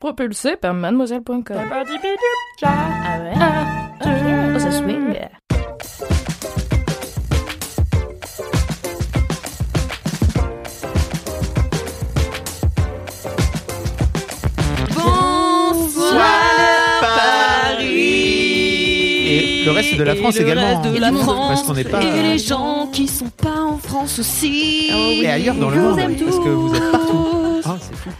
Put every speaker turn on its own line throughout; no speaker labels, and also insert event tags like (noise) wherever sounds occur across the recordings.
Propulsé par mademoiselle.com. Ça swing.
Et le reste de la France
le
également.
reste de
hein.
la
Parce
France.
qu'on n'est pas.
Et les gens qui sont pas en France aussi.
Et ailleurs dans le
Je vous
monde.
aime
Parce que vous êtes partout. Ah, c'est fou.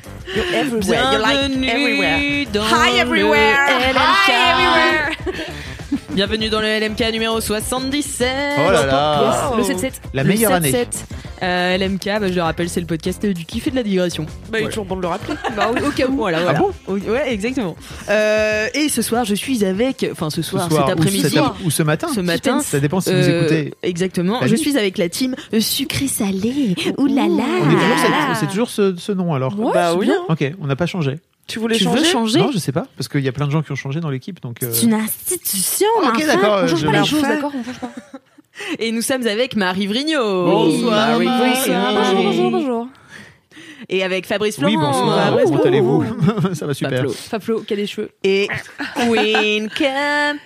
Bienvenue dans Hi everywhere. Hi everywhere. (laughs) Bienvenue dans le LMK numéro 77.
Oh là là.
Le 7-7.
La meilleure année.
Euh, LMK, bah, je le rappelle, c'est le podcast du kiff et de la digression. Bah, Il est toujours bon de le (laughs) rappeler. au cas où. Voilà, voilà. Au- ouais, exactement. Euh, et ce soir, je suis avec. Enfin, ce
Ce
soir,
soir,
cet
ou
après-midi.
cet ap- Ou ce matin.
Ce matin.
Ça dépend si vous
Euh,
écoutez. Bah,
Exactement.
la
Je
nuit.
suis avec la team sucré-salé. Ouh là
On est toujours
là.
cette- C'est toujours ce, ce nom alors.
Ouais,
bah
c'est
oui.
bien.
Ok, on n'a pas changé.
Tu voulais
hein. Tu veux
changer
changer
Non, je sais pas, parce qu'il y a plein de gens qui ont changé dans l'équipe, donc. euh,
C'est une institution,
Ok,
enfin,
d'accord,
on
euh,
change
je
pas les
l'ai
choses,
fait.
d'accord On change pas.
Et nous sommes avec Marie Vrigno.
Bonsoir,
Marie
Marie.
Vrigno.
Euh,
Bonjour, bonjour, bonjour.
Et avec Fabrice Florent.
Oui, bonsoir.
Fabrice
Comment
Florent.
allez-vous (laughs) Ça va super.
Pablo.
Faflo, qui a des cheveux.
(laughs) Et Queen Camp.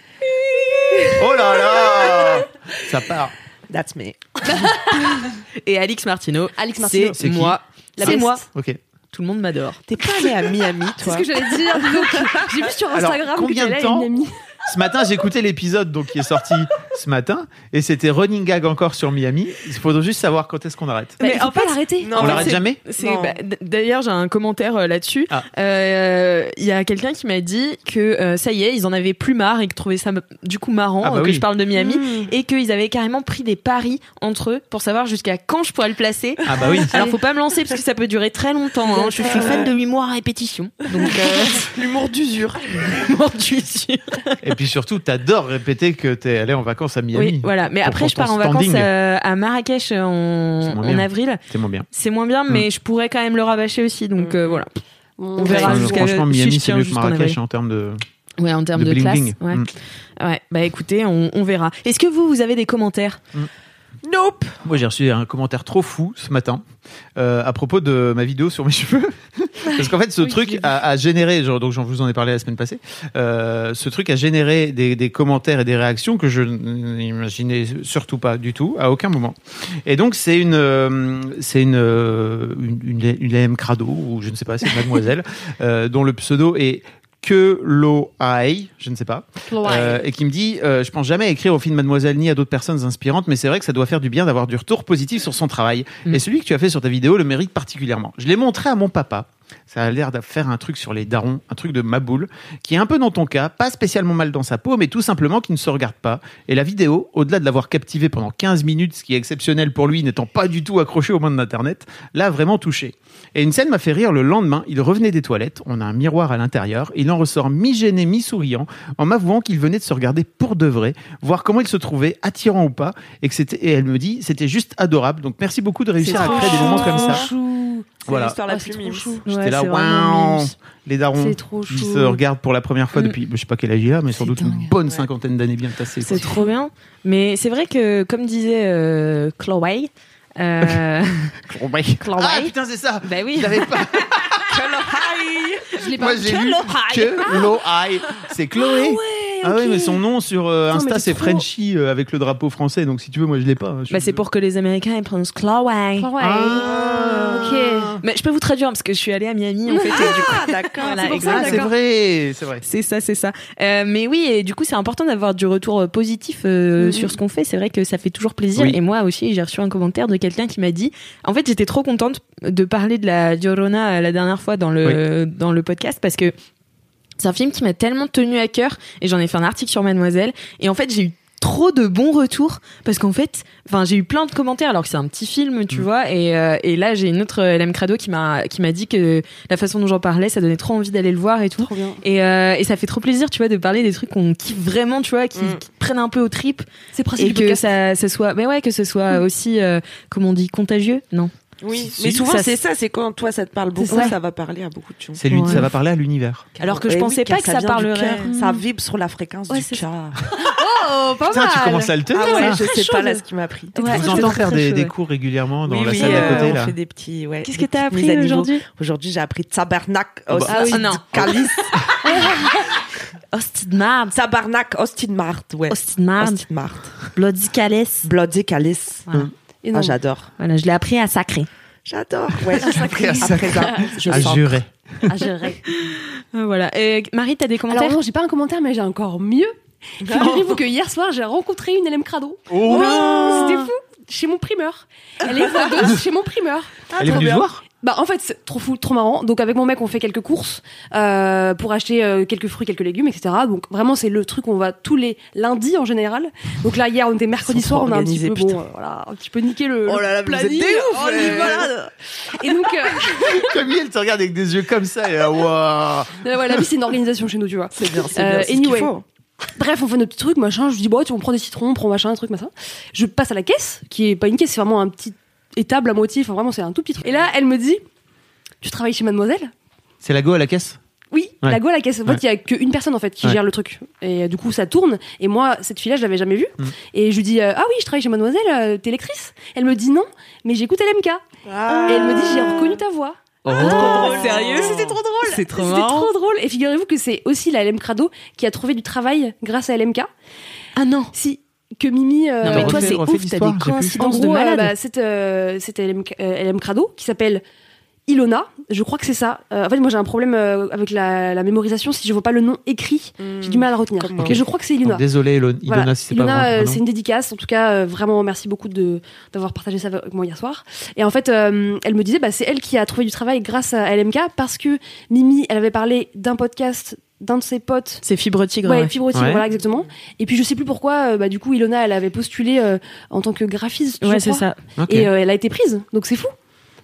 Oh là là (laughs) Ça part.
That's me.
(laughs) Et Alix Martineau.
Alex Martineau.
C'est
C'est qui
moi.
La
C'est
peste.
moi.
Ok.
Tout le monde m'adore.
T'es pas allé à
(laughs)
Miami,
C'est
toi
ce que j'allais
(laughs)
dire. dis donc. J'ai vu sur
Alors,
Instagram que
combien
t'es
de
là
temps
une amie.
Ce matin, j'ai écouté l'épisode donc qui est sorti (laughs) ce matin et c'était running gag encore sur Miami. Il faut juste savoir quand est-ce qu'on arrête.
Bah,
Mais
il faut
en
pas
fait-
l'arrêter.
Non,
on
mais
l'arrête
c'est-
jamais
C'est-
Non.
bah, d- D'ailleurs, j'ai un commentaire euh, là-dessus.
Ah.
Euh, Il y a quelqu'un qui m'a dit que euh, ça y est, ils en avaient plus marre et que trouvaient ça m- du coup marrant
Ah bah
euh, que
oui.
je parle de Miami
Mmh.
et qu'ils avaient carrément pris des paris entre eux pour savoir jusqu'à quand je pourrais le placer.
Ah
(laughs)
bah oui.
Alors faut pas me lancer parce que ça peut durer très longtemps. hein. Je suis fan de l'humour à répétition. Donc euh,
(laughs) L'humour d'usure.
l'humour du sûr.
Et puis surtout, t'adores répéter que t'es allé en vacances à Miami.
Oui, voilà. Mais
Pour
après, je pars en
prendre ton
vacances
standing.
euh, à Marrakech euh, en,
C'est moins
en
bien. Hmm.
avril.
C'est moins bien.
C'est moins bien, mais je pourrais quand même le rabâcher aussi. Donc
Hmm.
euh, voilà. On verra
Enfin,
jusqu'à-
franchement,
si
Miami,
je
c'est
tiens
mieux que
jusqu'en
Marrakech
avril.
en termes de,
Ouais, en termes
de
de,
bling
classe.
bling.
Ouais.
Mm.
Ouais, bah écoutez, on, on verra. Est-ce que vous, vous avez des commentaires
Nope.
Moi, j'ai reçu un commentaire trop fou ce matin euh, à propos de ma vidéo sur mes (laughs) cheveux. Parce qu'en fait, ce truc a, a généré, genre, donc j'en vous en ai parlé la semaine passée, euh, ce truc a généré des, des commentaires et des réactions que je n'imaginais surtout pas du tout, à aucun moment. Et donc, c'est une, euh, c'est une, euh, une, une, une AM Crado, ou je ne sais pas, c'est une mademoiselle, euh, dont le pseudo est que l'eau aille, je ne sais pas. Euh, et qui me dit euh, je pense jamais à écrire au film Mademoiselle ni à d'autres personnes inspirantes mais c'est vrai que ça doit faire du bien d'avoir du retour positif sur son travail
Mm.
et celui que tu as fait sur ta vidéo le mérite particulièrement je l'ai montré à mon papa ça a l'air de faire un truc sur les darons un truc de maboule qui est un peu dans ton cas pas spécialement mal dans sa peau mais tout simplement qui ne se regarde pas et la vidéo au-delà de l'avoir captivé pendant 15 minutes ce qui est exceptionnel pour lui n'étant pas du tout accroché au monde d'internet l'a vraiment touché et une scène m'a fait rire le lendemain il revenait des toilettes on a un miroir à l'intérieur il en ressort mi-gêné mi-souriant en m'avouant qu'il venait de se regarder pour de vrai, voir comment il se trouvait, attirant ou pas, et que c'était. Et elle me dit, c'était juste adorable. Donc merci beaucoup de réussir à créer des moments comme ça. Voilà.
Voilà. l'histoire la
Ah,
plus
c'est
mime.
trop chou.
J'étais
Ouais,
là,
c'est vraiment
waouh,
mimes.
les darons.
C'est trop
Ils
chou.
se regardent pour la première fois
Mm.
depuis, je sais pas quel âge il a, mais sans
C'est
doute une
dingue.
bonne cinquantaine d'années bien tassées. quoi.
C'est trop bien. Mais c'est vrai que, comme disait euh, Chloé. euh,
Oh, ouais.
Chloé.
Ah putain, c'est ça
bah oui.
Je l'avais pas.
Je l'ai pas.
Moi, j'ai lu que Loaï. C'est Chloé. Ah ouais, mais son nom sur
Putain,
euh,
mais
Insta,
t'es
c'est
trop-
Frenchy euh, avec le drapeau français. Donc si tu veux, moi, je l'ai pas.
Bah, c'est pour que les Américains ils prononcent Chloé.
Ouais.
Ah.
Ok.
Mais je peux vous traduire parce que je suis allée à Miami en fait. et du coup-
Ah, d'accord.
Voilà,
c'est pour ça,
Ah, c'est
d'accord.
vrai, c'est vrai.
C'est ça, c'est ça. Euh, mais oui, et du coup, c'est important d'avoir du retour euh, positif euh, sur ce qu'on fait. C'est vrai que ça fait toujours plaisir.
Mhm. Oui.
Et moi aussi, j'ai reçu un commentaire de quelqu'un qui m'a dit. En fait, j'étais trop contente de parler de la Diorona euh, la dernière fois dans le dans le podcast parce que c'est un film qui m'a tellement tenu à cœur et j'en ai fait un article sur Mademoiselle. Et en fait, j'ai eu trop de bons retours parce qu'en fait, enfin, j'ai eu plein de commentaires alors que c'est un petit film,
Mhm.
tu vois. Et, euh, et là, j'ai une autre LM Crado qui m'a qui m'a dit que la façon dont j'en parlais, ça donnait trop envie d'aller le voir et tout.
Trop bien.
Et, euh, et ça fait trop plaisir, tu vois, de parler des trucs qu'on kiffe vraiment, tu vois, qui,
Mm.
qui te prennent un peu aux tripes
C'est le principe
et
du
que
podcast.
ça, ça soit, mais ouais, que ce soit aussi, euh, comment on dit, contagieux, non
Oui,
Si,
mais
si.
souvent
Ça,
c'est ça, c'est quand toi ça te parle beaucoup,
ça.
ça. va parler à beaucoup de gens.
C'est lui,
Ouais.
ça va parler à l'univers.
Alors que je
Eh oui,
pensais
car
pas que ça,
vient du
parlerait. Mm.
cœur, Ça vibre sur la fréquence
Ouais,
du
c'est
Ah
cœur.
Oh, pas
Putain, tu commences à le tenir.
Ah ouais,
ça.
je sais
chaude.
pas là ce qui m'a pris.
Ouais.
Vous
je
entendez
suis
faire
très
des,
chaude,
des
ouais.
cours régulièrement dans
oui,
la
oui,
salle
euh,
d'à côté
on
là.
fait des petits. Ouais,
Qu'est-ce
des
que t'as
petites mises à
appris
niveau.
aujourd'hui
Aujourd'hui, j'ai appris tabarnak, hostie,
bah.
Ah oui. Ah non.
calice.
Hostie de marde,
Tabarnak, hostie de Marthe, ouais.
hostie de marde,
Hostie de Marthe.
bloody calice.
Bloody calice.
Voilà.
Hum. Ah,
Énorme.
j'adore.
Voilà, je l'ai appris à sacrer.
J'adore. Ouais,
Ah,
Sacré
(laughs)
à
après ça, je
À
sens.
jurer.
Ah, je rêve.
Euh, Voilà. Et Marie, t'as des
Alors
commentaires
non, j'ai pas un commentaire, mais j'ai encore mieux. Figurez-vous que hier soir, j'ai rencontré une LM Crado.
Oh
C'était fou. Chez mon primeur. Elle est vendeuse chez mon primeur.
Elle est venue te voir
Bah en fait c'est trop fou, trop marrant. Donc avec mon mec on fait quelques courses euh, pour acheter euh, quelques fruits, quelques légumes, etc. Donc vraiment c'est le truc on va tous les lundis en général. Donc là hier on était mercredi
Ils sont trop
soir, on a un petit
organisés,
peu
putain.
bon, euh, voilà, un petit peu niqué le.
Oh
le
là là, vous êtes
planning.
des ouf,
Oh, les
euh.
malades. Et donc euh,
Camille, elle te regarde avec des yeux comme ça. Et, euh, waouh.
euh, ouais, la vie c'est une organisation chez nous tu vois.
C'est bien, c'est
Euh,
bien. c'est ce qu'il
anyway.
faut.
Bref, on fait nos petits trucs, machin. Je dis, bon, tu, on prend des citrons, on prend machin, un truc, machin. Je passe à la caisse, qui est pas une caisse, c'est vraiment un petit étable à moitié. Enfin, vraiment, c'est un tout petit truc. Et là, elle me dit, tu travailles chez Mademoiselle
C'est la go à la caisse
Oui,
Ouais.
la go à la caisse. En
Ouais.
fait, il y a qu'une personne, en fait, qui
Ouais.
gère le truc. Et euh, du coup, ça tourne. Et moi, cette fille-là, je l'avais jamais vue.
Mm.
Et je lui dis, euh, ah oui, je travaille chez Mademoiselle, euh, t'es lectrice Elle me dit, non, mais j'écoute LMK. Et elle me dit, j'ai reconnu ta voix.
Oh, sérieux
C'était trop drôle
C'est trop
C'était
marrant.
trop drôle. Et figurez-vous que c'est aussi la LM Crado qui a trouvé du travail grâce à LMK. Ah non Si que Mimi, euh,
Non, mais
mais toi
refais-
c'est
refais
ouf, t'as
l'histoire,
des
j'ai plus.
coïncidences
En
de
gros,
malade.
euh, bah,
cette euh, cette LM, euh, LM Crado qui s'appelle Ilona, je crois que c'est ça. Euh, en fait, moi j'ai un problème euh, avec la, la mémorisation. Si je vois pas le nom écrit, j'ai du mal à retenir.
Comme moi.
Mais je crois que c'est Ilona.
Donc, Désolé, Ilona,
Voilà.
Ilona, si c'est pas
Ilona,
vraiment
euh,
ton
c'est
nom.
une dédicace. En tout cas, euh, vraiment, merci beaucoup de d'avoir partagé ça avec moi hier soir. Et en fait, euh, elle me disait, bah, c'est elle qui a trouvé du travail grâce à LMK parce que Mimi, elle avait parlé d'un podcast d'un de ses potes.
C'est Fibre Tigre.
Ouais,
ouais.
Fibre Tigre,
Ouais.
voilà exactement. Et puis je sais plus pourquoi, euh, bah, du coup Ilona, elle avait postulé euh, en tant que graphiste. je
Ouais, c'est
crois.
ça.
Ok,
Et euh, elle a été prise, donc c'est fou.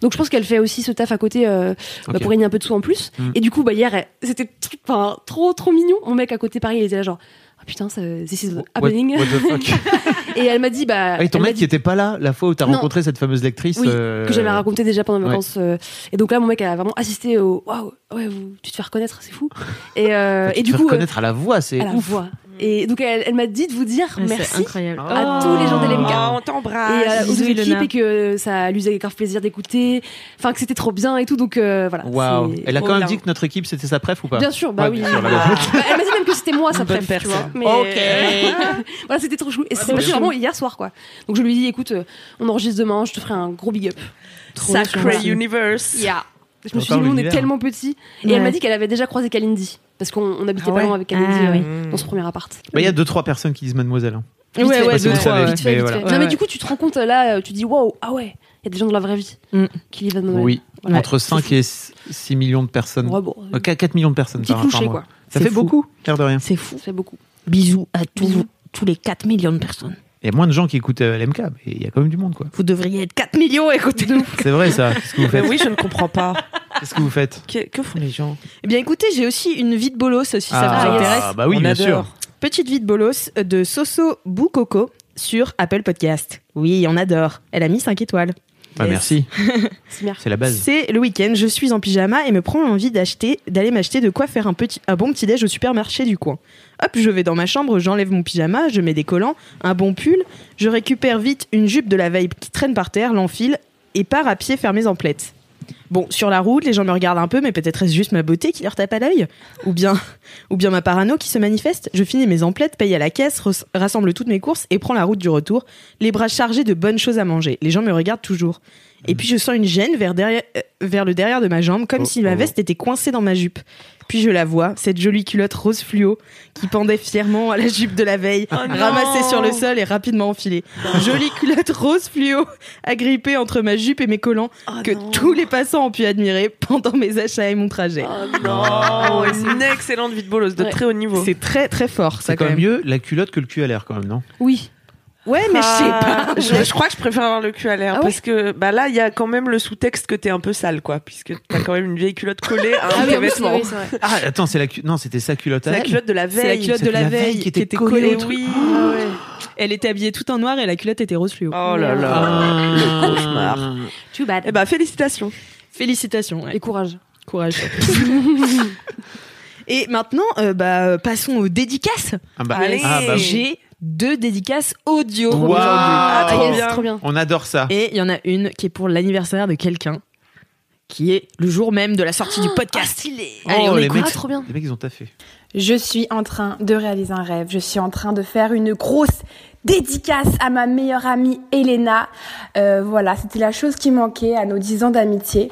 Donc je pense qu'elle fait aussi ce taf à côté euh, bah,
ok.
pour gagner un peu de sous en plus.
Mm.
Et du coup, bah, hier, elle- c'était tr- enfin, trop, trop mignon. Mon mec à côté, pareil, il était là genre, Ah, putain, ça, this is
What-
happening.
what the fuck
Et elle m'a dit, bah.
Ah, Et ton
elle m'a
mec qui
dit
était pas là la fois où t'as
Non.
rencontré cette fameuse lectrice
Oui,
euh,
que j'avais raconté déjà pendant mes
Ouais.
vacances. euh, et donc là, mon mec a vraiment assisté au waouh, ouais, vous- tu te fais reconnaître, c'est fou. Et, euh,
(laughs) Faut
et
te
du
faire
coup, euh,
connaître à la voix, c'est
à la
ouf.
voix. Et donc, elle, elle m'a dit de vous dire
Ouais, C'est
merci
incroyable.
à tous les gens de LMK.
Ah, on
Et euh, à-
t'embrasse.
aux
bisous,
deux équipes
Ilona.
et que ça lui faisait grave plaisir d'écouter, enfin que c'était trop bien et tout, donc euh, voilà.
Waouh.
c'est-
Elle a
Oh
quand même
là.
dit que notre équipe c'était sa préf ou pas
Bien sûr, bah
Ouais,
oui.
bien sûr, bah, bien
(laughs)
sûr.
Bah, elle m'a dit même que c'était moi sa
bonne
preuve, tu vois.
personne.
Mais... (laughs) voilà, c'était trop chou. Et
trop
c'était passé
chou.
vraiment hier soir, quoi. Donc je lui ai dit, écoute, euh, on enregistre demain, je te ferai un gros big up.
Sacré universe.
Yeah. Je me suis
Encore
dit, nous, on est
l'univers.
tellement petits. Et
Ouais.
elle m'a dit qu'elle avait déjà croisé Kalindi. Parce qu'on on habitait
Ah
pas
ouais.
loin avec Kalindi
Ah
euh,
oui.
dans ce premier appart.
Bah, il y a deux trois personnes qui disent mademoiselle. hein.
Ouais,
Vite fait,
ouais,
parce que
deux,
vous
trois.
savez,
ouais.
vite fait,
vite
voilà.
fait.
Ouais,
Non, mais
ouais.
du coup, tu te rends compte, là, euh, tu dis, waouh, ah ouais, il y a des gens dans la vraie vie
Mm.
qui vivent à Mademoiselle.
Oui,
Ouais.
entre 5 et 6 millions de personnes.
Ouais, bon,
Euh, qu- 4 millions de personnes
petit
par, par
clouché,
mois.
quoi.
Ça
C'est
fait
fou.
beaucoup, l'air de rien.
C'est fou.
C'est beaucoup.
Bisous à tous,
Bisous.
tous les 4 millions de personnes.
Il y a moins de gens qui écoutent euh, LMK, mais il y a quand même du monde, quoi.
Vous devriez être 4 millions, écoutez.
C'est vrai, ça. Qu'est-ce que vous
Mais
faites
oui, je ne comprends pas.
Qu'est-ce que vous faites
Que, que font les gens
Eh bien, écoutez, j'ai aussi une vie de bolos, si ça
Ah,
vous intéresse.
bah oui,
On
bien
adore.
sûr.
Petite vie de bolos euh, de Soso Boukoko sur Apple Podcast. Oui, on adore. Elle a mis 5 étoiles.
Bah,
Yes.
merci.
C'est bien.
C'est la base.
C'est le week-end, je suis en pyjama et me prend l'envie d'acheter, d'aller m'acheter de quoi faire un, petit, un bon petit déj au supermarché du coin. Hop, je vais dans ma chambre, j'enlève mon pyjama, je mets des collants, un bon pull, je récupère vite une jupe de la veille qui traîne par terre, l'enfile et pars à pied faire mes emplettes. Bon, sur la route, les gens me regardent un peu, mais peut-être est-ce juste ma beauté qui leur tape à l'œil ou bien, ou bien ma parano qui se manifeste. Je finis mes emplettes, paye à la caisse, res- rassemble toutes mes courses et prends la route du retour, les bras chargés de bonnes choses à manger. Les gens me regardent toujours. Et puis je sens une gêne vers, derrière, euh, vers le derrière de ma jambe, comme
Mm. Oh,
si ma
oh.
veste était coincée dans ma jupe. Puis je la vois, cette jolie culotte rose fluo qui pendait fièrement à la jupe de la veille, ramassée sur le sol et rapidement enfilée. Jolie culotte rose fluo, agrippée entre ma jupe et mes collants,
Oh
que tous les passants ont pu admirer pendant mes achats et mon trajet.
Oh, ouais, c'est une excellente vie de bolos de
Ouais.
très haut niveau.
C'est très très fort, ça
C'est
quand
quand
même.
même mieux la culotte que le cul à l'air, quand même, non
Oui.
Ouais, mais je sais pas.
Ah, je, je crois que je préfère avoir le cul à l'air
Ah ouais
parce que bah là il y a quand même le sous-texte que t'es un peu sale quoi puisque t'as quand même une vieille culotte collée à un
Ah oui,
vieux
en plus,
vêtement.
oui, c'est vrai.
Ah, attends, c'est la cu- non, c'était sa culotte
C'est
à
la
elle.
culotte de la
C'est la
veille.
culotte de la, veille, qui était collée, au truc. Ah.
oui.
Elle était habillée tout en noir et la culotte était rose fluo.
Oh là là.
Ah,
Le cauchemar.
Too bad.
Eh bah félicitations.
Félicitations. ouais.
Et courage.
(laughs) Courage. Et maintenant, euh, bah, passons aux dédicaces.
Ah bah,
Allez.
ah bah oui.
J'ai deux dédicaces audio
Wow.
aujourd'hui.
Ah,
Ah,
trop
yes,
bien.
trop bien.
On adore ça.
Et il y en a une qui est pour l'anniversaire de quelqu'un, qui est le jour même de la sortie du podcast. Allez,
Oh,
on
les
écoute.
mecs,
Ah, trop bien.
les mecs, ils ont taffé.
Je suis en train de réaliser un rêve. Je suis en train de faire une grosse dédicace à ma meilleure amie Elena. Euh, voilà, c'était la chose qui manquait à nos dix ans d'amitié.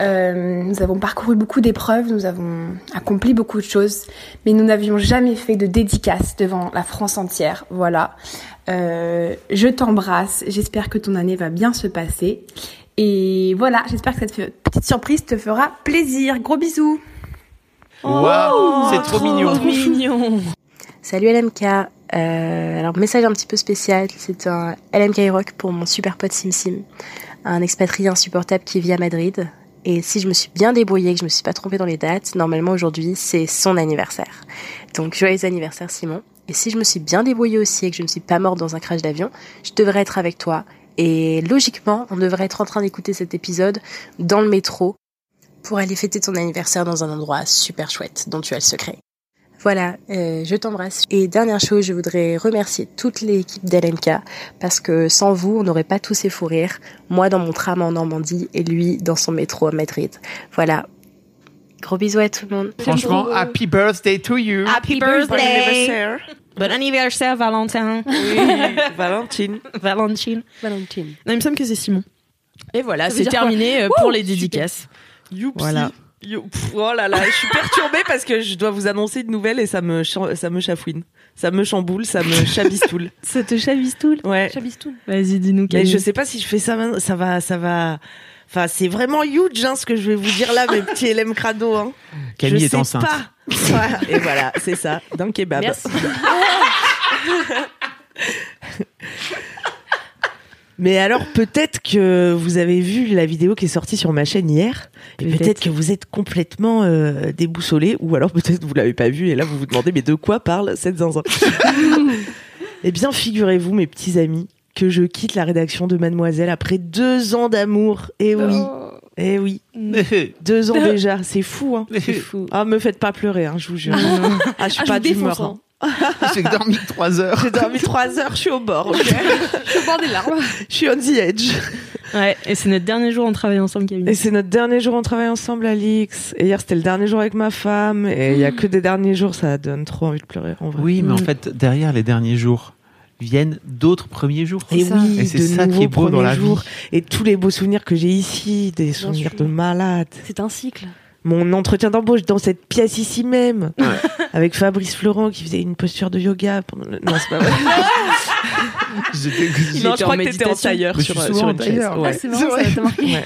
Euh, nous avons parcouru beaucoup d'épreuves, nous avons accompli beaucoup de choses, mais nous n'avions jamais fait de dédicace devant la France entière. Voilà. Euh, je t'embrasse. J'espère que ton année va bien se passer. Et voilà, j'espère que cette petite surprise te fera plaisir. Gros bisous.
Oh,
Waouh, c'est trop, mignon.
Oh, mignon.
Salut LMK. Euh, alors message un petit peu spécial, c'est un LMK Rock pour mon super pote Sim Sim, un expatrié insupportable qui vit à Madrid. Et si je me suis bien débrouillée, que je me suis pas trompée dans les dates, normalement aujourd'hui c'est son anniversaire. Donc joyeux anniversaire Simon. Et si je me suis bien débrouillée aussi et que je ne suis pas morte dans un crash d'avion, je devrais être avec toi. Et logiquement, on devrait être en train d'écouter cet épisode dans le métro pour aller fêter ton anniversaire dans un endroit super chouette dont tu as le secret. Voilà, euh, je t'embrasse. Et dernière chose, je voudrais remercier toute l'équipe d'LMK parce que sans vous, on n'aurait pas tous ces fous rires. Moi dans mon tram en Normandie et lui dans son métro à Madrid. Voilà. Gros bisous à tout le monde.
Franchement, happy birthday to you.
Ah,
Happy
Bon anniversaire.
Bon anniversaire, Valentin.
Oui, Valentine.
(laughs) Valentine.
Valentine.
Non, il me semble que c'est Simon. Et voilà,
Ça veut
c'est
dire quoi
terminé euh, pour
Wouh,
les
super.
dédicaces.
Youpi.
Voilà.
You- Pff, oh là là, je suis perturbée parce que je dois vous annoncer une nouvelle et ça me, cha- ça me chafouine. Ça me chamboule, ça me chabistoule.
Ça te chavistoule
Ouais.
Chabistoun.
Vas-y, dis-nous.
Mais
Camille.
je sais pas si je fais ça maintenant. Ça va, ça va. Enfin, c'est vraiment huge hein, ce que je vais vous dire là, mes petits LM crado. Hein.
Camille
je
est
sais
enceinte. (laughs)
Pas. Voilà. Et voilà, c'est ça, d'un kebab.
Merci.
(laughs) Mais alors, peut-être que vous avez vu la vidéo qui est sortie sur ma chaîne hier. Et peut-être
Peut-être.
que vous êtes complètement euh, déboussolé. Ou alors, peut-être que vous l'avez pas vue. Et là, vous vous demandez, mais de quoi parle cette zinzin (laughs) Eh bien, figurez-vous, mes petits amis, que je quitte la rédaction de Mademoiselle après deux ans d'amour. Eh oui, eh oui. Deux ans déjà, c'est fou, hein.
C'est
fou. Ah, me faites pas pleurer, hein, je vous jure. Ah, je suis
Ah, je
pas
vous défonce.
d'humeur.
hein.
hein.
J'ai dormi 3 heures.
J'ai dormi trois heures, je suis au bord. ok
Je suis au bord des larmes.
je suis on the edge.
(laughs) Ouais, et c'est notre dernier jour, on travaille ensemble, Camille.
Et c'est notre dernier jour, on travaille ensemble, Alix. Et hier, c'était le dernier jour avec ma femme. Et il y a que des derniers jours, ça donne trop envie de pleurer, en vrai.
(laughs) Oui, mais en fait, derrière les derniers jours viennent d'autres premiers jours.
Et oui,
Et c'est
de
ça qui
nouveaux
est beau dans
premiers
la (laughs)
jours.
vie.
Et tous les beaux souvenirs que j'ai ici, des souvenirs
sûr.
de malade.
C'est un cycle.
Mon entretien d'embauche dans cette pièce ici même, (laughs) avec Fabrice Florent qui faisait une posture de yoga. pendant le- Non, c'est pas vrai. (laughs)
J'étais-
Non, je crois que t'étais en euh,
tailleur
Mais je suis souvent en tailleur.
Ah, c'est marrant, ça t'a marqué.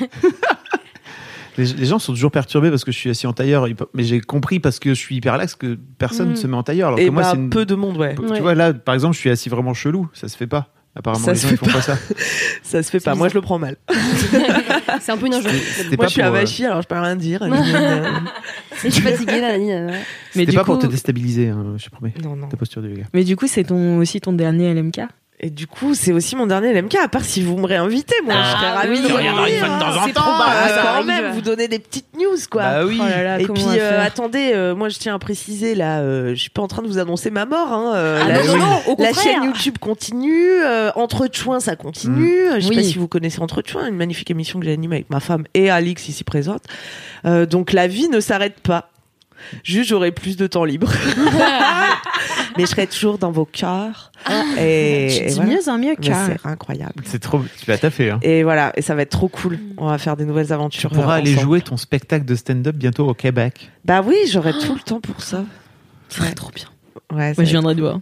Les, les gens sont toujours perturbés parce que je suis assis en tailleur. Ils pe- Mais j'ai compris parce que je suis hyper lax que personne
Mm.
se met en tailleur. Alors
Et
que moi,
bah,
c'est une...
peu de monde, ouais.
Tu
Ouais.
vois, là, par exemple, je suis assis vraiment chelou. Ça se fait pas. Apparemment,
Ça
les
se
gens,
fait
ils font pas,
(laughs)
ça.
Ça se fait pas. Moi, je le prends mal.
C'est un peu une injure.
C'était
Moi,
pas
je suis
pour, euh,
avachie, alors je peux rien (laughs) dire. non,
Je suis fatiguée, là, Nani. euh, ouais.
mais
C'était
du
pas pour
coup-
te déstabiliser, hein, je te promets.
non.
Ta posture de yoga.
Mais du coup, c'est ton, aussi ton dernier LMK
Et du coup, c'est aussi mon dernier LMK, à part si vous me réinvitez, moi. je serais ravie
oui.
de
Tu
reviendras une fois de temps en
C'est
temps,
trop
bah,
bas, hein,
ça
quand
arrive.
même, vous donner des petites news, quoi.
Bah oui.
Oh là là,
Et
comment
puis,
on va
euh,
faire
attendez, euh, moi je tiens à préciser, là, euh, je suis pas en train de vous annoncer ma mort. Hein, euh,
Ah
la,
non, non, non, au
la
contraire.
chaîne YouTube continue, euh, Entrechoin, ça continue. Je sais
Mm. Oui.
pas si vous connaissez Entrechoin, une magnifique émission que j'anime avec ma femme et Alix ici présente. Euh, donc la vie ne s'arrête pas. Juste, j'aurai plus de
(laughs)
temps libre. (laughs) Mais je serai toujours dans vos cœurs. Et,
Ah, Tu
et
dis
voilà.
mieux en mieux,
Mais
car.
C'est incroyable.
C'est trop. Tu l'as taffé. Hein.
Et voilà, et ça va être trop cool.
Mm.
On va faire des nouvelles aventures.
Tu pourras
euh,
aller
ensemble.
jouer ton spectacle de stand-up bientôt au Québec.
Bah oui, j'aurai
Ah.
tout le temps pour ça.
serait trop bien. Moi,
Ouais, ça
je
va être-
viendrai te voir.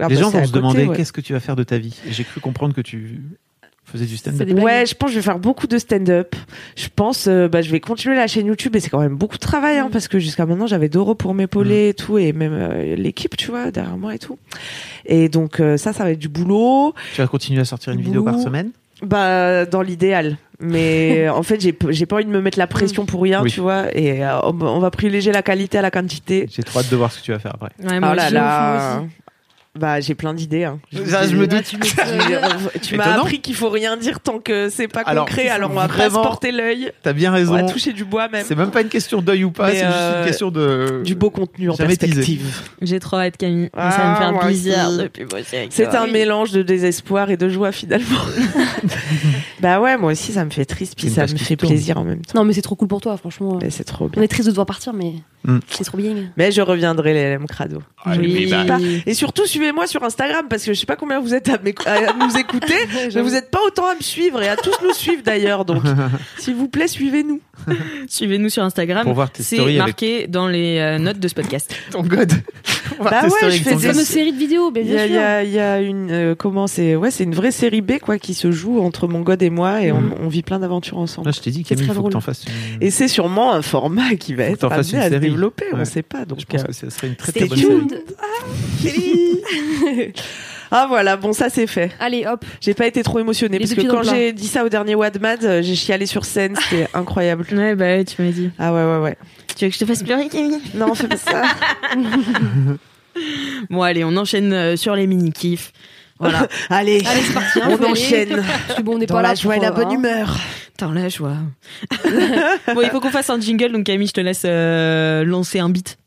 Ah,
Les
bah,
gens
c'est
vont
à
se
côté,
demander
ouais.
qu'est-ce que tu vas faire de ta vie. Et J'ai cru comprendre que tu faisais du stand-up.
des blagues.
Ouais, je pense que je vais faire beaucoup de stand-up. Je pense, euh, bah, je vais continuer la chaîne YouTube et c'est quand même beaucoup de travail,
Mm.
hein, parce que jusqu'à maintenant j'avais Doro pour m'épauler et tout, et même euh, l'équipe, tu vois, derrière moi et tout. Et donc euh, ça, ça va être du boulot,
Tu vas continuer à sortir une vidéo par
Ouh.
semaine.
bah dans l'idéal.
(laughs)
Mais en fait, j'ai p- j'ai pas envie de me mettre la pression pour rien,
Oui.
tu vois. Et euh, on on va privilégier la qualité à la quantité.
J'ai trop hâte de voir ce que tu vas faire après.
Ouais,
Oh
moi,
là
je-
là. Bah j'ai plein d'idées.
(laughs)
hein. J'ai
Ça,
des
je me
idées.
doute.
Tu
(laughs)
m'étonnes.
Tu m'as
Étonnant.
appris qu'il faut rien dire tant que c'est pas
Alors,
concret, alors on va
vraiment,
pas se porter l'œil,
T'as bien
on
raison.
va toucher du bois même.
C'est même pas une question d'œil ou pas,
Mais,
c'est juste une
euh,
question de.
du beau contenu en
Jamais teasé.
perspective.
J'ai trop hâte, Camille.
Ah,
ça va me faire
moi
plaisir
aussi.
de plus bosser avec
C'est
toi.
un mélange de désespoir et de
(laughs)
joie finalement. bah ouais, moi aussi ça me fait triste puis
C'est une
ça me
page qui
fait
tourne.
plaisir en même temps.
Non, mais c'est trop cool pour toi, franchement.
Mais c'est trop
On
bien.
est triste de devoir partir, mais
Mm.
c'est trop bien.
Mais je reviendrai les LM Crado.
Oui.
Bah.
Et surtout suivez-moi sur Instagram parce que je sais pas combien vous êtes à, m'éc- à
(laughs)
nous écouter, mais vous êtes pas autant à me suivre et à tous nous suivre
(laughs)
d'ailleurs. Donc s'il vous plaît suivez-nous.
Suivez-nous sur Instagram.
Pour voir tes
C'est
stories avec-
marqué dans les euh, notes de ce podcast.
(laughs) ton god. On va
Bah
tester
ouais,
avec
je fais
ton
des-
god.
Fameuse série de vidéos, bien,
Il y
bien
a, il y
sûr.
a- il y a une euh, comment c'est ouais c'est une vraie série B quoi qui se joue entre mon god et moi et on-
Mhm.
on, vit plein d'aventures ensemble.
Là, je t'ai dit,
C'est
Camille, il
très
faut
drôle.
que t'en fasses une.
Et c'est sûrement un format qui va
Faut que
être
t'en fasses
amené à
une
se
série.
développer, on
Ouais.
sait pas. Donc
je pense
euh,
que ça serait une très très
Stay
bonne série.
tuned.
(laughs) ah voilà, bon ça c'est fait.
Allez, hop.
J'ai pas été trop émotionnée
Les
parce
deux
que
pieds dans
quand
le plat.
j'ai dit ça au dernier Wadmad, euh, j'ai chialé sur scène,
(laughs)
c'était incroyable.
Ouais, bah ouais, tu m'as dit.
Ah ouais ouais ouais.
Tu veux que je te fasse pleurer, Camille
Non, fais pas ça.
(laughs)
Bon, allez, on enchaîne euh, sur les mini-kifs.
(laughs)
Voilà.
Allez,
Allez, c'est parti. hein,
on
faut y aller.
enchaîne
Parce que bon, on n'est
dans
pas là
la joie et
pour,
la
euh,
bonne
hein.
humeur.
Dans la joie. (laughs) bon, il faut qu'on fasse un jingle, donc Camille, je te laisse euh, lancer un beat.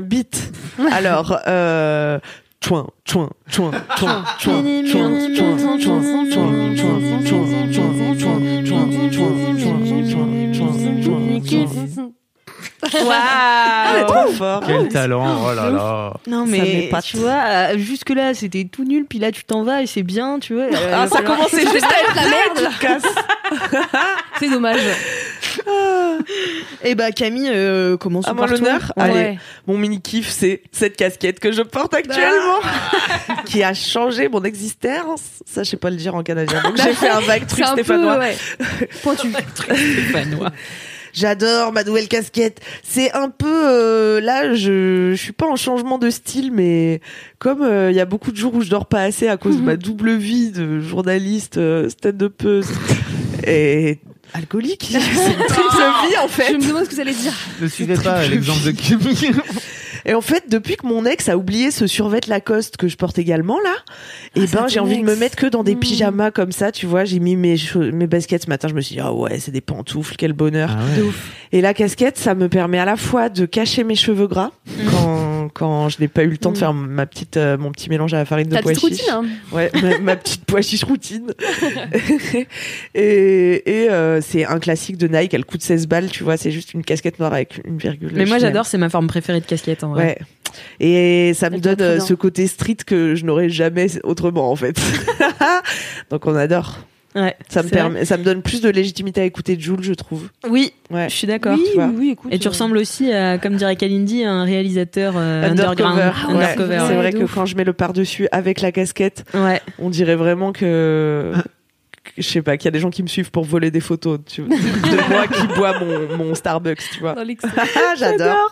(laughs)
beat. Alors euh Chouin, chouin, chouin, chouin, chouin, chouin, chouin, chouin, chouin, chouin, chouin, chouin, chouin, chouin, chouin, chouin, chouin, chouin, chouin, chouin, chouin, chouin.
Ah,
Waouh
Ah, Trop fort.
Quel talent, oh là là.
(laughs) Non
Ça
mais
m'épate.
tu vois, euh, jusque là c'était tout nul, puis là tu t'en vas et c'est bien, tu vois. euh,
Ah, ça
voilà. (laughs)
commençait juste à être
la merde.
la casse.
C'est dommage.
Eh bah Camille euh, commence
À
par
moi
toi.
l'honneur.
Ouais.
Allez, mon mini kiff, c'est cette casquette que je porte actuellement,
Ah.
(laughs) qui a changé mon existence. Ça, je sais pas le dire en canadien. Donc j'ai fait un vague
C'est
truc
un
stéphanois.
peu ouais. pointu.
J'adore ma nouvelle casquette. C'est un peu euh, là, je, je suis pas en changement de style, mais comme euh, il y a beaucoup de jours où je dors pas assez à cause de ma
Mhm.
double vie de journaliste,
(laughs)
euh, stand-upeuse et alcoolique, (laughs) c'est une triple vie (laughs) en fait.
Je me demande ce que vous allez dire.
Ne suivez pas l'exemple de
Ah
Camille. (laughs)
Et en fait, depuis que mon ex a oublié ce survêt Lacoste que je porte également là,
Ah,
et ben j'ai envie de me mettre que dans
Mmh.
des pyjamas comme ça, tu vois. J'ai mis mes chauss- mes baskets ce matin, je me suis dit ah ouais, c'est des pantoufles, quel
Ah.
bonheur.
Ah
Et la casquette, ça me permet à la fois de cacher mes cheveux gras
Mmh.
quand quand je n'ai pas eu le temps de faire ma petite euh, mon petit mélange à la farine de
Ta
pois
petite
chiche.
routine. hein.
Ouais, ma, ma petite pois
(laughs)
chiche routine. et et euh, c'est un classique de Nike, elle coûte 16 balles, tu vois, c'est juste une casquette noire avec une virgule.
Mais moi
Chanel.
j'adore, c'est ma forme préférée de casquette en vrai.
Ouais. Et ça me
Elle doit
donne
être
euh,
prudente.
ce côté street que je n'aurais jamais autrement en fait. (laughs) Donc on adore.
Ouais,
Ça me
c'est
permet, ça me donne plus de légitimité à écouter Jules, je trouve.
vrai. Oui,
Ouais.
je suis d'accord.
tu vois.
oui, écoute.
Et tu
euh,
ressembles aussi à, comme dirait Kalindi, à un réalisateur euh,
Undercover.
underground.
ouais.
Undercover,
C'est
ouais.
vrai
De
que
ouf.
quand je mets le par-dessus avec la casquette,
ouais. Ouais.
on dirait vraiment que. que Je sais pas, qu'il y a des gens qui me suivent pour voler des photos tu- de moi qui bois mon, mon Starbucks, tu vois.
dans l'excès.
Ah, (laughs) J'adore.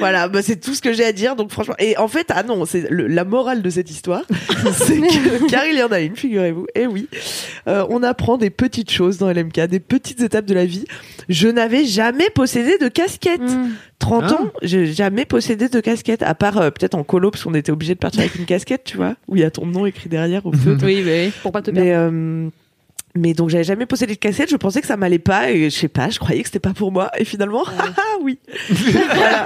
Voilà, bah, c'est tout ce que j'ai à dire. Donc franchement, et en fait, ah non, c'est le- la morale de cette histoire, (laughs) c'est que car il y en a une, figurez-vous. Et oui, euh, on apprend des petites choses dans LMK, des petites étapes de la vie. Je n'avais jamais possédé de casquette.
Mm.
30
Ah.
ans, j'ai jamais possédé de casquette, à part euh, peut-être en colo parce qu'on était obligé de partir avec une casquette, tu vois, où il y a ton nom écrit derrière au feu.
Oui, bah oui.
Pour pas te perdre.
Mais euh, mais donc j'avais jamais possédé de casquette, je pensais que ça (laughs) m'allait pas et je sais pas, je croyais que c'était pas pour moi et finalement ah oui. Voilà.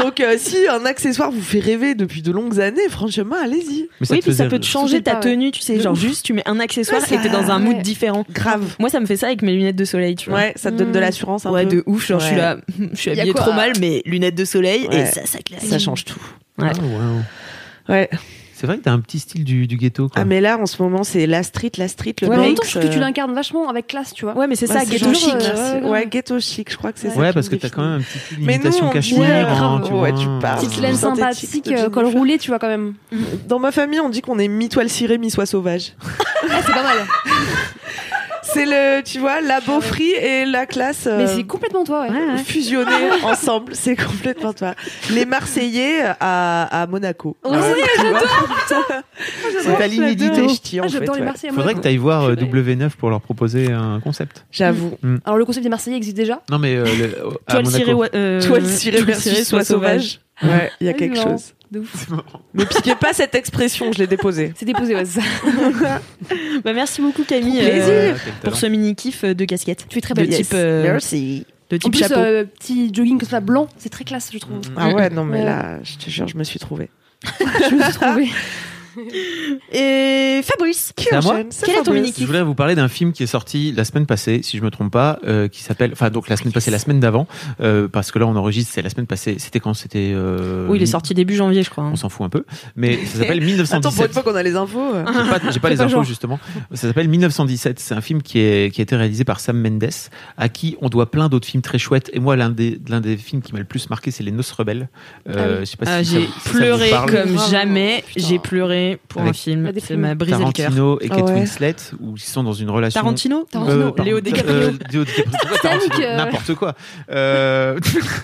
Donc, euh, si un accessoire vous fait rêver depuis de longues années, franchement, allez-y.
Mais
oui, puis
faisait
ça peut te changer
faisait
ta
pas, ouais.
tenue, tu sais.
De
Genre,
ouf.
juste, tu mets un accessoire
Ouais, ça-
et t'es dans un mood
ouais.
différent.
Grave.
Moi, ça me fait ça avec mes lunettes de soleil, tu vois.
Ouais, ça te donne de
Mm.
l'assurance un
Ouais,
peu.
de ouf. Genre, je suis
Ouais.
là, (laughs) je suis
Y a
habillée
quoi
trop mal, mais lunettes de soleil, et
Ouais.
ça, ça claque.
Ça change tout.
Ouais.
Ah, wow.
Ouais.
C'est vrai que t'as un petit style du, du ghetto. Quoi.
Ah, mais là, en ce moment, c'est la street, la street, le
Mais en même temps,
Bronx,
je trouve que tu
euh,
l'incarnes vachement avec classe, tu vois.
Ouais, mais c'est ça,
ouais, c'est
ghetto
genre,
chic.
euh,
Ouais.
ouais, ghetto chic, je crois que c'est ça.
ouais,
qui
parce que
me
t'as
définit.
quand même un petit
Mais nous,
limitation
on dit,
cachemire.
euh,
hein,
grave,
tu
ouais,
vois.
tu parles.
Petite laine
Synthétique
sympathique,
de
euh, col
Jennifer.
roulé, tu vois, quand même.
Dans ma famille, on dit qu'on est mi-toile cirée, mi-soie sauvage.
Ah, c'est pas mal.
C'est le, tu vois, la beaufrie et la classe. euh,
Ah Mais c'est complètement toi, ouais.
fusionnés (laughs) ensemble, c'est complètement toi. Les Marseillais à, à Monaco. Ah
Ouais,
j'adore.
C'est ta ligne édito.
Ah, J'adore les Marseillais. moi.
Faudrait que t'ailles voir euh, W9 pour leur proposer un concept.
J'avoue.
Alors, le concept des Marseillais existe déjà.
Non, mais euh, le- au- à
Toile cirée,
Monaco.
ouais, euh,
Toile cirée
toile
versus
cirée,
soie sauvage. Ouais, il y a
Ah,
quelque
non.
chose.
De ouf.
Ne piquez pas cette expression, je l'ai déposée.
C'est déposé, ouais, c'est ça.
Bah, merci beaucoup, Camille.
Trop plaisir.
euh,
Ouais, quel
Pour
talent.
ce mini kiff euh, de casquette.
Tu es très
De
belle.
type, euh,
Merci.
de
En
type
plus,
chapeau.
euh, petit jogging comme ça, blanc, c'est très classe, je trouve.
Ah ouais, non mais
Ouais.
là, je te jure, je me suis trouvée.
Je me suis trouvée.
Et Fabrice,
C'est à moi
Quel est ton mini
Je voulais vous parler d'un film qui est sorti la semaine passée, si je me trompe pas, euh, qui s'appelle. Enfin, donc la semaine passée, la semaine d'avant, euh, parce que là on enregistre, c'est la semaine passée. C'était quand C'était. euh,
Oui, il est sorti début janvier, je crois. hein.
On s'en fout un peu, mais ça s'appelle
Attends, pour une
1917.
fois qu'on a les infos. euh.
J'ai pas, j'ai pas les
pas
infos
genre.
justement. Ça s'appelle 1917. C'est un film qui, est, qui a été réalisé par Sam Mendes, à qui on doit plein d'autres films très chouettes. Et moi, l'un des, l'un des films qui m'a le plus marqué, c'est Les Noces Rebelles. Euh, Je sais pas
Ah,
si ça
j'ai
vous- si ça vous
pleuré
parle.
comme
Bravo.
jamais.
Putain.
J'ai pleuré pour un
Avec
film.
des
Ça
films.
m'a brisé le cœur.
Tarantino et Kate
Ah ouais.
Winslet, où ils sont dans une relation.
Tarantino
Tarantino,
pardon.
Léo DiCaprio.
Euh, Léo
(laughs)
DiCaprio. Pourquoi
Titanic,
Tarantino
euh.
N'importe quoi. Euh... (laughs)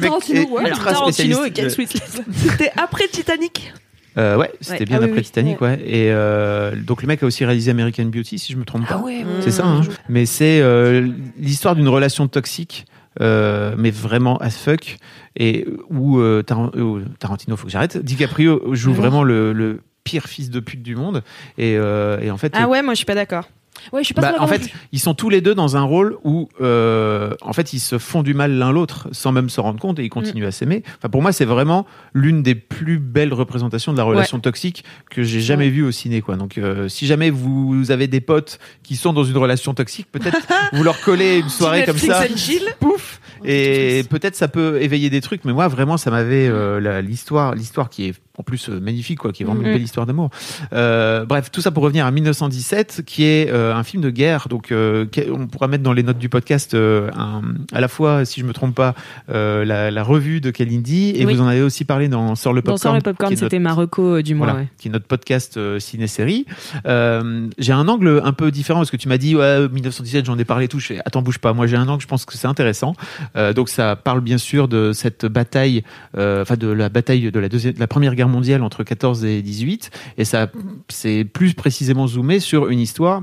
mec
Tarantino,
est
ouais.
ultra
Tarantino
spécialiste
et
de-
Kate Winslet.
C'était après Titanic.
Euh, ouais, c'était
Ouais.
bien
Ah oui,
après
oui.
Titanic, ouais. Et euh, donc le mec a aussi réalisé American Beauty, si je me
Ah
trompe pas.
ouais,
C'est ça, hein. mais c'est euh, l'histoire d'une relation toxique, euh, mais vraiment as fuck, et où euh, Taran- euh, Tarantino, faut que j'arrête, DiCaprio
Ah
joue vraiment le, le pire fils de pute du monde, et, euh, et en fait,
Ah ouais, moi je suis pas d'accord.
Ouais, je suis pas
bah,
très
en
d'accord non
fait,
plus.
ils sont tous les deux dans un rôle où, euh, en fait, ils se font du mal l'un l'autre sans même se rendre compte et ils continuent à s'aimer. Enfin, pour moi, c'est vraiment l'une des plus belles représentations de la relation toxique que j'ai jamais vue au ciné, quoi. Donc, euh, si jamais vous avez des potes qui sont dans une relation toxique, peut-être vous leur collez une soirée comme ça,
Netflix and chill.
pouf, et peut-être ça peut éveiller des trucs. Mais moi, vraiment, ça m'avait euh, la- l'histoire, l'histoire qui est en plus euh, magnifique, quoi, qui est vraiment
Mhm.
une belle histoire d'amour. Euh, bref, tout ça pour revenir à 1917, qui est euh, un film de guerre. Donc, euh, qui- on pourra mettre dans les notes du podcast euh, un- à la fois, si je me trompe pas, euh, la, la revue de Kalindi, et
Oui.
vous en avez aussi parlé dans Sort le
Dans
popcorn.
Sort le
qui
Popcorn,
est notre-
c'était Marocco euh, du mois.
voilà,
ouais.
qui est notre podcast euh, ciné-série. Euh, j'ai un angle un peu différent parce que tu m'as dit ouais, 1917, j'en ai parlé et tout. Je fais attends, bouge pas. Moi, j'ai un angle, je pense que c'est intéressant. Euh, donc ça parle bien sûr de cette bataille, euh, enfin de la bataille de la deuxième, de la première guerre mondiale entre 14 et 18, et ça c'est plus précisément zoomé sur une histoire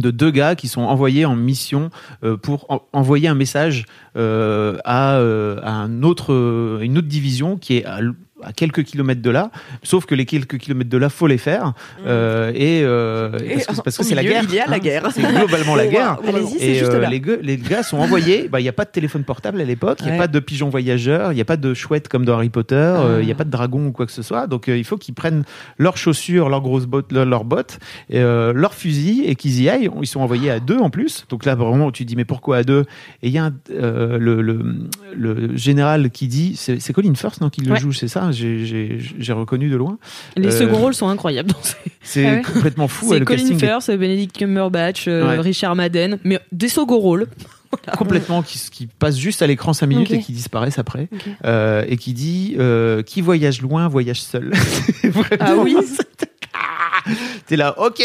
de deux gars qui sont envoyés en mission euh, pour en- envoyer un message euh, à, euh, à un autre, euh, une autre division qui est à, l- à quelques kilomètres de là, sauf que les quelques kilomètres de là, faut les faire. Euh, et, euh,
Mmh. Et
parce que,
en-
parce
au
que c'est la
milieu,
guerre. hein.
il y
Hein.
a la guerre.
C'est globalement la
(laughs) Wow,
guerre.
globalement.
Et euh, les, gueux- les gars sont envoyés. Bah, Il n'y a pas de téléphone portable à l'époque, il n'y
Ouais.
a pas de pigeon voyageur, il n'y a pas de chouette comme dans Harry Potter, euh, il n'y a
Ah.
pas de dragon ou quoi que ce soit. Donc euh, il faut qu'ils prennent leurs chaussures, leurs grosses bottes, leurs leurs bottes, et, euh, leurs fusils et qu'ils y aillent. Ils sont envoyés à deux en plus. Donc là, vraiment, tu te dis, mais pourquoi à deux Et il y a un, euh, le, le- le général qui dit, c'est c'est Colin Firth non, qui le
Ouais.
joue, c'est ça J'ai- J'ai j'ai reconnu de loin.
Les
Euh,
seconds rôles sont incroyables. dans ce-
C'est
Ah ouais
complètement fou. hein,
C'est
le
Colin
casting est
Firth, Benedict Cumberbatch, euh,
Ouais.
Richard Madden, mais des seconds rôles.
complètement qui, qui passe juste à l'écran 5 minutes
Ok.
et qui disparaissent après
Ok.
Euh, et qui dit euh, qui voyage loin voyage seul (laughs) C'est vraiment- Ah T'es là, ok.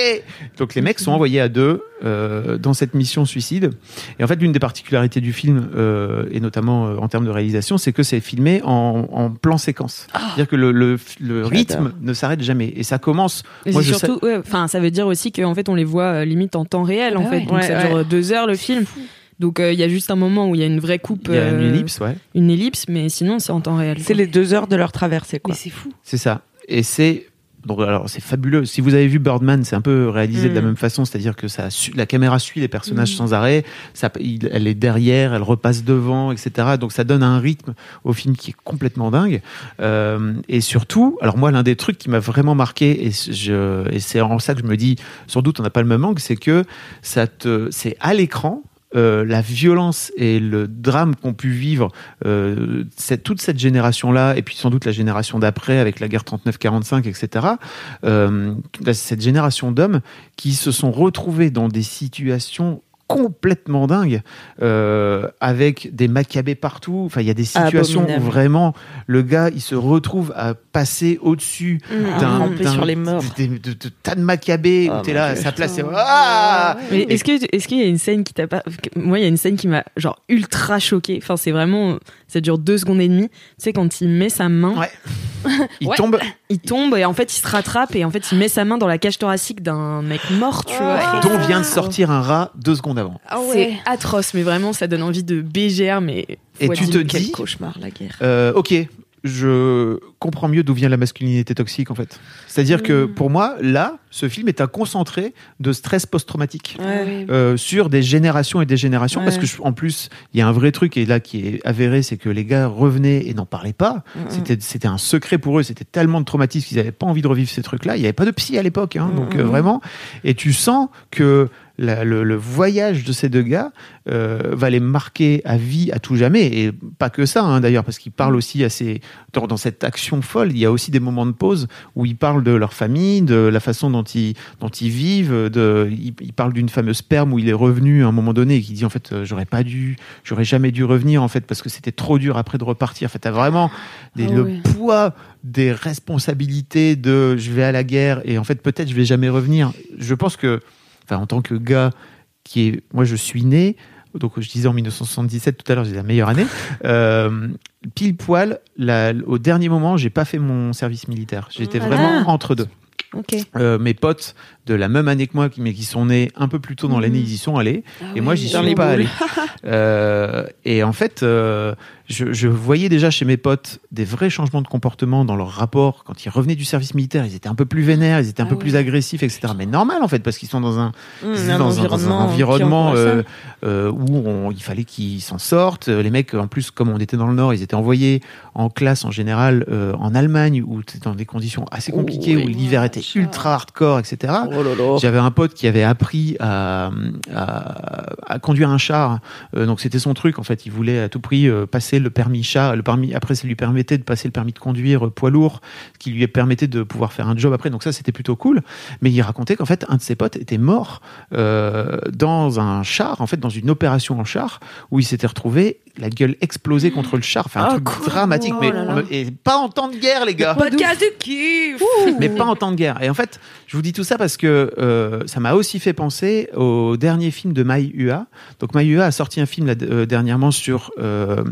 Donc les mecs sont envoyés à deux euh, dans cette mission suicide. Et en fait, l'une des particularités du film, euh, et notamment euh, en termes de réalisation, c'est que c'est filmé en, en plan séquence.
Ah.
C'est-à-dire que le, le- le rythme ne s'arrête jamais. Et ça commence.
Et
Moi,
c'est
je sais-
surtout, ouais, enfin, ça veut dire aussi qu'en fait, on les voit euh, limite en temps réel, en
Ah
fait.
ouais.
Donc
Ouais,
ça
ouais.
dure euh, deux heures le film. Donc euh, il y a juste un moment où il y a une vraie coupe,
Il y a une
euh,
ellipse, ouais.
une
euh,
ellipse, mais sinon c'est en temps réel.
C'est
quoi.
les deux heures de leur traversée, quoi.
Mais c'est fou.
C'est ça. Et c'est Donc, alors, c'est fabuleux. Si vous avez vu Birdman, c'est un peu réalisé de la
Mm.
même façon, c'est-à-dire que ça, su- la caméra suit les personnages sans arrêt, ça, il- elle est derrière, elle repasse devant, etc. Donc, ça donne un rythme au film qui est complètement dingue. Euh, et surtout, alors moi, l'un des trucs qui m'a vraiment marqué, et, je, et c'est en ça que je me dis, sans doute, on n'a pas le même angle, c'est que ça te, c'est à l'écran. euh, la violence et le drame qu'ont pu vivre euh, cette- toute cette génération-là, et puis sans doute la génération d'après avec la guerre 39-45, etc., euh, cette génération d'hommes qui se sont retrouvés dans des situations complètement dingues, euh, avec des macabées partout. Enfin, il y a des situations où
Ah, Abominable.
vraiment le gars, il se retrouve à passer au-dessus
Mmh,
d'un
ramper
d'un-
sur les morts.
des- de, de tas de macabées
Oh
où t'es
mon
là à
Dieu.
sa place. c'est- Ah
Mais est-ce que est-ce qu'il y a une scène qui t'a pas que- Moi, il y a une scène qui m'a genre ultra choquée. Enfin, c'est vraiment ça dure deux secondes et demie. Tu sais quand il met sa main,
Ouais. Il
Ouais.
tombe
il tombe et en fait il se rattrape et en fait il met sa main dans la cage thoracique d'un mec mort, tu vois.
dont vient de sortir un rat deux secondes avant.
Ah
C'est
ouais.
atroce, mais vraiment ça donne envie de BGR, mais
Et
fois
tu
dix.
te
Oh, Quel
dis,
cauchemar, la guerre.
Euh, ok, je comprends mieux d'où vient la masculinité toxique en fait. C'est-à-dire que pour moi, là, ce film est un concentré de stress post-traumatique.
Ouais.
euh, sur des générations et des générations parce que je- en plus il y a un vrai truc et là qui est avéré c'est que les gars revenaient et n'en parlaient pas
Hmm. Mm,
c'était c'était un secret pour eux c'était tellement de traumatisme qu'ils n'avaient pas envie de revivre ces trucs là il n'y avait pas de psy à l'époque
Mm,
hein, donc euh, vraiment et tu sens que la- le, le voyage de ces deux gars euh, va les marquer à vie à tout jamais et pas que ça hein, d'ailleurs parce qu'ils parlent aussi à ces dans, dans cette action folle il y a aussi des moments de pause où ils parlent de leur famille de la façon dont ils dont ils vivent de ils, ils parlent d'une fameuse perme où il est revenu à un moment donné et qui dit en fait euh, j'aurais pas dû j'aurais jamais dû revenir en fait parce que c'était trop dur après de repartir en fait t'as vraiment des,
Ah
le
ouais.
poids des responsabilités de je vais à la guerre et en fait peut-être je vais jamais revenir je pense que enfin en tant que gars qui est moi je suis né donc je disais en 1977 tout à l'heure j'ai la meilleure année (laughs) euh, pile poil la- au dernier moment j'ai pas fait mon service militaire j'étais
Ah.
vraiment entre deux Euh, mes potes de la même année que moi qui- mais qui sont nés un peu plus tôt dans l'année
Mmh.
ils y sont allés
Ah
et moi j'y suis pas allé
(laughs)
Euh, et en fait euh, je, je voyais déjà chez mes potes des vrais changements de comportement dans leur rapport quand ils revenaient du service militaire ils étaient un peu plus vénères ils étaient un
Ah
peu
ouais.
plus agressifs etc mais normal en fait parce qu'ils sont dans un
Mm,
dans, un- dans un environnement
qui encourage
euh, euh, où on- il fallait qu'ils s'en sortent. Euh, Les mecs, en plus, comme on était dans le Nord, ils étaient envoyés en classe en général euh, en Allemagne, où c'était dans des conditions assez compliquées, où l'hiver était ultra hardcore, etc.
ça. Oh là là.
J'avais un pote qui avait appris à, à- à conduire un char. Euh, donc c'était son truc en fait. Il voulait à tout prix euh, passer le permis char. Le permis après, ça lui permettait de passer le permis de conduire euh, poids lourd, ce qui lui permettait de pouvoir faire un job après. Donc ça c'était plutôt cool. Mais il racontait qu'en fait un de ses potes était mort euh, dans un char, en fait dans une opération en char où il s'était retrouvé la gueule explosée contre le char. Enfin un
Ah,
truc
cool.
dramatique.
Oh
mais
là là.
et pas en temps de guerre les gars.
Podcast de kiff
Mais pas en temps de guerre. Et en fait, je vous dis tout ça parce que euh, ça m'a aussi fait penser au dernier film de Mai Ua. Donc Mai Ua a sorti un film là, euh, dernièrement sur euh,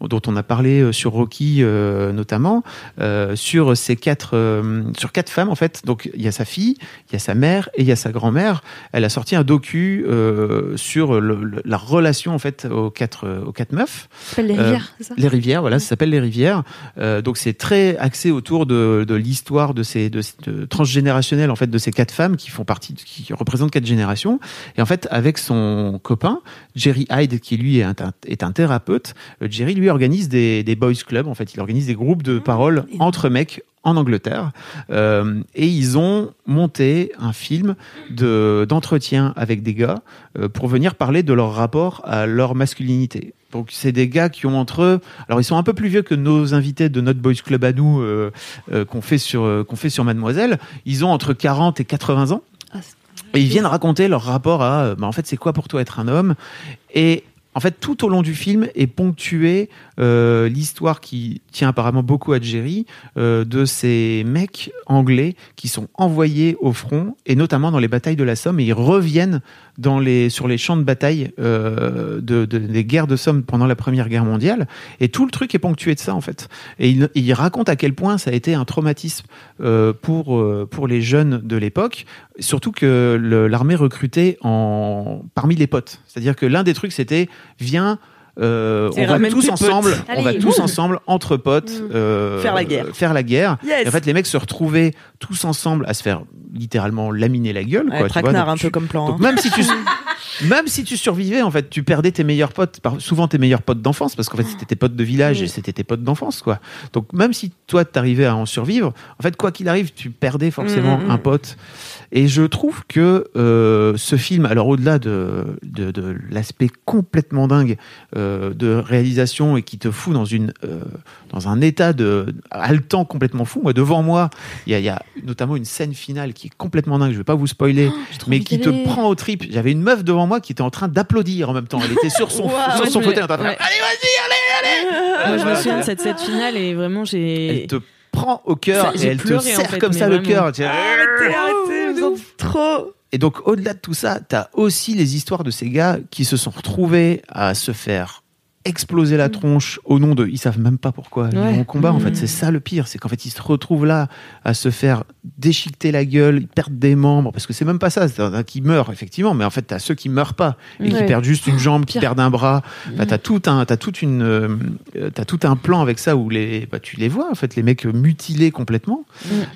dont on a parlé euh, sur Rocky euh, notamment euh, sur ces quatre euh, sur quatre femmes en fait. Donc il y a sa fille, il y a sa mère et il y a sa grand-mère. Elle a sorti un docu euh, sur le- le- la relation en fait aux quatre aux quatre meufs.
s'appelle les
Euh,
rivières, c'est ça
Les rivières, voilà, ça s'appelle les rivières. Euh, donc c'est très axé autour de, de l'histoire de ces de, cette- euh, transgénérationnelle en fait de ces quatre femmes qui font partie, de- qui représentent quatre générations. Et en fait, avec son copain Jerry Hyde, qui lui est un, est un thérapeute, euh, Jerry lui organise des, des boys clubs. En fait, il organise des groupes de parole entre mecs en Angleterre. Euh, et ils ont monté un film de d'entretien avec des gars euh, pour venir parler de leur rapport à leur masculinité. Donc c'est des gars qui ont entre eux, alors ils sont un peu plus vieux que nos invités de notre boys club à nous euh, euh, qu'on fait sur euh, qu'on fait sur Mademoiselle. Ils ont entre 40 et 80 ans
Ah, c'est-
et ils viennent raconter leur rapport à, euh, bah, en fait c'est quoi pour toi être un homme et en fait, tout au long du film est ponctué euh, l'histoire qui tient apparemment beaucoup à Jerry euh, de ces mecs anglais qui sont envoyés au front et notamment dans les batailles de la Somme et ils reviennent dans les, sur les champs de bataille euh, de, de- des guerres de Somme pendant la Première Guerre mondiale et tout le truc est ponctué de ça en fait et il, il raconte à quel point ça a été un traumatisme euh, pour, euh, pour les jeunes de l'époque surtout que le- l'armée recrutait en, parmi les potes c'est-à-dire que l'un des trucs c'était viens euh,
Et
on va
ramène
tous
tes
ensemble,
potes.
on va
Allez. Mm.
tous
Ouh.
ensemble entre potes euh,
Faire la guerre.
euh, faire la guerre.
Yes.
Et en fait, les mecs se retrouvaient tous ensemble à se faire littéralement laminer la gueule. quoi, tu vois.
traquenard
Donc,
un
tu-
peu comme plan.
donc même si tu (laughs) même si tu survivais en fait, tu perdais tes meilleurs potes, par- souvent tes meilleurs potes d'enfance parce qu'en fait c'était tes potes de village et c'était tes potes d'enfance quoi. Donc même si toi t'arrivais à en survivre, en fait quoi qu'il arrive, tu perdais forcément
Mhm.
un pote. Et je trouve que euh, ce film, alors au-delà de, de, de l'aspect complètement dingue euh, de réalisation et qui te fout dans une euh, dans un état de haletant complètement fou. Moi devant moi, il y a, il y a notamment une scène finale qui est complètement dingue. Je vais pas vous spoiler mais qui te prend aux tripes. J'avais une meuf devant moi qui était en train d'applaudir en même temps. Elle était sur
(laughs)
son,
Waouh,
sur
ouais,
son
je
fauteuil
me-
en train de faire,
ouais.
Allez, vas-y, allez, allez
Moi, je me
Voilà,
souviens de
voilà.
cette scène finale et vraiment, j'ai.
Elle te prend au cœur
Ça,
et
j'ai
elle te
pleuré, en
serre
fait,
comme
mais
ça le
vraiment.
cœur. Tu-
Arrêtez, arrêtez, vous êtes trop.
Et donc, au-delà de tout ça, t'as aussi les histoires de ces gars qui se sont retrouvés à se faire exploser
Mm.
la tronche au nom de. Ils savent même pas pourquoi. Ils
Ouais.
vont au combat, en fait.
Mhm.
C'est ça le pire. C'est qu'en fait, ils se retrouvent là à se faire déchiqueter la gueule, ils perdent des membres. Parce que c'est même pas ça. C'est un qui meurt, effectivement. Mais en fait, t'as ceux qui meurent pas et qui
Ouais.
perdent juste une jambe, qui
Pire. Mm.
perdent un bras. Bah, t'as tout un, t'as toute une, euh, euh, t'as tout un plan avec ça où les, bah, tu les vois en fait, les mecs mutilés complètement.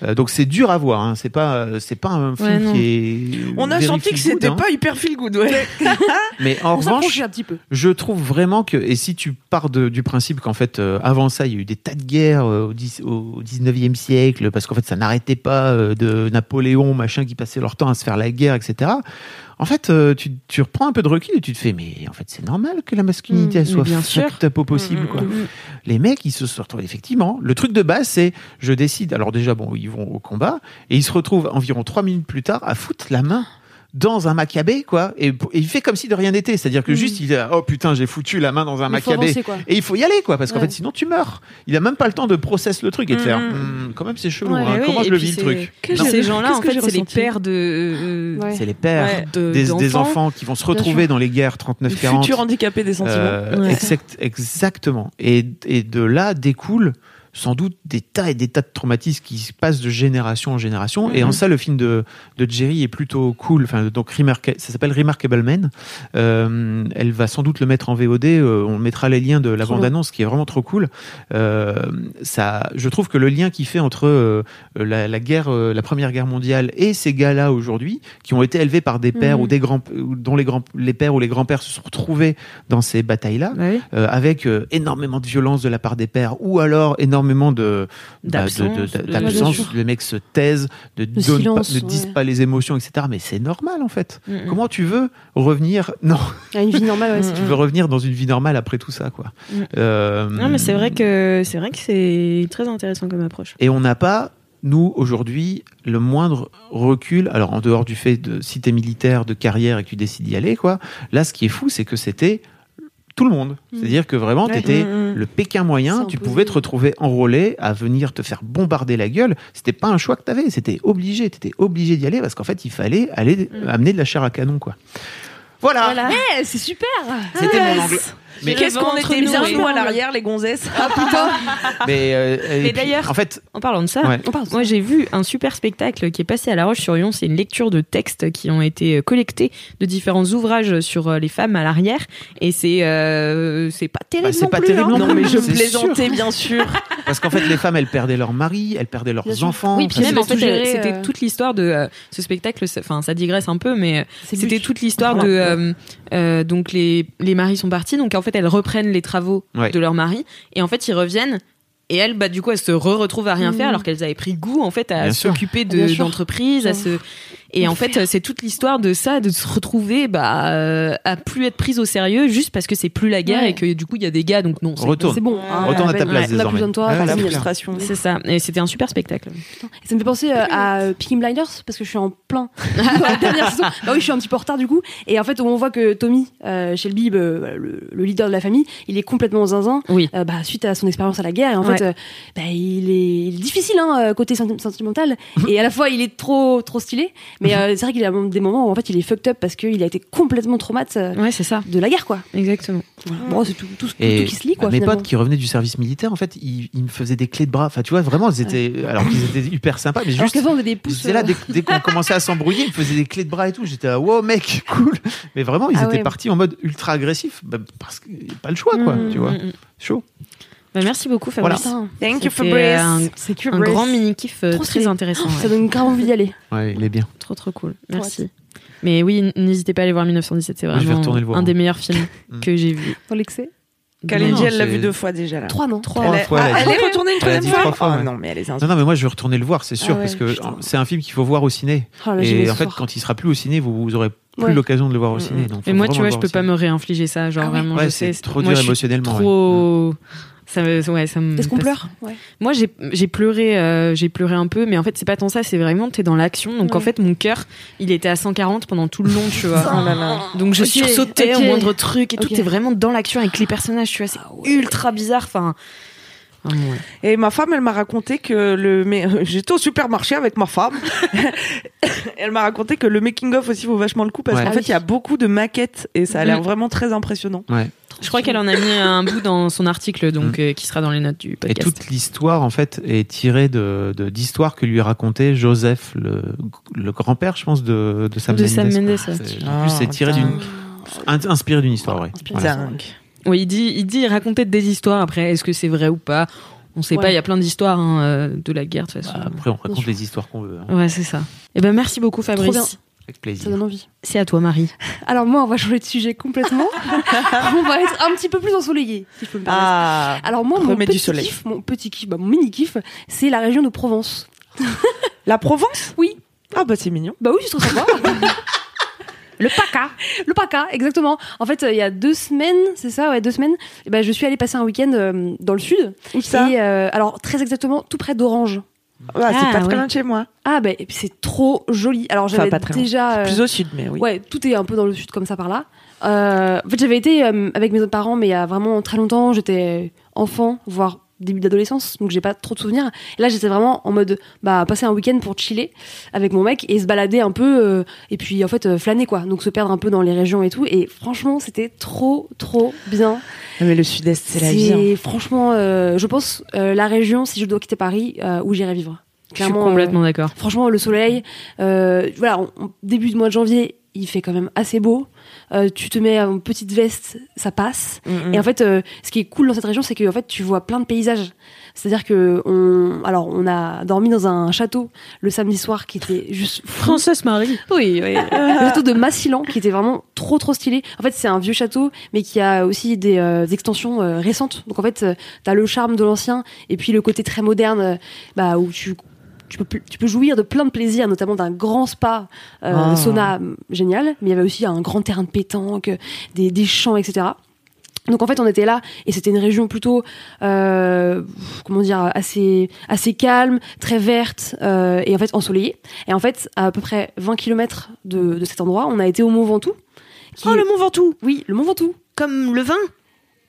Euh, donc c'est dur à voir. hein. C'est pas, euh, c'est pas un film
Ouais, non.
qui est.
On a
very
senti que
feel good,
c'était
hein.
pas hyper feel good, ouais.
(laughs) Mais en
On s'approche
revanche,
un petit peu.
je trouve vraiment que et si tu pars de- du principe qu'en fait euh, avant ça il y a eu des tas de guerres euh, au, dix- au 19e siècle parce qu'en fait ça n'arrêtait pas euh, de Napoléon machin qui passait leur temps à se faire la guerre etc. En fait euh, tu, tu reprends un peu de recul et tu te fais mais en fait c'est normal que la masculinité elle
Mmh, mais
soit
bien sûr.
fucked up au possible quoi.
Mm.
Les mecs ils se sont retrouvés effectivement le truc de base c'est je décide alors déjà bon ils vont au combat et ils se retrouvent environ trois minutes plus tard à foutre la main dans un macabé, quoi. Et, et il fait comme si de rien n'était. C'est-à-dire
Mm.
que juste, il dit, oh putain, j'ai foutu la main dans un
Mais faut
macabé.
avancer, quoi.
Et il faut y aller, quoi, parce qu'en
Ouais.
fait, sinon tu meurs. Il a même pas le temps de process le truc et de
Mm,
faire,
mm.
Hmm, quand même, c'est chelou,
Ouais,
hein.
mais oui,
comment
et
je le
puis
vis le
c'est-
truc
Non,
j'ai-
Ces gens-là,
qu'est-ce
en
que
fait,
j'ai
c'est les
ressenti
pères de. euh, euh,
Ouais.
C'est les pères
ouais, de-
des, des enfants qui vont se retrouver
sûr.
dans les guerres
Le
39-40.
futur handicapé des sentiments.
Euh,
Ouais.
exact- exactement. Et, et de là découlent sans doute des tas et des tas de traumatismes qui se passent de génération en génération. Et en ça, le film de, de Jerry est plutôt cool. Enfin, donc, Remarca- ça s'appelle Remarkable Men. Euh, elle va sans doute le mettre en VOD. Euh, on mettra les liens de la
Trop
bande-annonce qui est vraiment trop cool. Euh, ça, je trouve que le lien qu'il fait entre euh, la, la guerre, euh, la Première Guerre mondiale et ces gars-là aujourd'hui, qui ont été élevés par des pères
Mhm.
ou des grands, ou dont les grands, les pères ou les grands-pères se sont retrouvés dans ces batailles-là,
ouais.
euh, avec euh, énormément de violence de la part des pères, ou alors énormément de bah, de-
D'absence,
de-
de-
de-
Ouais,
bien
d'absence.
sûr.
les mecs se taisent, ne, donnent pas-
silence,
ne disent
ouais.
pas les émotions, etc. Mais c'est normal en fait.
Mm, mm.
Comment tu veux revenir Non,
Ah, Une vie normale, ouais, c'est
tu veux revenir dans une vie normale après tout ça, quoi.
Mm.
Euh,
Non, mais c'est vrai que c'est vrai que c'est très intéressant comme approche.
Et on n'a pas, nous, aujourd'hui, le moindre recul. Alors, en dehors du fait de si t'es militaire, de carrière et que tu décides d'y aller, quoi. Là, ce qui est fou, c'est que c'était tout le monde. C'est-à-dire que vraiment,
Mmh. Ouais.
t'étais
Mm, mm.
le Pékin moyen.
C'est
Tu
imposé.
pouvais te retrouver enrôlé à venir te faire bombarder la gueule. C'était pas un choix que t'avais. C'était obligé. T'étais obligé d'y aller parce qu'en fait, il fallait aller
Mmh.
amener de la chair à canon, quoi. Voilà.
Eh, c'est super
C'était mon angle. Mais,
Qu'est-ce qu'on
Entre
était
nous,
bien
oui.
nous à l'arrière, les gonzesses
mais, euh, et puis,
Ah, d'ailleurs-
en fait,
En parlant de ça,
ouais.
Moi, j'ai vu un super spectacle qui est passé à La Roche-sur-Yon. C'est une lecture de textes qui ont été euh, collectés de différents ouvrages sur euh, les femmes à l'arrière. Et c'est euh, c'est pas terrible.
Bah, c'est
non
pas
plus,
terrible
hein.
non,
Non, mais je
c'est
plaisantais, bien sûr.
Parce qu'en fait, les femmes, elles perdaient leur mari, elles perdaient leurs
Bien sûr.
enfants.
Oui, puis
Enfin,
même,
c'est
en fait,
tout géré,
c'était
euh.
toute l'histoire de euh, ce spectacle. c'est- Enfin, ça digresse un peu, mais euh, c'était toute l'histoire de euh, euh, donc les les maris sont partis, donc en fait, elles reprennent les travaux
Ouais.
de leur mari, et en fait, ils reviennent. Et elles, bah, du coup, elles se re-retrouvent à rien
Mhm.
faire alors qu'elles avaient pris goût, en fait, à
Bien sûr.
s'occuper
Bien
de-
sûr.
d'entreprises, à
Genre.
se, Et en fait, c'est toute l'histoire de ça, de se retrouver bah, euh, à plus être prise au sérieux juste parce que c'est plus la guerre
Ouais.
et que du coup, il y a des gars, donc non. c'est-
Retourne.
C'est bon. hein,
Retourne à
la
ta
peine.
place
On a plus
désormais.
besoin de toi.
Ouais,
enfin,
c'est
(laughs) La
c'est bien.
clair.
frustration.
C'est ça. Et c'était un super spectacle.
Et ça me fait penser euh, à euh, Peaky Blinders parce que je suis en plein (laughs) dans la dernière saison. Bah oui, je suis un petit peu en retard du coup. Et en fait, on voit que Tommy, euh, Shelby, euh, voilà, le, le leader de la famille, il est complètement zinzin.
Oui.
Euh, bah, suite à son expérience à la guerre, et en
Ouais.
fait, euh,
(laughs)
bah, il, est, il est difficile hein, euh, côté senti- sentimental. Et à la fois, il est trop trop stylé, Mais euh, c'est vrai qu'il a des moments où en fait il est fucked up parce qu'il a été complètement traumatisé
Ouais, c'est ça.
de la guerre, quoi.
Exactement.
Voilà. Bon, c'est tout, tout, ce-
Et
tout qui se lit, quoi.
mes
finalement.
potes qui revenaient du service militaire, en fait, ils, ils me faisaient des clés de bras. Enfin, tu vois, vraiment, ils étaient, alors qu'ils étaient hyper sympas, mais
Alors
juste.
qu'avant, on avait des pouces. euh,
C'est là,
(laughs)
dès, dès qu'on commençait à s'embrouiller, ils me faisaient des clés de bras et tout. J'étais là, wow, mec, (laughs) cool. Mais vraiment, ils
Ah
étaient
ouais.
partis en mode ultra agressif. Bah, parce que pas le choix, quoi.
Mm,
tu vois,
mm, mm.
chaud.
Bah, merci beaucoup,
euh,
Voilà.
Fabrice.
putain,
Thank you,
C'était
Fabrice.
un-
Thank you,
Un
Fabrice.
grand mini-kiff euh,
Trop
très
stylé. Oh,
intéressant. ouais.
Ça donne grave envie d'y aller.
Ouais, il est bien.
Trop trop cool. Merci. Mais oui, n- n'hésitez pas à aller voir 1917, c'est
Oui, je vais
vraiment
retourner le voir,
un
hein.
des meilleurs
(laughs)
films que j'ai vu.
Dans l'excès
de ma
Kalindi,
vie.
elle l'a
c'est-
vu deux fois déjà là.
Trois, non
Trois
elle, est-
fois,
ah,
elle a
elle
dit.
est retournée
Elle
une
a
troisième
dit
fois.
trois fois,
Ah,
ouais.
non, mais elle est zinzin.
Non, non, mais moi, je vais retourner le voir, c'est sûr,
Ah ouais,
parce que
putain.
c'est un film qu'il faut voir au ciné.
Oh là, j'y vais
et
ce
en fait,
soir.
quand il sera plus au ciné, vous, vous aurez plus
Ouais.
l'occasion de le voir au
Mm,
ciné.
mm.
Donc,
Et
faut
moi,
vraiment
tu vois,
le
je
voir
peux
au
pas
ciné.
me réinfliger ça. Genre,
Ah oui.
vraiment,
Ouais,
je
c'est
sais.
trop
moi,
dur
je suis
émotionnellement, ouais. Mm.
Trop. Ça, me- ouais, ça me
Est-ce qu'on
passe-
pleure Ouais.
Moi, j'ai j'ai pleuré, euh, j'ai pleuré un peu, mais en fait, c'est pas tant ça. C'est vraiment, t'es dans l'action. Donc, en
Ouais.
fait, mon cœur, il était à 140 pendant tout le long, tu
(laughs)
vois.
Oh là là.
Donc, je
Ok,
sursautais au
ok.
moindre truc et
Ok. Ah
tout. T'es vraiment dans l'action avec les personnages, tu vois. C'est ultra bizarre. Enfin. Ah, ouais.
Et ma femme, elle m'a raconté que le. Mais (laughs) j'étais au supermarché avec ma femme. (laughs) elle m'a raconté que le making of aussi vaut vachement le coup parce
Ouais.
qu'en
Ah Mm.
fait, il y a beaucoup de maquettes et ça a l'air
Mhm.
vraiment très impressionnant.
Ouais.
Je crois qu'elle en a mis un bout dans son article, donc euh, qui sera dans les notes du
Et
podcast.
toute l'histoire, en fait, est tirée de, de- d'histoires que lui racontait Joseph, le, le grand-père, je pense, de, de Sam
De
Mendes.
Sam Mendes,
C'est-
ouais.
En plus, c'est tiré d'une. in- inspiré d'une histoire, ouais.
Inspiré.
Voilà.
Dingue.
Oui, il dit, il dit raconter des histoires après. Est-ce que c'est vrai ou pas On sait
Ouais.
pas. Il y a plein d'histoires hein, euh, de la guerre de toute façon.
Après, on raconte
sûr.
les histoires qu'on veut. hein.
Ouais, c'est ça. Eh ben, merci beaucoup,
Trop bien.
Fabrice.
Avec
Ça
plaisir.
donne envie.
C'est à toi, Marie.
Alors moi, on va changer de sujet
(laughs)
complètement. on va être un petit peu plus ensoleillé, si je peux me permettre.
Ah.
Alors moi, mon
Remets du
petit,
soleil.
kiff, mon petit kiff, bah, mon mini kiff, c'est la région de Provence.
La Provence
Oui.
Ah bah c'est mignon.
Bah oui, c'est trop sympa.
(laughs)
Le PACA. Le PACA, exactement. En fait, euh, il y a deux semaines, c'est ça, ouais, deux semaines, eh ben, je suis allée passer un week-end euh, dans le sud.
Où ça
et euh, alors, très exactement, tout près d'Orange.
Ah, C'est
Ah,
pas très
ouais.
loin de chez moi.
Ah ben, et puis c'est trop joli. Alors,
Enfin,
j'avais
pas très loin.
déjà... euh,
Plus au sud, mais oui.
Ouais, tout est un peu dans le sud comme ça par là. Euh, en fait, j'avais été euh, avec mes autres parents, mais il y a vraiment très longtemps, j'étais enfant, voire début d'adolescence, donc j'ai pas trop de souvenirs. Et là, j'étais vraiment en mode bah passer un week-end pour chiller avec mon mec et se balader un peu, euh, et puis en fait euh, flâner quoi, donc se perdre un peu dans les régions et tout. Et franchement, c'était trop trop bien.
Ah, Mais le sud-est, c'est la vie. hein.
C'est franchement, euh, je pense euh, la région si je dois quitter Paris euh, où j'irai vivre.
Je suis
Clairement, euh,
complètement d'accord.
Franchement, le soleil, euh, voilà, on- on- début du mois de janvier, il fait quand même assez beau. Euh, tu te mets en petite veste, ça passe.
Mhm.
Et en fait, euh, ce qui est cool dans cette région, c'est que en fait, tu vois plein de paysages. C'est-à-dire que on, alors, on a dormi dans un château le samedi soir qui était juste (laughs) fou.
Princesse Marie.
Oui, oui. (laughs) le château de Massilan qui était vraiment trop trop stylé. En fait, c'est un vieux château, mais qui a aussi des, euh, des extensions euh, récentes. Donc en fait, euh, t'as le charme de l'ancien et puis le côté très moderne, euh, bah où tu tu peux, pl- tu peux jouir de plein de plaisirs, notamment d'un grand spa, euh,
Ah.
sauna euh, génial, mais il y avait aussi un grand terrain de pétanque, des, des champs, etc. Donc en fait on était là et c'était une région plutôt euh, comment dire assez assez calme, très verte euh, et en fait ensoleillée. Et en fait à, peu près 20 km de, de cet endroit, on a été au Mont Ventoux. qui-
Oh, le Mont Ventoux.
oui, le Mont Ventoux.
Comme le vin.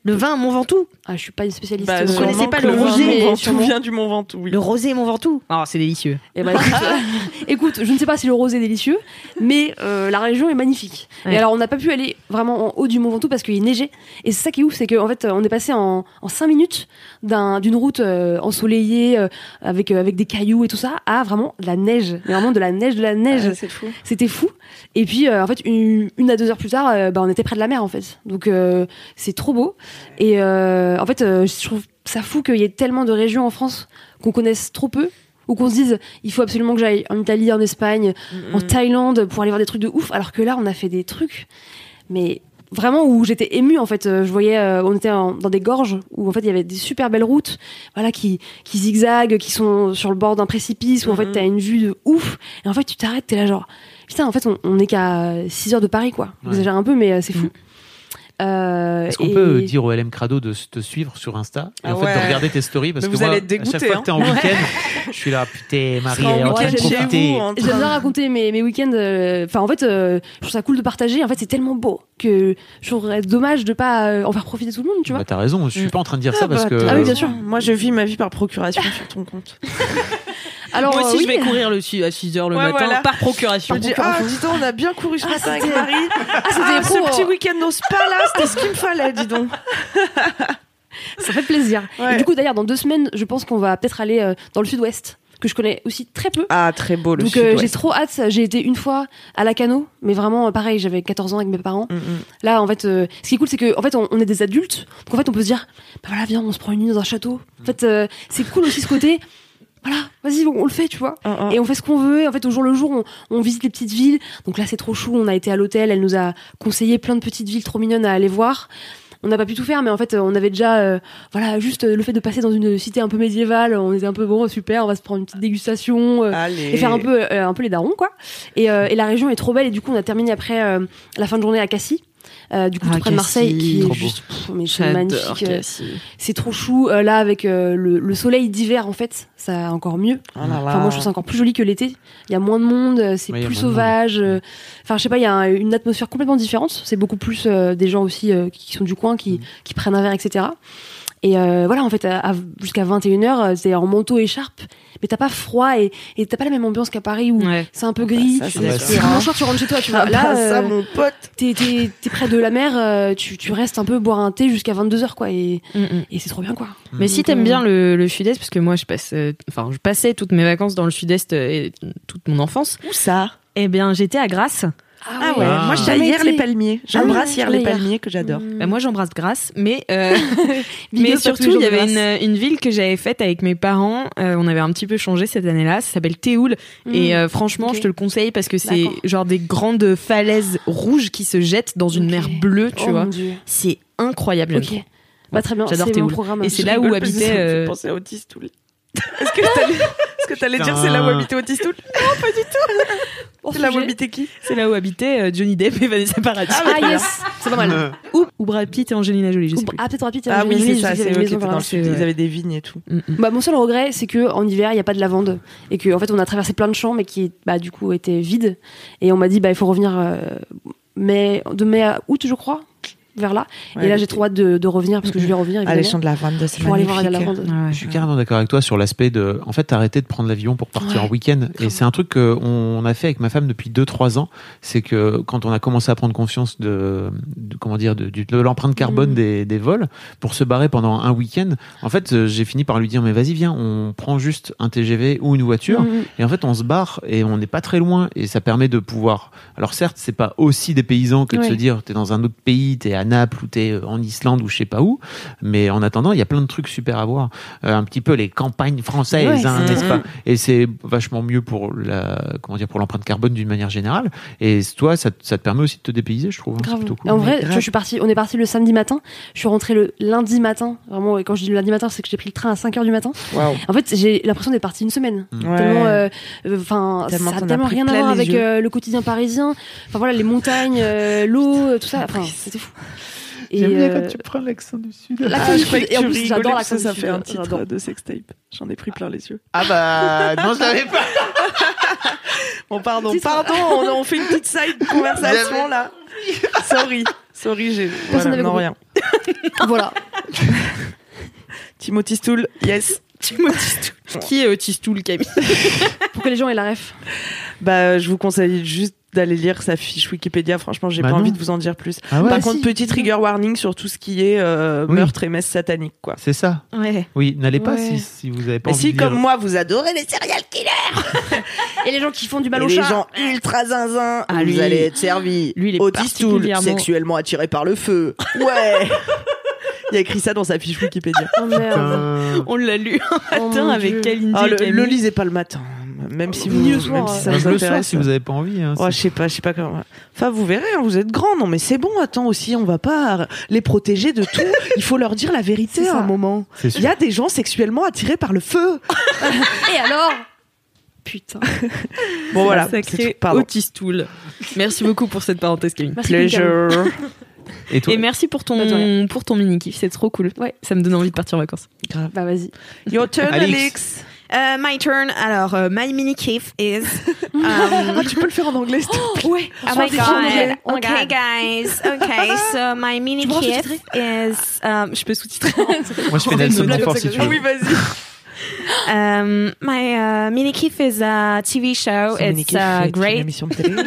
Le vin Mont Ventoux.
Ah, je suis pas une spécialiste.
Bah,
euh,
sûrement connaissez pas
que
le rosé,
Mont Ventoux
sûrement.
vient du Mont Ventoux. oui.
Le rosé Mont Ventoux. Oh, c'est délicieux.
Eh ben, écoute, euh, écoute, je ne sais pas si le rosé est délicieux, mais euh, la région est magnifique.
Ouais.
Et alors, on n'a pas pu aller vraiment en haut du Mont Ventoux parce qu'il neigeait. Et c'est ça qui est ouf, c'est qu'en fait, euh, on est passé en, en 5 minutes d'un- d'une route euh, ensoleillée, euh, avec, euh, avec des cailloux et tout ça, à vraiment de la neige. Mais vraiment de la neige, de la neige.
c'est fou.
C'était fou. Et puis, euh, en fait, une, une à deux heures plus tard, euh, bah, on était près de la mer, en fait. Donc, euh, c'est trop beau. Et euh, en fait, euh, je trouve ça fou qu'il y ait tellement de régions en France qu'on connaisse trop peu. Ou qu'on se dise, il faut absolument que j'aille en Italie, en Espagne, en Thaïlande pour aller voir des trucs de ouf. Alors que là, on a fait des trucs, mais vraiment où j'étais émue en fait. Euh, Je voyais, euh, on était en- dans des gorges où en fait il y avait des super belles routes, voilà qui qui zigzaguent, qui sont sur le bord d'un précipice où en fait t'as une vue de ouf. Et en fait tu t'arrêtes, t'es là genre putain en fait on, on est qu'à 6 heures de Paris quoi.
Ouais. Mm.
J'exagère un peu mais euh, c'est fou. Euh,
Est-ce qu'on
et-
peut dire au LM Crado de s- te suivre sur Insta et
Ah
en fait
ouais.
de regarder tes stories parce
Mais
que
vous
moi,
allez être
à
dégoûté,
chaque fois que t'es en
hein.
week-end, je suis là, putain, Marie,
Sera en
elle est en train de
week-end chez
profiter.
vous. en train-
J'aime bien raconter mes, mes week-ends. euh, Enfin, en fait, euh, je trouve ça cool de partager. En fait, c'est tellement beau que je trouverais dommage de pas euh, en faire profiter tout le monde, tu vois.
Bah, t'as raison, je suis
Mm.
pas en train de dire
Ah,
ça parce
bah,
que.
t'as-
Ah oui, bien sûr.
Moi, je vis ma vie par procuration sur ton compte.
Alors,
Moi aussi,
euh, oui.
je vais courir le su- à 6 h le
Oh Ouais,
matin
voilà.
par procuration.
Je me dis, ah, dis donc, on a bien couru ce
Ah,
matin avec
c'était-
(laughs) Marie.
Ah, c'était
Ah,
pro,
ce petit
euh.
week-end au spa là, c'était ce qu'il me fallait, dis donc.
Ça fait plaisir.
Ouais.
Et du coup, d'ailleurs, dans deux semaines, je pense qu'on va peut-être aller euh, dans le sud-ouest, que je connais aussi très peu.
(laughs) Ah, très beau le
Donc euh, j'ai trop hâte. J'ai été une fois à la Cano, mais vraiment euh, pareil, j'avais 14 ans avec mes parents.
Mm,
Là, en fait, euh, ce qui est cool, c'est que en fait, on, on est des adultes. Donc en fait, on peut se dire, bah voilà, viens, on se prend une nuit dans un château. En fait, euh, c'est cool aussi ce côté. Voilà, vas-y, on, on le fait, tu vois. Et on fait ce qu'on veut. En fait, au jour le jour, on, on visite les petites villes. Donc là, c'est trop chou. On a été à l'hôtel. Elle nous a conseillé plein de petites villes trop mignonnes à aller voir. On n'a pas pu tout faire, mais en fait, euh, on avait déjà, euh, voilà, juste euh, le fait de passer dans une cité un peu médiévale. On était un peu bon, super. On va se prendre une petite dégustation. euh,
Ah,
Allez.
et faire un peu euh, un peu les darons quoi et, euh, et la région est trop belle et du coup on a terminé après euh, la fin de journée à Cassis Euh, du coup
Ah,
tout près de Marseille
Cassis,
qui
trop
est
beau.
juste pff, mais c'est
J'adore
magnifique euh,
Cassie.
c'est trop chou Euh, là avec euh, le, le soleil d'hiver en fait ça encore mieux
Oh
enfin
Ah.
moi je trouve ça encore plus joli que l'été il y a moins de monde euh, c'est
Ouais, il y a
plus
moins de monde.
sauvage euh, enfin je sais pas il y a un- une atmosphère complètement différente c'est beaucoup plus euh, des gens aussi euh, qui sont du coin qui, qui prennent un verre etc et euh, voilà, en fait, à- à- jusqu'à 21h, euh, c'est en manteau écharpe, mais t'as pas froid et et t'as pas la même ambiance qu'à Paris où
Ouais.
c'est un peu gris.
ça,
tu-
c'est
si
sûr.
tu manges, tu rentres chez toi, tu vois.
Ah,
Là,
bah, ça,
euh,
mon pote.
t'es, t'es- t'es près de la mer, euh, tu, tu restes un peu boire un thé jusqu'à 22h, quoi. Et,
Mm,
et c'est trop bien, quoi.
Mm.
Mais si t'aimes bien le, le sud-est, parce que moi je passe, euh, enfin je passais toutes mes vacances dans le sud-est euh, et toute mon enfance.
Où ça
Eh bien j'étais à Grasse.
Mm.
Ah ouais, moi je
Jamais
taille hier
été.
les palmiers.
Ah
J'embrasse
oui,
hier les
hier.
palmiers que j'adore.
Mm.
Bah, moi j'embrasse Grasse, mais
(laughs)
euh,
Big
mais
up à tous les
surtout
gens
il y
de
avait
Grasse.
une, une ville que j'avais faite avec mes parents. euh, on avait un petit peu changé cette année-là. Ça s'appelle Théoul et euh, franchement
Mm. ok.
je te le conseille parce que c'est
D'accord.
genre des grandes falaises rouges qui se jettent dans une
Ok.
mer bleue, tu
Oh
vois.
mon Dieu.
C'est incroyable.
Ok. Bah, très bien,
J'adore
c'est mon
Théoul.
programme.
Et c'est là où habitait. euh,
Je pensais à Otistoul. Est-ce que t'allais- est-ce que t'allais dire c'est là où
Putain.
habitait Otistoul
Hors
C'est là où
sujet.
habitait qui
C'est là où habitait euh, Johnny Depp et Vanessa Paradis.
Ah yes, c'est pas mal.
Ou, ou Brad Pitt et Angelina Jolie, je sais
Ou-
plus.
Ah peut-être rapide.
Ah oui, c'est ça,
j'ai
c'est
une
eux
maison
qui étaient
par
dans
là.
le sud. Mm, Ils avaient des vignes et tout.
Bah, mon seul regret, c'est que en hiver, il n'y a pas de lavande et que en fait, on a traversé plein de champs, mais qui bah, du coup étaient vides. Et on m'a dit, bah, il faut revenir euh, mai, de mai à août, je crois, vers là.
Ouais,
et là,
l'été.
j'ai trop hâte de, de revenir parce que je vais revenir
Ah, les
évidemment,
champs de lavande, c'est
pour aller voir la
magnifique.
lavande.
euh,
Je suis carrément d'accord avec toi sur l'aspect de, en fait, arrêter de prendre l'avion pour partir en week-end. Et c'est un truc qu'on a fait avec ma femme depuis 2-3 ans. C'est que quand on a commencé à prendre conscience de, de- comment dire, de, du- de l'empreinte carbone des, des vols, pour se barrer pendant un week-end, en fait, euh, j'ai fini par lui dire, mais vas-y, viens, on prend juste un TGV ou une voiture.
Oh,
Mhm.
Et en fait, on se barre et on n'est pas très loin. Et ça permet de pouvoir. Alors, certes, c'est pas aussi des paysans que de
Ouais.
se dire, t'es dans un autre pays, t'es à Naples ou t'es euh, en Islande ou je sais pas où. Mais en attendant, il y a plein de trucs super à voir. Euh, un petit peu les campagnes françaises,
Ouais,
hein,
c'est
n'est-ce pas Et c'est vachement mieux pour la, comment dire, pour l'empreinte carbone d'une manière générale. Et toi, ça, te- ça te permet aussi de te dépayser, je trouve. hein. C'est
Grave.
plutôt cool.
Et en vrai,
Mais
tu vois,
grave.
je suis partie, on est parti le samedi matin, je suis rentrée le lundi matin, vraiment, et quand je dis le lundi matin, c'est que j'ai pris le train à 5h du matin.
Waouh.
En fait, j'ai l'impression d'être partie une semaine.
Ouais.
Tellement, euh, euh, enfin,
Tellement
ça
t'en
a
as
tellement
pris
rien à
plein
voir
les
avec
yeux.
euh, le quotidien parisien. Enfin voilà, les montagnes, euh, l'eau, euh, tout ça. Enfin, c'était fou. Et, euh,
prends l'accent du Sud.
l'accent
Ah,
du
je croyais
(laughs)
Sud.
que
Et en
tu
plus,
rigolais
j'adore
parce
l'accent
que
du
ça
Sud.
fait un
J'adore.
titre de sextape. J'en ai pris plein les yeux.
Ah bah, non, je l'avais pas.
Bon, pardon,
Titre-
pardon, on, on fait une
(laughs)
petite side conversation là. (laughs) Sorry, sorry, j'ai. Voilà,
n'avait
non,
compris.
rien. (laughs)
Voilà.
Timothy Stool, yes.
Qui est Otistoul, Camille
Pour que les gens aient la ref.
Bah, je vous conseille juste d'aller lire sa fiche Wikipédia. Franchement, j'ai
Bah
pas
non.
envie de vous en dire plus.
Ah ouais,
Par
Bah si.
contre, petit trigger warning sur tout ce qui est euh,
Oui.
meurtre et messe satanique, quoi.
c'est ça.
Ouais.
Oui, n'allez pas
Ouais. Bah
si, si vous avez pas
Mais
envie
si,
de lire.
comme moi, vous adorez les serial killers
Et les gens qui font du mal
et
au
les
chat.
gens ultra zinzin,
Ah,
vous
lui.
allez être servis.
Lui, il est
Otis Tool,
particulièrement-
sexuellement attiré par le feu. Ouais Il y a écrit ça dans sa fiche Wikipédia.
Oh merde.
Putain.
On l'a lu un
Oh
matin
mon
avec
Dieu.
Kalindi.
Ah,
et
le,
Camille.
le lisez pas le matin, même si vous,
Ni le
même
soir,
si
ouais.
ça
Bah,
vous
le soir,
intéresse.
si vous avez pas envie. hein,
Oh, je sais pas, je sais pas comment. Enfin, vous verrez, hein, vous êtes grand. Non, mais c'est bon. Attends aussi, on va pas les protéger de tout. Il faut leur dire la vérité
C'est
à
ça.
un moment.
c'est- c'est
Il y a des gens sexuellement attirés par le feu.
Et alors Putain.
Bon voilà, c'est
Sacré
tout. pardon.
Otistoul. Merci beaucoup pour cette parenthèse, Camille.
Merci Duncan.
Pleasure.
Et toi
Et merci pour
Pas de
ton, pour ton mini-kiff, c'est trop cool.
Ouais.
Ça me donne envie de partir en vacances.
Grave.
Bah vas-y.
(laughs) Your turn,
Alix.
Alix. Euh,
my turn, alors, my mini-kiff (laughs) is...
Ah, tu peux le faire en anglais. s'il te plaît.
Ouais.
Oh my god.
Oh my
Okay,
god.
guys.
(laughs)
Okay, so my mini
pourras
kiff
sous-titrer (laughs)
is. um, je peux sous-titrer.
Moi, je fais Nelson Montfort si tu veux.
Ah oui, vas-y.
(laughs) Um, my uh, mini kiff is a TV show.
Son
It's
mini-kiff,
uh,
c'est Une
great.
émission de télé.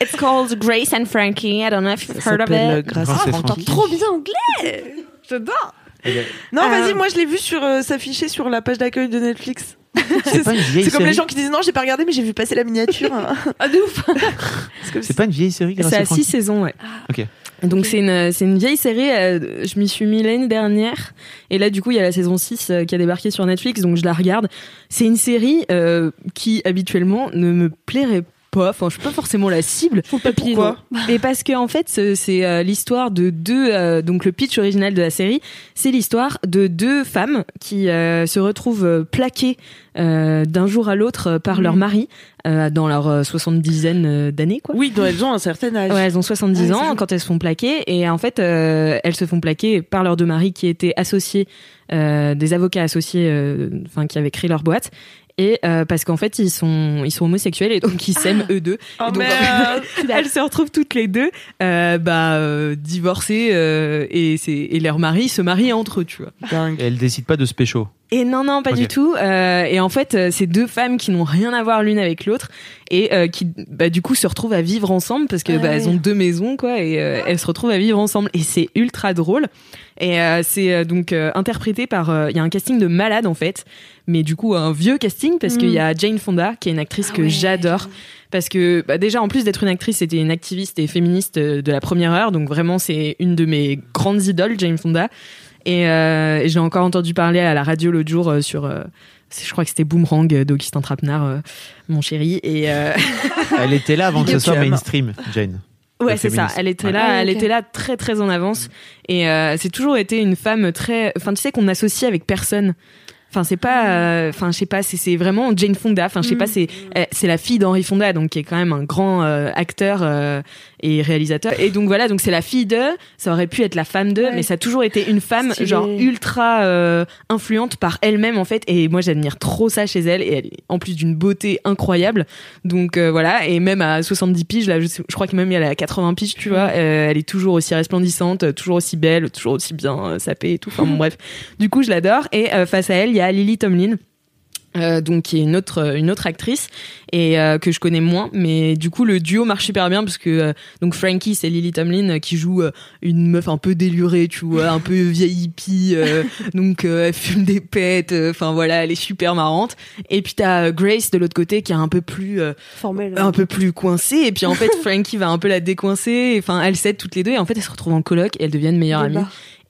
It's called Grace and Frankie. I don't know if you've heard of
s'appelle, euh,
it.
Grâce
Grâce
à
et
Francky.
Francky.
Trop bien anglais J'adore
Non,
Euh,
vas-y, moi je l'ai vu sur euh, s'afficher sur la page d'accueil de Netflix.
C'est pas une vieille
C'est comme les
série.
gens qui disent non, j'ai pas regardé, mais j'ai vu passer la miniature.
Ah, de ouf
C'est
C'est
comme si-
pas une vieille série. Grâce
C'est
à
à six
Francky
saisons, ouais.
Ok.
Donc c'est une, c'est une vieille série, euh, je m'y suis mis l'année dernière, et là du coup il y a la saison 6 euh, qui a débarqué sur Netflix, donc je la regarde. C'est une série euh, qui habituellement ne me plairait pas, enfin je suis pas forcément la cible.
Faut le papier.
Pourquoi Mais parce que en fait ce- c'est euh, l'histoire de deux, euh, donc le pitch original de la série, c'est l'histoire de deux femmes qui euh, se retrouvent euh, plaquées euh, d'un jour à l'autre euh, par leur mari euh, dans leur euh, soixante-dizaine euh, d'années quoi.
(laughs) Oui, dont elles ont un certain âge.
Ouais, elles ont 70
Ah, c'est
ans
chaud.
quand elles se font plaquer. Et en fait, euh, elles se font plaquer par leurs deux maris qui étaient associés, euh, des avocats associés, euh, enfin, qui avaient créé leur boîte. Et euh, parce qu'en fait, ils sont, ils sont homosexuels et donc ils s'aiment eux deux.
Oh,
Et donc,
merde.
elles se retrouvent toutes les deux euh, bah, euh, divorcées euh, et, c'est- et leurs maris se marient entre eux, tu vois.
Et elle décide pas de se pécho.
Et non, non, pas
Ok.
du tout. Euh, et en fait, euh, c'est deux femmes qui n'ont rien à voir l'une avec l'autre et euh, qui, bah, du coup, se retrouvent à vivre ensemble parce que
Ah
bah,
ouais.
elles ont deux maisons, quoi, et euh, elles se retrouvent à vivre ensemble. Et c'est ultra drôle. Et euh, c'est euh, donc euh, interprété par, euh, il y a un casting de malade en fait, mais du coup un vieux casting parce qu'il y a Jane Fonda qui est une actrice
Mm. Ah
que
ouais,
j'adore. Parce que bah, déjà en plus d'être une actrice, c'était une activiste et féministe euh, de la première heure, donc vraiment c'est une de mes grandes idoles, Jane Fonda. Et euh, j'ai encore entendu parler à la radio l'autre jour euh, sur, euh, c'est- je crois que c'était Boomerang euh, d'Augustin Trapenard, euh, mon chéri. Et euh,
Elle était là avant que ce soit
Big up.
mainstream, Jane.
ouais,
La
c'est ça.
féministe.
Elle était
Ouais.
là,
Ah,
elle
ok.
était là très très en avance. Et euh, c'est toujours été une femme très, enfin tu sais qu'on associe avec personne. Enfin c'est pas, euh, enfin je sais pas, c'est- c'est vraiment Jane Fonda. Enfin je sais pas,
Mm.
c'est euh, c'est la fille d'Henri Fonda, donc qui est quand même un grand euh, acteur euh, et réalisateur. Et donc voilà, donc c'est la fille de, ça aurait pu être la femme de,
Ouais.
mais ça a toujours été une femme
Stylé.
genre ultra euh, influente par elle-même en fait. Et moi j'admire trop ça chez elle. Et elle est en plus d'une beauté incroyable. Donc euh, voilà, et même à 70 piges, là je, sais- je crois que même elle est à 80 piges, tu vois, euh, elle est toujours aussi resplendissante, euh, toujours aussi belle, toujours aussi bien euh, sapée et tout. Enfin bon, bref, du coup je l'adore. Et euh, face à elle, il y a Lily Tomlin. Euh, donc qui est une autre euh, une autre actrice et euh, que je connais moins mais du coup le duo marche super bien parce que euh, donc Frankie c'est Lily Tomlin euh, qui joue euh, une meuf un peu délurée tu vois un peu vieille hippie euh, donc euh, elle fume des pètes euh, enfin voilà elle est super marrante et puis t'as euh, Grace de l'autre côté qui est un peu plus euh,
Formel.
un peu plus coincée et puis en fait (laughs) Frankie va un peu la décoincer enfin elles s'aident toutes les deux et en fait elles se retrouvent en coloc et elles deviennent meilleures amies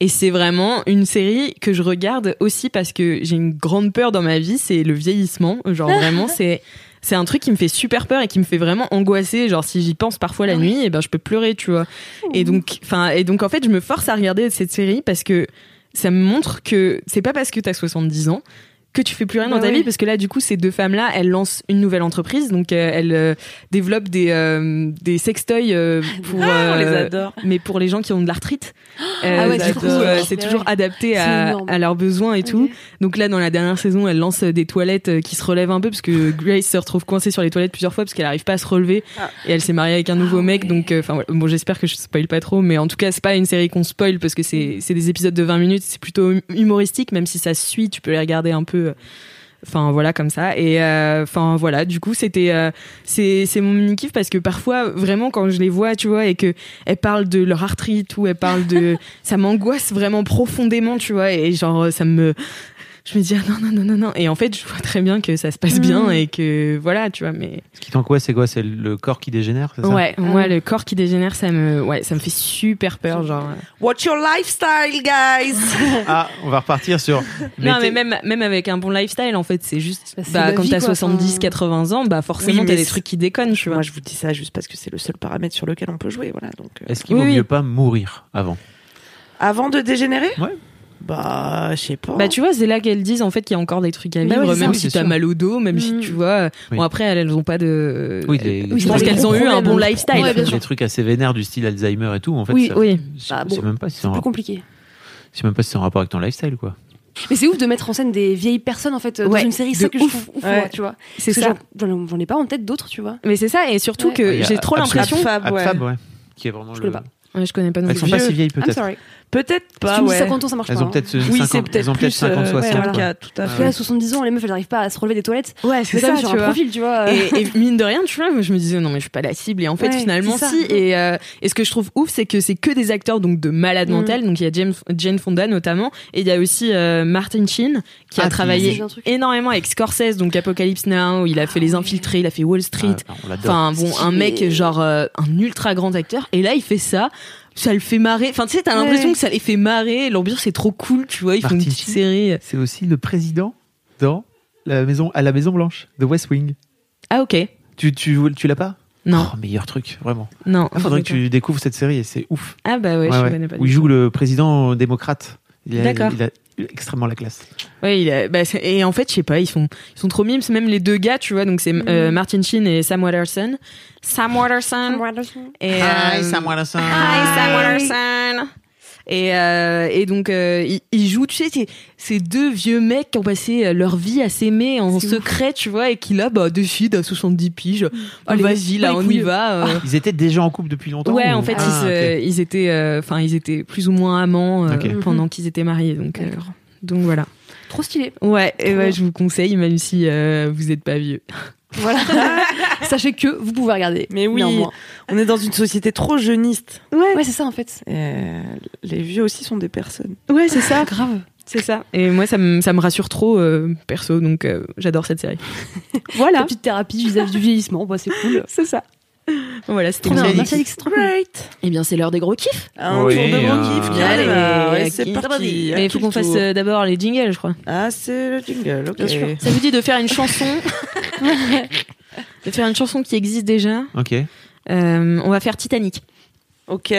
et c'est vraiment une série que je regarde aussi parce que j'ai une grande peur dans ma vie c'est le vieillissement genre vraiment c'est c'est un truc qui me fait super peur et qui me fait vraiment angoisser genre si j'y pense parfois la nuit et ben je peux pleurer tu vois et donc enfin et donc en fait je me force à regarder cette série parce que ça me montre que c'est pas parce que t'as 70 ans que tu fais plus rien dans
Bah
ta
oui.
vie parce que là du coup ces deux femmes là elles lancent une nouvelle entreprise donc euh, elles euh, développent des euh, des sextoys euh, pour
On les
euh,
adore.
mais pour les gens qui ont de l'arthrite
Ah ouais,
du
c'est
coup,
trop
euh,
cool.
c'est
Mais
toujours
ouais.
adapté
C'est
à,
énorme.
à leurs besoins et tout donc là dans la dernière saison elle lance des toilettes euh, qui se relèvent un peu parce que Grace se retrouve coincée sur les toilettes plusieurs fois parce qu'elle arrive pas à se relever et elle s'est mariée avec un nouveau mec donc euh, enfin voilà. bon j'espère que je spoil pas trop mais en tout cas c'est pas une série qu'on spoil parce que c'est c'est des épisodes de 20 minutes c'est plutôt hum- humoristique même si ça se suit tu peux les regarder un peu euh, Enfin voilà comme ça et euh, enfin voilà du coup c'était euh, c'est c'est mon mini kiff parce que parfois vraiment quand je les vois tu vois et que elles parlent de leur arthrite ou elles parlent (laughs) de ça m'angoisse vraiment profondément tu vois et genre euh, ça me je me dis ah non non non non non et en fait je vois très bien que ça se passe bien et que voilà tu vois mais
Ce qui t'angoisse, c'est quoi C'est le corps qui dégénère, c'est ça
ouais moi le corps qui dégénère ça me ouais ça me fait super peur genre
(laughs)
euh.
Watch your lifestyle, (laughs) guys.
Ah, on va repartir sur.
non mais
t'es-
même même avec un bon lifestyle en fait c'est juste
Bah, c'est
bah,
la
quand
vie,
t'as
quoi,
70
enfin.
80 ans bah forcément
Oui,
t'as
mais
des
c'est-
trucs qui déconnent tu vois
Moi, je vous dis ça juste parce que c'est le seul paramètre sur lequel on peut jouer, voilà. Donc, euh,
Est-ce qu'il vaut
Oui, oui.
mieux pas mourir avant
avant de dégénérer.
Ouais.
Bah, je sais pas.
Bah tu vois, c'est là qu'elles disent en fait qu'il y a encore des trucs à
Bah
vivre,
oui, c'est
même
ça.
si
Oui, c'est
t'as
sûr.
mal au dos, même si
Mm.
tu vois.
Oui.
Bon après, elles elles ont pas de.
Oui, des-
je
des
pense
gros
qu'elles ont eu un
problèmes.
bon lifestyle.
Ouais, bien
Des
sûr.
trucs assez vénères du style Alzheimer et tout, en fait.
oui,
ça-
oui.
Je
Bah,
je
bon,
sais même pas si c'est en
Plus
rapport-
compliqué.
je sais même pas si c'est en rapport avec ton lifestyle, quoi.
Mais c'est ouf de mettre en scène des vieilles personnes en fait euh, dans
Ouais,
une série,
de
c'est ça que je
ouf.
trouve ouf,
Ouais.
moi, tu vois.
c'est
Parce
ça.
que j'en- J'en ai pas en tête d'autres, tu vois.
Mais c'est ça, et surtout
Ouais.
que
Ouais, il y
Euh,
a
j'ai trop
Absolute
l'impression.
Fab,
Ab
ouais.
Fab, ouais. Qui est vraiment
Je
le.
connais
Ouais, je connais pas non
Elles
plus.
sont pas
Vieux.
si vieilles
I'm
peut-être.
sorry.
Peut-être
Si
pas.
tu me dis
ouais.
50 ans, ça marche
Elles
pas. hein.
ont peut-être ce
Oui,
50,
c'est
elles ont
peut-être
peut-être 50,
plus euh,
60.
voilà,
quoi.
tout à
Ah
Parce que
fait.
là, 70 ans, les meufs, elles arrivent pas à se relever des toilettes.
Ouais,
C'est ça, sur un profil, tu vois. (laughs) euh.
Et, et mine de rien, tu vois, je me disais non mais je suis pas la cible et en fait
Ouais,
finalement
c'est ça.
si et, euh, et ce que je trouve ouf c'est que c'est que des acteurs donc de malade
Mm.
mentale donc il y a James, Jane Fonda notamment et il y a aussi euh, Martin Sheen qui a
Ah, qui-
c'est
travaillé
un truc.
énormément avec Scorsese donc Apocalypse Now où il a fait Les Infiltrés il a fait Wall Street
Ah, on l'adore.
enfin bon un mec genre euh, un ultra grand acteur et là il fait ça ça le fait marrer enfin tu sais t'as
Ouais.
l'impression que ça les fait marrer l'ambiance est trop cool tu vois ils font une
Martin
petite
Sheen.
série euh.
C'est aussi le président dans la maison, à la Maison Blanche, The West Wing.
ah ok
Tu, tu, tu l'as pas
non Ah,
Oh, meilleur truc, vraiment.
non
Il faudrait que tu découvres cette série et c'est ouf.
ah bah ouais,
Ouais,
je
ouais.
connais pas du
Où il
tout.
joue le président démocrate. Il a,
D'accord.
il a extrêmement la classe.
Ouais, il a- bah, c'est- et en fait, je sais pas, ils sont, ils sont trop mimes. Même les deux gars, tu vois, donc
Mm.
c'est euh, Martin Sheen et Sam Waterston. Sam Waterston. Et, euh,
Wallace.
Hi, Sam Waterston. Et, euh, et donc, euh, ils, ils jouent, tu sais, c'est- ces deux vieux mecs qui ont passé euh, leur vie à s'aimer en secret, tu vois, et qui là, bah, décident à 70 piges. Bon,
les-
Vas-y,
pas
là,
les
on y
couilles.
va. euh.
Ils étaient déjà en couple depuis longtemps
Ouais,
ou-
en fait,
Ah,
ils, se- ils étaient, euh, enfin, ils étaient plus ou moins amants euh,
Ok.
pendant qu'ils étaient mariés, donc, euh,
D'accord.
donc voilà.
Trop stylé.
Ouais, et
Trop
ouais,
bien.
je vous conseille, même si euh, vous n'êtes pas vieux.
Voilà. (laughs) Sachez que vous pouvez regarder.
Mais oui.
néanmoins.
On est dans une société trop jeuniste.
Ouais, c'est ça, en fait.
Euh, les vieux aussi sont des personnes.
Ouais, c'est ça,
Grave.
c'est ça. Et moi, ça me, ça me rassure trop, euh, perso, donc euh, j'adore cette série. voilà,
Petite thérapie vis-à-vis du vieillissement. Bah, c'est cool.
c'est ça. Voilà, c'était
Trop bien.
bien.
Merci, Alix. C'est trop cool.
Et bien, c'est l'heure des gros kiffs.
Un
Oui,
tour de
un-
mon kiff, quand
Allez,
même. Allez,
à
bah, c'est
qui
parti.
Mais il faut qu'on fasse euh, d'abord les jingles, je crois.
Ah, c'est le jingle, ok.
Bien sûr. Ça vous dit de faire une chanson (laughs) De faire une chanson qui existe déjà.
Ok.
Euh, on va faire Titanic.
Ok.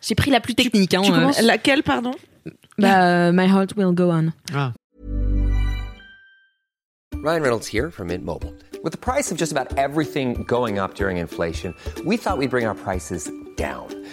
J'ai pris la plus technique. hein,
Tu
euh,
commences laquelle, pardon
bah, euh, My Heart Will Go On.
Ah.
Ryan Reynolds here from Mint Mobile. With the price of just about everything going up during inflation, we thought we'd bring our prices down.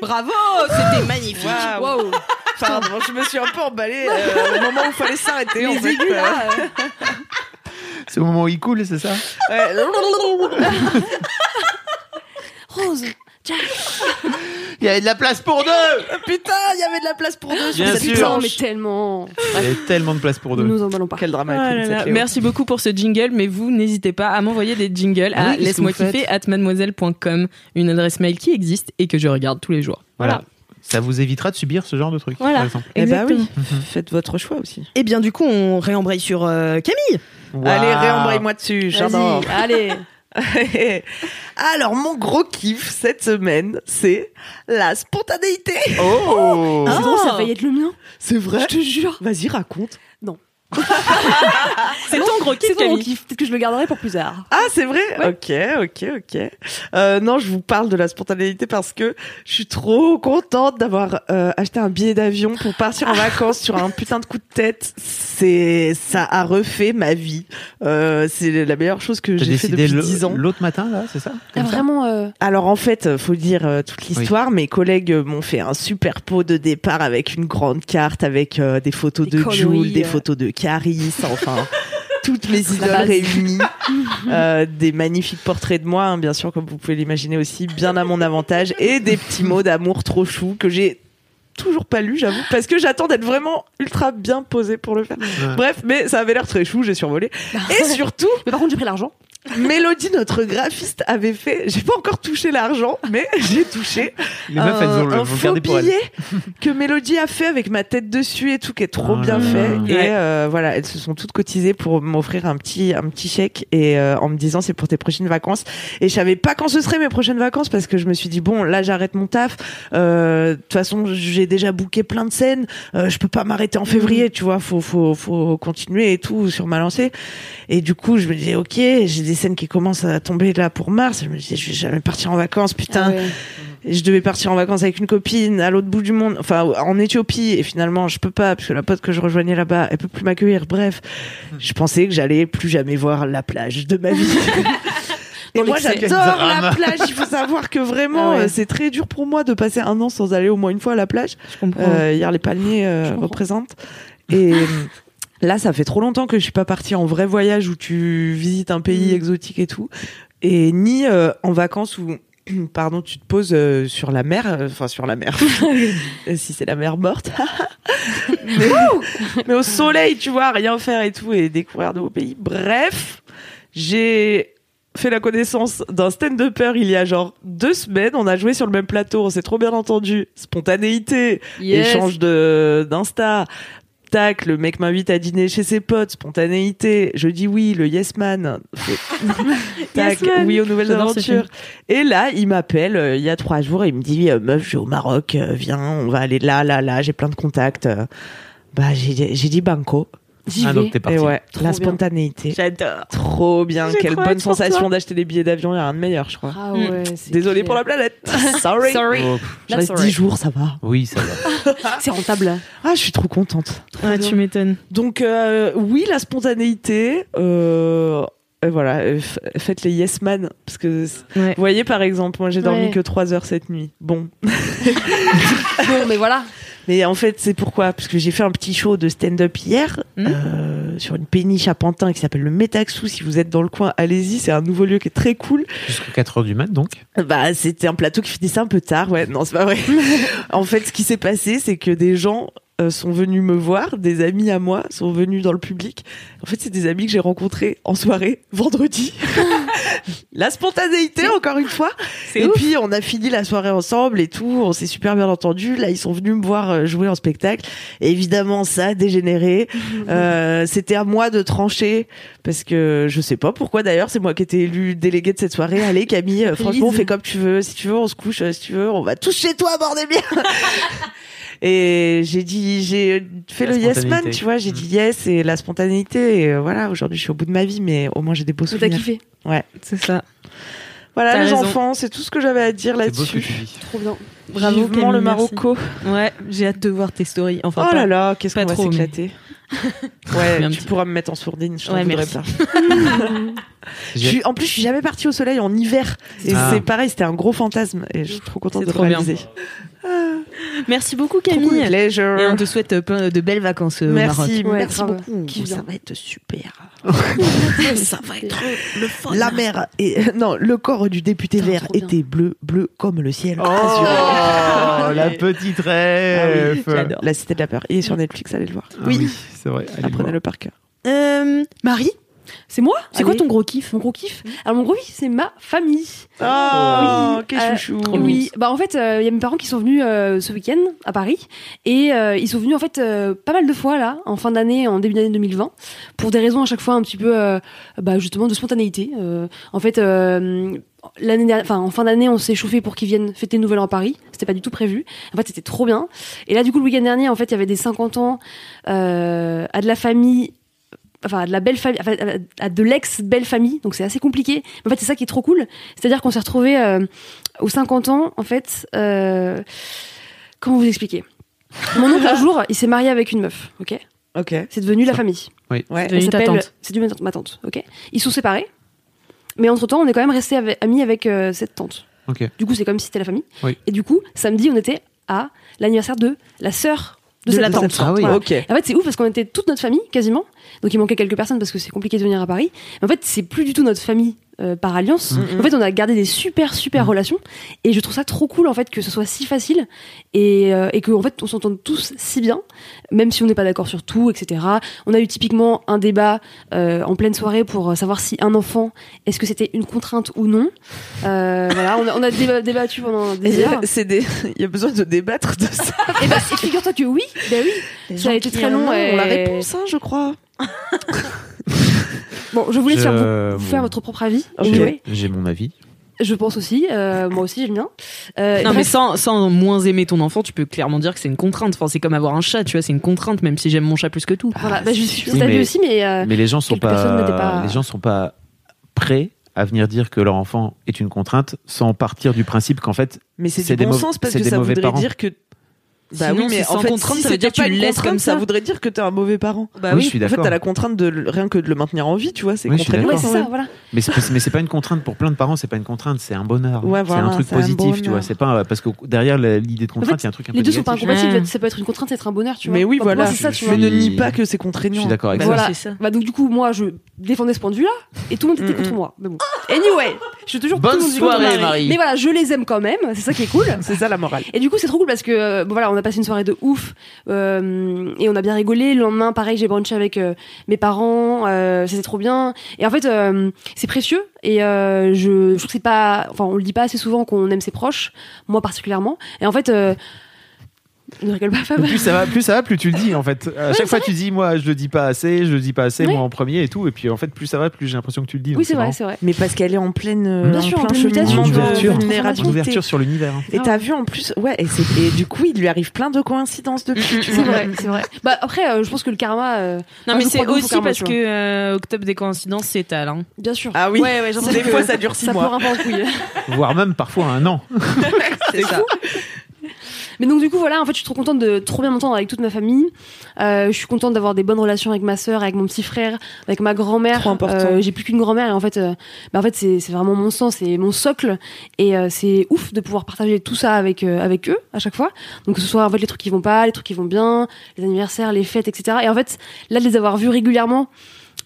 Bravo, c'était magnifique.
Waouh. Pardon, je me suis un peu emballée euh, au moment où il fallait s'arrêter. en fait.
C'est au moment où il coule, c'est ça
Ouais.
(laughs)
(laughs)
Rose.
Il y a de la place pour deux
Putain, il y avait de la place pour deux.
Bien
cette
sûr.
Putain,
planche.
mais tellement.
Il y a tellement de place pour
Nous
deux.
nous emballons pas.
Quel drama.
Oh là
Clément,
là.
cette Cléo.
Merci beaucoup pour ce jingle, mais vous n'hésitez pas à m'envoyer des jingles
Ah
à
oui, qu'est-ce
laisse-moi
que vous
kiffer at mademoiselle.com, une adresse mail qui existe et que je regarde tous les jours.
Voilà. Ça vous évitera de subir ce genre de truc,
Voilà.
par exemple.
Eh bah
Exactement.
oui, faites votre choix aussi.
Et ben Eh bien du coup, on réembraye sur euh, Camille.
Allez, (laughs) réembraye-moi dessus, j'adore.
Vas-y, allez.
Alors, mon gros kiff cette semaine, c'est la spontanéité.
Oh
(laughs) C'est drôle, ça va être le mien.
C'est vrai
Je te jure.
Vas-y, raconte.
C'est ton gros kiff,
C'est ton
Camille.
kiff. Peut-être que je le garderai pour plus tard.
Ah, c'est vrai Ok, ok, ok. Euh, non, je vous parle de la spontanéité parce que je suis trop contente d'avoir euh, acheté un billet d'avion pour partir en vacances sur un putain de coup de tête. C'est, ça a refait ma vie. Euh, c'est la meilleure chose que
T'as
j'ai fait
décidé
depuis
le-
10 ans.
l'autre matin, là, c'est ça
Ah, vraiment. euh,
Alors en fait, euh, faut dire euh, toute l'histoire. Mes collègues euh, m'ont fait un super pot de départ avec une grande carte, avec euh, des photos
Des
de
conneries,
Jules, des
euh.
photos de Caris,
(laughs)
enfin toutes mes idoles
base. (laughs)
réunies, Euh, des magnifiques portraits de moi, hein, bien sûr, comme vous pouvez l'imaginer aussi, bien à mon avantage, et des petits mots d'amour trop chou que j'ai toujours pas lu, j'avoue, parce que j'attends d'être vraiment ultra
(laughs)
bien posée pour le faire. Bref, mais ça avait l'air très chou, j'ai survolé. Et surtout,
Mais par contre, j'ai pris l'argent.
Mélodie, notre graphiste, avait fait. J'ai pas encore touché l'argent, mais (laughs) j'ai touché.
Les meufs, elles ont le-
un
vont le
faux
garder pour elles.
billet que Mélodie a fait avec ma tête dessus et tout, qui est
Oh
trop bien fait. Et euh, voilà, elles se sont toutes cotisées pour m'offrir un petit, un petit chèque et euh, en me disant c'est pour tes prochaines vacances. Et je savais pas quand ce serait mes prochaines vacances parce que je me suis dit bon, là j'arrête mon taf. Euh, De toute façon, j'ai déjà booké plein de scènes. Euh, je peux pas m'arrêter en février, tu vois. Faut, faut, faut continuer et tout sur ma lancée. Et du coup, je me disais ok, j'ai des scènes qui commencent à tomber là pour mars. Je me disais je vais jamais partir en vacances,
Ah
putain. Et je devais partir en vacances avec une copine à l'autre bout du monde, enfin en Éthiopie, et finalement je peux pas parce que la pote que je rejoignais là-bas, elle peut plus m'accueillir. Bref, je pensais que j'allais plus jamais voir la plage de
(laughs)
ma vie. Et
Dans
moi
l'excès.
j'adore
Quel
la
drame.
plage. Il faut savoir que vraiment
Ah ouais.
euh, c'est très dur pour moi de passer un an sans aller au moins une fois à la plage.
comprends.
Euh, hier les palmiers euh, représentent. Et euh, là ça fait trop longtemps que je suis pas partie en vrai voyage où tu visites un pays exotique et tout, et ni euh, en vacances où (clears throat) pardon tu te poses euh, sur la mer, euh, enfin sur la mer, Euh, si c'est la mer morte. mais, mais au soleil, tu vois, rien faire et tout, et découvrir de nouveaux pays. Bref, j'ai fait la connaissance d'un stand-upper il y a genre deux semaines. On a joué sur le même plateau, on s'est trop bien entendu. Spontanéité,
Yes.
échange de d'Insta. Tac, le mec m'invite à dîner chez ses potes, spontanéité. Je dis oui, le yes man.
(laughs) Yes,
Tac,
man.
oui aux nouvelles
J'adore ce
aventures. Et là, il m'appelle euh, il y a trois jours et il me dit euh, meuf, je suis au Maroc, euh, viens, on va aller là, là, là, j'ai plein de contacts. Euh, Bah j'ai j'ai dit banco.
J'y Ah, donc vais. t'es partie.
Et ouais,
Trop
la
bien.
spontanéité. J'adore. Trop bien.
J'ai
Quelle
trop
bonne
hâte pour
sensation
toi.
d'acheter des billets d'avion, il y a rien de meilleur, je crois.
Ah
Mm.
ouais, c'est
Désolé
clair.
pour la planète. Sorry.
Sorry.
Oh, pff.
Je reste
That's
10
alright.
jours, ça va.
Oui, ça va.
C'est rentable.
Ah, je suis trop contente.
Ah, tu m'étonnes.
Donc euh, oui, la spontanéité. euh, et voilà, euh, f- faites les yes man parce que c- vous voyez par exemple, moi j'ai dormi
Ouais.
que 3 heures cette nuit. Bon.
(laughs) Bon, mais voilà.
Mais en fait, c'est pourquoi Parce que j'ai fait un petit show de stand-up hier
Hmm.
euh, sur une péniche à Pantin qui s'appelle le Métaxou. Si vous êtes dans le coin, allez-y, c'est un nouveau lieu qui est très cool.
Jusqu'à 4h du mat, donc.
Bah, c'était un plateau qui finissait un peu tard, ouais. Non, c'est
(laughs)
pas vrai. en fait, ce qui s'est passé, c'est que des gens euh, sont venus me voir, des amis à moi sont venus dans le public. En fait, c'est des amis que j'ai rencontrés en soirée, (laughs)
(laughs)
vendredi. la spontanéité, encore une fois. Et puis, on a fini la soirée ensemble et tout. On s'est super bien entendu. Là, ils sont venus me voir euh, jouer en spectacle. Et évidemment, ça
(laughs)
a dégénéré. Euh, c'était à moi de trancher parce que je sais pas pourquoi d'ailleurs. C'est moi qui étais élue déléguée de cette soirée. Allez, Camille, euh, franchement, on fait comme tu veux. Si tu veux, on se couche. euh, Si tu veux, on va tous chez toi, bordel bien.
(laughs)
Et j'ai dit, j'ai fait
La
le yes man,
spontanéité.
tu vois, j'ai dit yes et la spontanéité. Et euh, voilà, aujourd'hui, je suis au bout de ma vie, mais au moins, j'ai des beaux
T'as
souvenirs.
kiffé.
Ouais.
C'est ça.
Voilà,
T'as
les
raison.
enfants, c'est tout ce que j'avais à dire
C'est beau ce que
là-dessus.
tu dis.
Trop bien.
Bravo,
Vivement
Camille,
le
merci.
Marocco.
Ouais, j'ai hâte de voir tes stories. Enfin,
oh
pas-
là là, qu'est-ce
pas
qu'on va
trop, mais- (laughs)
s'éclater. Ouais,
Mais un
tu
petit
pourras me mettre en sourdine, je t'en
Ouais,
voudrais
merci.
pas. (laughs) Je suis- en plus, je suis jamais partie au soleil en hiver. Et
Ah.
c'est pareil, c'était un gros fantasme. Et je suis trop contente
C'est
de le
trop bien.
réaliser.
Merci beaucoup,
Trop cool.
Camille.
Pleasure.
Et on te souhaite euh, plein de belles vacances euh, au Maroc.
Merci,
Ouais,
merci
grave.
beaucoup.
Qui
ça
vient.
va être super.
(laughs) Ça va être le fun.
La mer et (laughs) non, le corps du député
Putain,
vert
trop bien.
était bleu, bleu comme le ciel.
Oh, la petite
Ah oui,
rêve.
j'adore. La cité de la peur. Il est sur Netflix, allez le voir.
Ah oui, c'est vrai. allez
Apprenez-le par cœur.
Euh, Marie,
C'est moi
c'est quoi
Allez.
ton gros kiff
Mon gros kiff Alors, mon gros kiff, c'est ma famille.
Oh,
Oui,
quel
euh,
chouchou.
Oui, bah en fait, euh, il y a mes parents qui sont venus euh, ce week-end à Paris et euh, ils sont venus en fait euh, pas mal de fois là, en fin d'année, en début d'année 2020, pour des raisons à chaque fois un petit peu, euh, bah, justement, de spontanéité. Euh, en fait, euh, l'année dernière, enfin en fin d'année, on s'est chauffé pour qu'ils viennent fêter le Nouvel An à Paris. C'était pas du tout prévu. En fait, c'était trop bien. Et là, du coup, le week-end dernier, en fait, il y avait des 50 ans euh, à de la famille enfin à de la belle famille enfin, à de l'ex belle famille donc c'est assez compliqué mais en fait c'est ça qui est trop cool c'est-à-dire qu'on s'est euh, retrouvé aux 50 ans en fait euh, comment vous expliquer mon oncle un jour il s'est marié avec une meuf ok
Ok.
c'est devenu la famille
Ouais.
Devenu
Elle
ta
s'appelle-
tante.
c'est devenu ma tante, ma tante, ok ils sont séparés mais entre temps on est quand même resté amis avec euh, cette tante
Ok.
du coup c'est comme si c'était la famille
Oui.
et du coup samedi on était à l'anniversaire de la sœur de,
De
cette
la
tante.
tante.
Ah oui.
Voilà.
Ok.
En fait, c'est ouf parce qu'on était toute notre famille quasiment. Donc il manquait quelques personnes parce que c'est compliqué de venir à Paris. Mais en fait, c'est plus du tout notre famille euh, par
Mm,
alliance.
Mhm.
En fait, on a gardé des super super relations et je trouve ça trop cool en fait que ce soit si facile et, euh, et que en fait on s'entende tous si bien, même si on n'est pas d'accord sur tout, etc. On a eu typiquement un débat euh, en pleine soirée pour euh, savoir si un enfant est-ce que c'était une contrainte ou non. Euh, voilà, on a, on a déba- débattu pendant des
Et
heures.
(laughs)
c'est des- Il y a besoin de débattre
Ah,
de ça.
Et bah, figure-toi que oui, bah oui, ça a été très long.
On
et-
la réponse, hein, je crois.
Bon, je voulais
Je-
faire, vous, vous faire
bon.
votre propre avis.
J'ai-
Anyway,
J'ai mon avis.
Je pense aussi. euh, moi aussi, j'aime bien. Euh, et
non, mais
bref,
sans, sans moins aimer ton enfant, tu peux clairement dire que c'est une contrainte. Enfin, c'est comme avoir un chat, tu vois, c'est une contrainte, même si j'aime mon chat plus que tout.
Ah,
Voilà, bah, je suis
Oui,
d'avis aussi, mais. euh,
mais les gens sont
quelques personnes
pas,
n'étaient pas-
les gens sont pas prêts à venir dire que leur enfant est une contrainte sans partir du principe qu'en fait
Mais c'est du
des
bon
mauvais-
sens parce
c'est
que
des
ça
mauvais
voudrait
parents.
dire que. Bah
Sinon,
oui, mais
c'est
en
sans
fait,
contrainte,
si
ça veut
c'était
dire que tu
pas une
le laisses
contrainte,
comme ça.
Ça voudrait dire que t'es un mauvais parent.
Bah Oui, oui. je suis
En fait,
d'accord.
t'as la contrainte de le- rien que de le maintenir en vie, tu vois. C'est
Oui, je suis
contraignant.
d'accord. Ouais, c'est ça,
voilà.
Mais c'est, mais c'est pas une contrainte pour plein de parents, c'est pas une contrainte, c'est un bonheur.
Ouais,
c'est
voilà,
un truc
c'est un
positif, tu
bonheur.
vois. C'est pas euh, parce que derrière la- l'idée de
en
contrainte,
fait,
il y a un truc un
les
peu
deux sont pas
négatif.
incompatibles. Ça peut être une contrainte, être un bonheur, tu vois.
Mais oui,
Enfin, pour
voilà.
moi, c'est ça,
Je
tu
suis-
vois.
Mais ne nie pas que c'est contraignant.
Je suis d'accord avec
Bah,
toi.
voilà. Bah, donc, du coup, moi, je défendais ce point de vue-là, et tout le monde était contre moi. Mais bon. Anyway, je suis toujours
Bonne
tout le monde contre
soirée,
moi.
Marie.
Mais voilà, je les aime quand même. C'est ça qui est cool.
c'est ça la morale.
Et du coup, c'est trop cool parce que euh, bon, voilà, on a passé une soirée de ouf euh, et on a bien rigolé. Le lendemain, pareil, j'ai brunché avec euh, mes parents. euh, C'était trop bien. Et en fait, euh, c'est précieux. Et euh, je, je trouve que c'est pas, enfin, on le dit pas assez souvent qu'on aime ses proches, moi particulièrement. Et en fait, euh, ne rigole pas, Fab.
Plus ça va, plus ça va, plus tu le dis en fait. À chaque fois, tu dis moi, je le dis pas assez, je le dis pas assez,
Oui.
moi en premier et tout. Et puis en fait, plus ça va, plus j'ai l'impression que tu le dis.
Oui, c'est vrai, c'est vrai.
Mais parce qu'elle est en pleine, euh,
Bien
en
sûr, en
plein
pleine
cheminement
mutation,
de
Une ouverture,
vulnérabilité.
une ouverture sur l'univers.
(laughs)
hein.
Et t'as vu en plus, ouais, et, c'est- et du coup, il lui arrive plein de coïncidences
Mm,
depuis. tu
C'est
vois.
vrai, c'est vrai. Bah après, euh, je pense que le karma. euh,
Non,
moi,
mais
je
c'est
crois beaucoup au
aussi
karma,
parce
tu
que
vois.
euh, Octobre des coïncidences s'étale. Hein.
Bien sûr.
Ah oui.
Ouais, ouais, j'ai
Des
l'impression
fois,
que
ça dure six
ça
mois.
part un peu en couille.
Voire même parfois un an.
C'est ça.
Mais donc du coup voilà, en fait, je suis trop contente de trop bien m'entendre avec toute ma famille. Euh, je suis contente d'avoir des bonnes relations avec ma sœur, avec mon petit frère, avec ma grand-mère.
Trop important.
Euh, j'ai plus qu'une grand-mère et en fait, euh, bah, en fait c'est c'est vraiment mon sang, c'est mon socle et euh, c'est ouf de pouvoir partager tout ça avec euh, avec eux à chaque fois. Donc que ce soit en fait les trucs qui vont pas, les trucs qui vont bien, les anniversaires, les fêtes, etc. Et en fait là de les avoir vus régulièrement,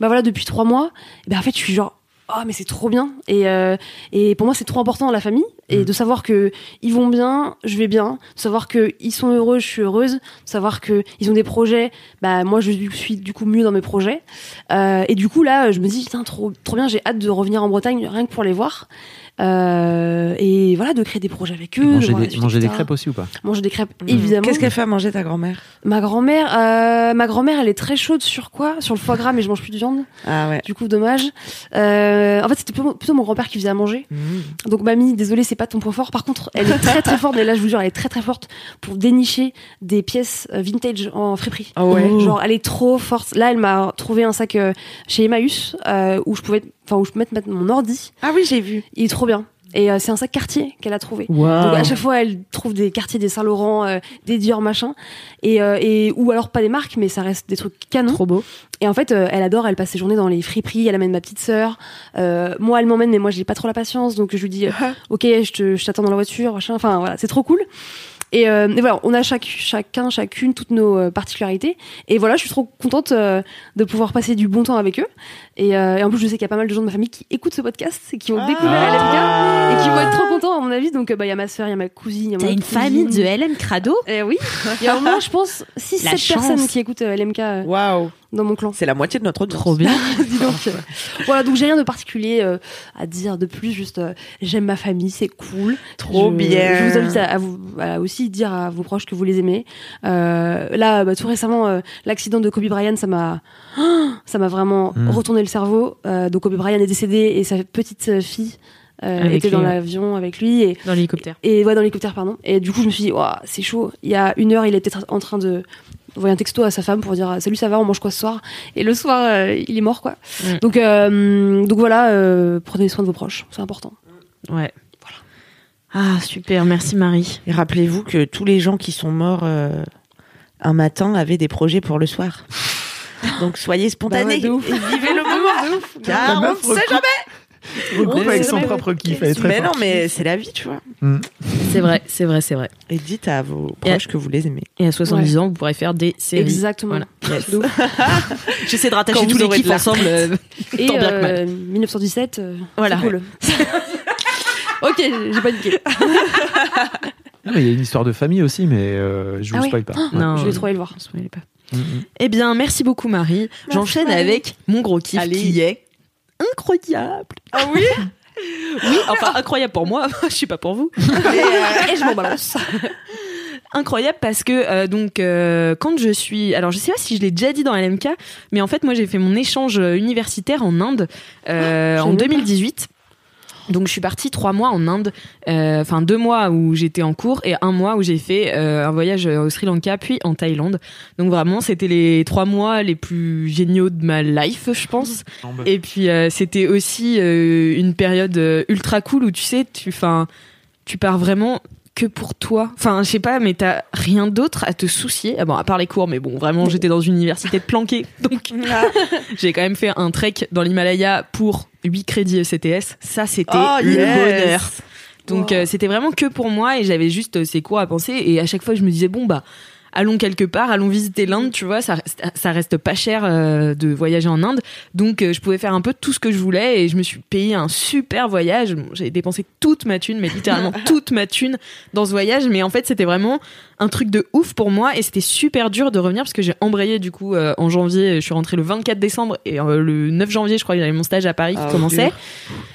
bah voilà depuis trois mois, bah en fait je suis genre ah mais c'est trop bien et euh, et pour moi c'est trop important la famille
Mm.
et de savoir que ils vont bien, je vais bien, de savoir que ils sont heureux, je suis heureuse, de savoir que ils ont des projets, bah moi je suis du coup mieux dans mes projets Euh, et du coup là je me dis putain trop trop bien, j'ai hâte de revenir en Bretagne rien que pour les voir Euh, et voilà de créer des projets avec eux, de
Manger
voir la
des,
suite,
manger des
etc..
crêpes aussi ou pas
Manger des crêpes évidemment.
Qu'est-ce qu'elle fait à manger ta grand-mère
Ma grand-mère, euh, ma grand-mère, elle est très chaude sur quoi Sur le foie gras, mais je mange plus de viande.
Ah ouais.
Du coup, dommage. Euh, en fait, c'était plutôt, plutôt mon grand-père qui faisait à manger. Donc, mamie, désolée, c'est pas ton point fort. Par contre, elle est très très forte. Et là, je vous jure, elle est très très forte pour dénicher des pièces euh, vintage en friperie.
Ah ouais.
Oh. Genre, elle est trop forte. Là, elle m'a trouvé un sac euh, chez Emmaüs euh, où je pouvais, enfin, où je peux mettre, mettre mon ordi.
Ah oui, j'ai vu.
Il est trop bien. Et euh, c'est un sac quartier qu'elle a trouvé.
Wow.
Donc à chaque fois, elle trouve des quartiers, des Saint-Laurent, euh, des Dior, machin. Et, euh, et, ou alors pas des marques, mais ça reste des trucs canons.
Trop beau.
Et en fait, euh, elle adore, elle passe ses journées dans les friperies, elle amène ma petite sœur. Euh, moi, elle m'emmène, mais moi, j'ai pas trop la patience. Donc je lui dis, euh,
Ah.
ok, je te- je t'attends dans la voiture, machin. Enfin voilà, c'est trop cool. Et, euh, et voilà, on a chaque, chacun, chacune, toutes nos euh, particularités. Et voilà, je suis trop contente euh, de pouvoir passer du bon temps avec eux. Et, euh, et en plus, je sais qu'il y a pas mal de gens de ma famille qui écoutent ce podcast et qui ont
Ah.
découvert
Ah,
LMK et qui vont être trop contents, à mon avis. Donc, euh, bah, il y a ma soeur, il y a ma cousine, il y a
Ah. T'as
mon
une famille de LM Crado
(laughs) Eh oui, il y a au moins, je pense, 6-7
La chance.
personnes qui écoutent euh, LMK euh,
Waouh.
dans mon clan. (laughs)
C'est la moitié de notre audience.
Trop bien.
Dis donc. euh. voilà, donc j'ai rien de particulier euh, à dire de plus. Juste, euh, j'aime ma famille, c'est cool.
Trop
Je-
bien.
Je vous invite à, à vous à aussi dire à vos proches que vous les aimez. Euh, là, bah, tout récemment, euh, l'accident de Kobe Bryant, ça m'a, (gasps) ça m'a vraiment
Mm.
retourné le cerveau. Euh, donc Kobe Bryant est décédé et sa petite euh, fille. euh,
Avec
était
lui,
dans
ouais.
l'avion avec lui et
(laughs) Dans l'hélicoptère.
et ouais dans l'hélicoptère pardon et du coup je me suis dit Ouah, c'est chaud il y a une heure il était en train de envoyer un texto à sa femme pour dire euh, salut ça va on mange quoi ce soir et le soir euh, il est mort quoi
Mm.
donc euh, donc voilà euh, prenez soin de vos proches c'est important
Ouais. Ah, super, merci Marie.
Et rappelez-vous que tous les gens qui sont morts euh, un matin avaient des projets pour
(laughs)
le soir. Donc soyez spontanés
Bah ouais, de ouf.
et vivez
(laughs)
le moment. Car
La
on ne
meuf
sait jamais.
(laughs) Regroupe
Mais
avec
c'est
son
vrai,
propre kiff. elle est très
Mais non,
forte.
mais c'est la vie, tu vois.
Mm.
C'est vrai, c'est vrai, c'est vrai.
Et dites à vos proches que vous les aimez.
Et à 70
Ouais.
ans, vous pourrez faire des séries.
Exactement.
Voilà. Yes.
De ouf.
J'essaie de rattacher
Quand
tous
vous
les
aurez de
kiffs
la
ensemble.
(laughs)
retraite.
euh,
Et
tant bien que mal.
euh, 1917, euh,
Voilà.
c'est cool. ok, j'ai paniqué.
Non, mais il y a une histoire de famille aussi, mais euh, je vous
Ah oui.
spoil pas.
Ah, non. Je vais trop
aller le voir.
Mm,
Eh bien, merci beaucoup, Marie. J'enchaîne
Marie.
avec mon gros kiff qui est incroyable.
Ah
(laughs)
oui
Oui, enfin, incroyable
(laughs)
pour moi. Je suis pas pour vous.
(laughs) et je m'en balance.
incroyable parce que euh, donc euh, quand je suis alors je sais pas si je l'ai déjà dit dans LMK mais en fait moi j'ai fait mon échange euh, universitaire en Inde euh,
Ah, je
en
savais pas.
2018 donc je suis partie trois mois en Inde, Euh, enfin deux mois où j'étais en cours et un mois où j'ai fait euh, un voyage au Sri Lanka puis en Thaïlande. Donc vraiment c'était les trois mois les plus géniaux de ma life je pense. Et puis euh, c'était aussi euh, une période euh, ultra cool où tu sais tu, enfin tu pars vraiment que pour toi. Enfin, je sais pas, mais t'as rien d'autre à te soucier. Ah bon, à part les cours, mais bon, vraiment, j'étais dans une université planquée. (laughs) Donc,
Ah,
j'ai quand même fait un trek dans l'Himalaya pour 8 crédits E ECTS. Ça, c'était
Ah,
Oh,
le
yes.
bonheur. Donc, euh, c'était vraiment que pour moi et j'avais juste euh, ces cours à penser. Et à chaque fois, je me disais, bon, bah, allons quelque part, allons visiter l'Inde, tu vois, ça, reste- ça reste pas cher euh, de voyager en Inde. Donc euh, je pouvais faire un peu tout ce que je voulais et je me suis payé un super voyage. Bon, J'ai dépensé toute ma thune, mais littéralement toute ma thune dans ce voyage. Mais en fait, c'était vraiment un truc de ouf pour moi et c'était super dur de revenir parce que j'ai embrayé du coup euh, en janvier. Je suis rentrée le 24 décembre et euh, le 9 janvier, je crois, j'avais mon stage à Paris qui commençait.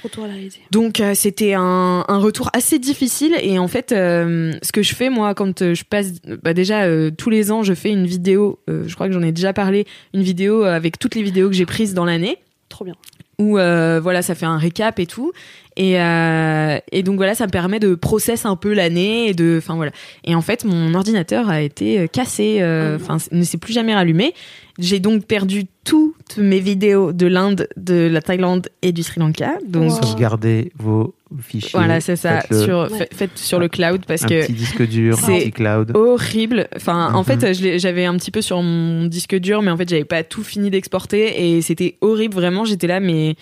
Retour à la réalité.
Donc euh, c'était un, un retour assez difficile et en fait euh, ce que je fais moi quand euh, je passe bah déjà euh, tous les ans je fais une vidéo euh, je crois que j'en ai déjà parlé une vidéo euh, avec toutes les vidéos que j'ai prises dans l'année
Trop bien.
où euh, voilà ça fait un récap et tout et, euh, et donc voilà ça me permet de process un peu l'année et de enfin voilà et en fait mon ordinateur a été euh, cassé euh, enfin c- ne s'est plus jamais rallumé j'ai donc perdu toutes mes vidéos de l'Inde de la Thaïlande et du Sri Lanka donc
Regardez vos fichiers.
voilà, c'est ça.
Faites-le.
Sur, fa- Faites sur le cloud parce
Un
que.
petit disque dur, un
c'est
petit cloud.
Horrible. Enfin, en
Mhm.
fait, je l'ai- j'avais un petit peu sur mon disque dur, mais en fait, j'avais pas tout fini d'exporter et c'était horrible. Vraiment, j'étais là, mais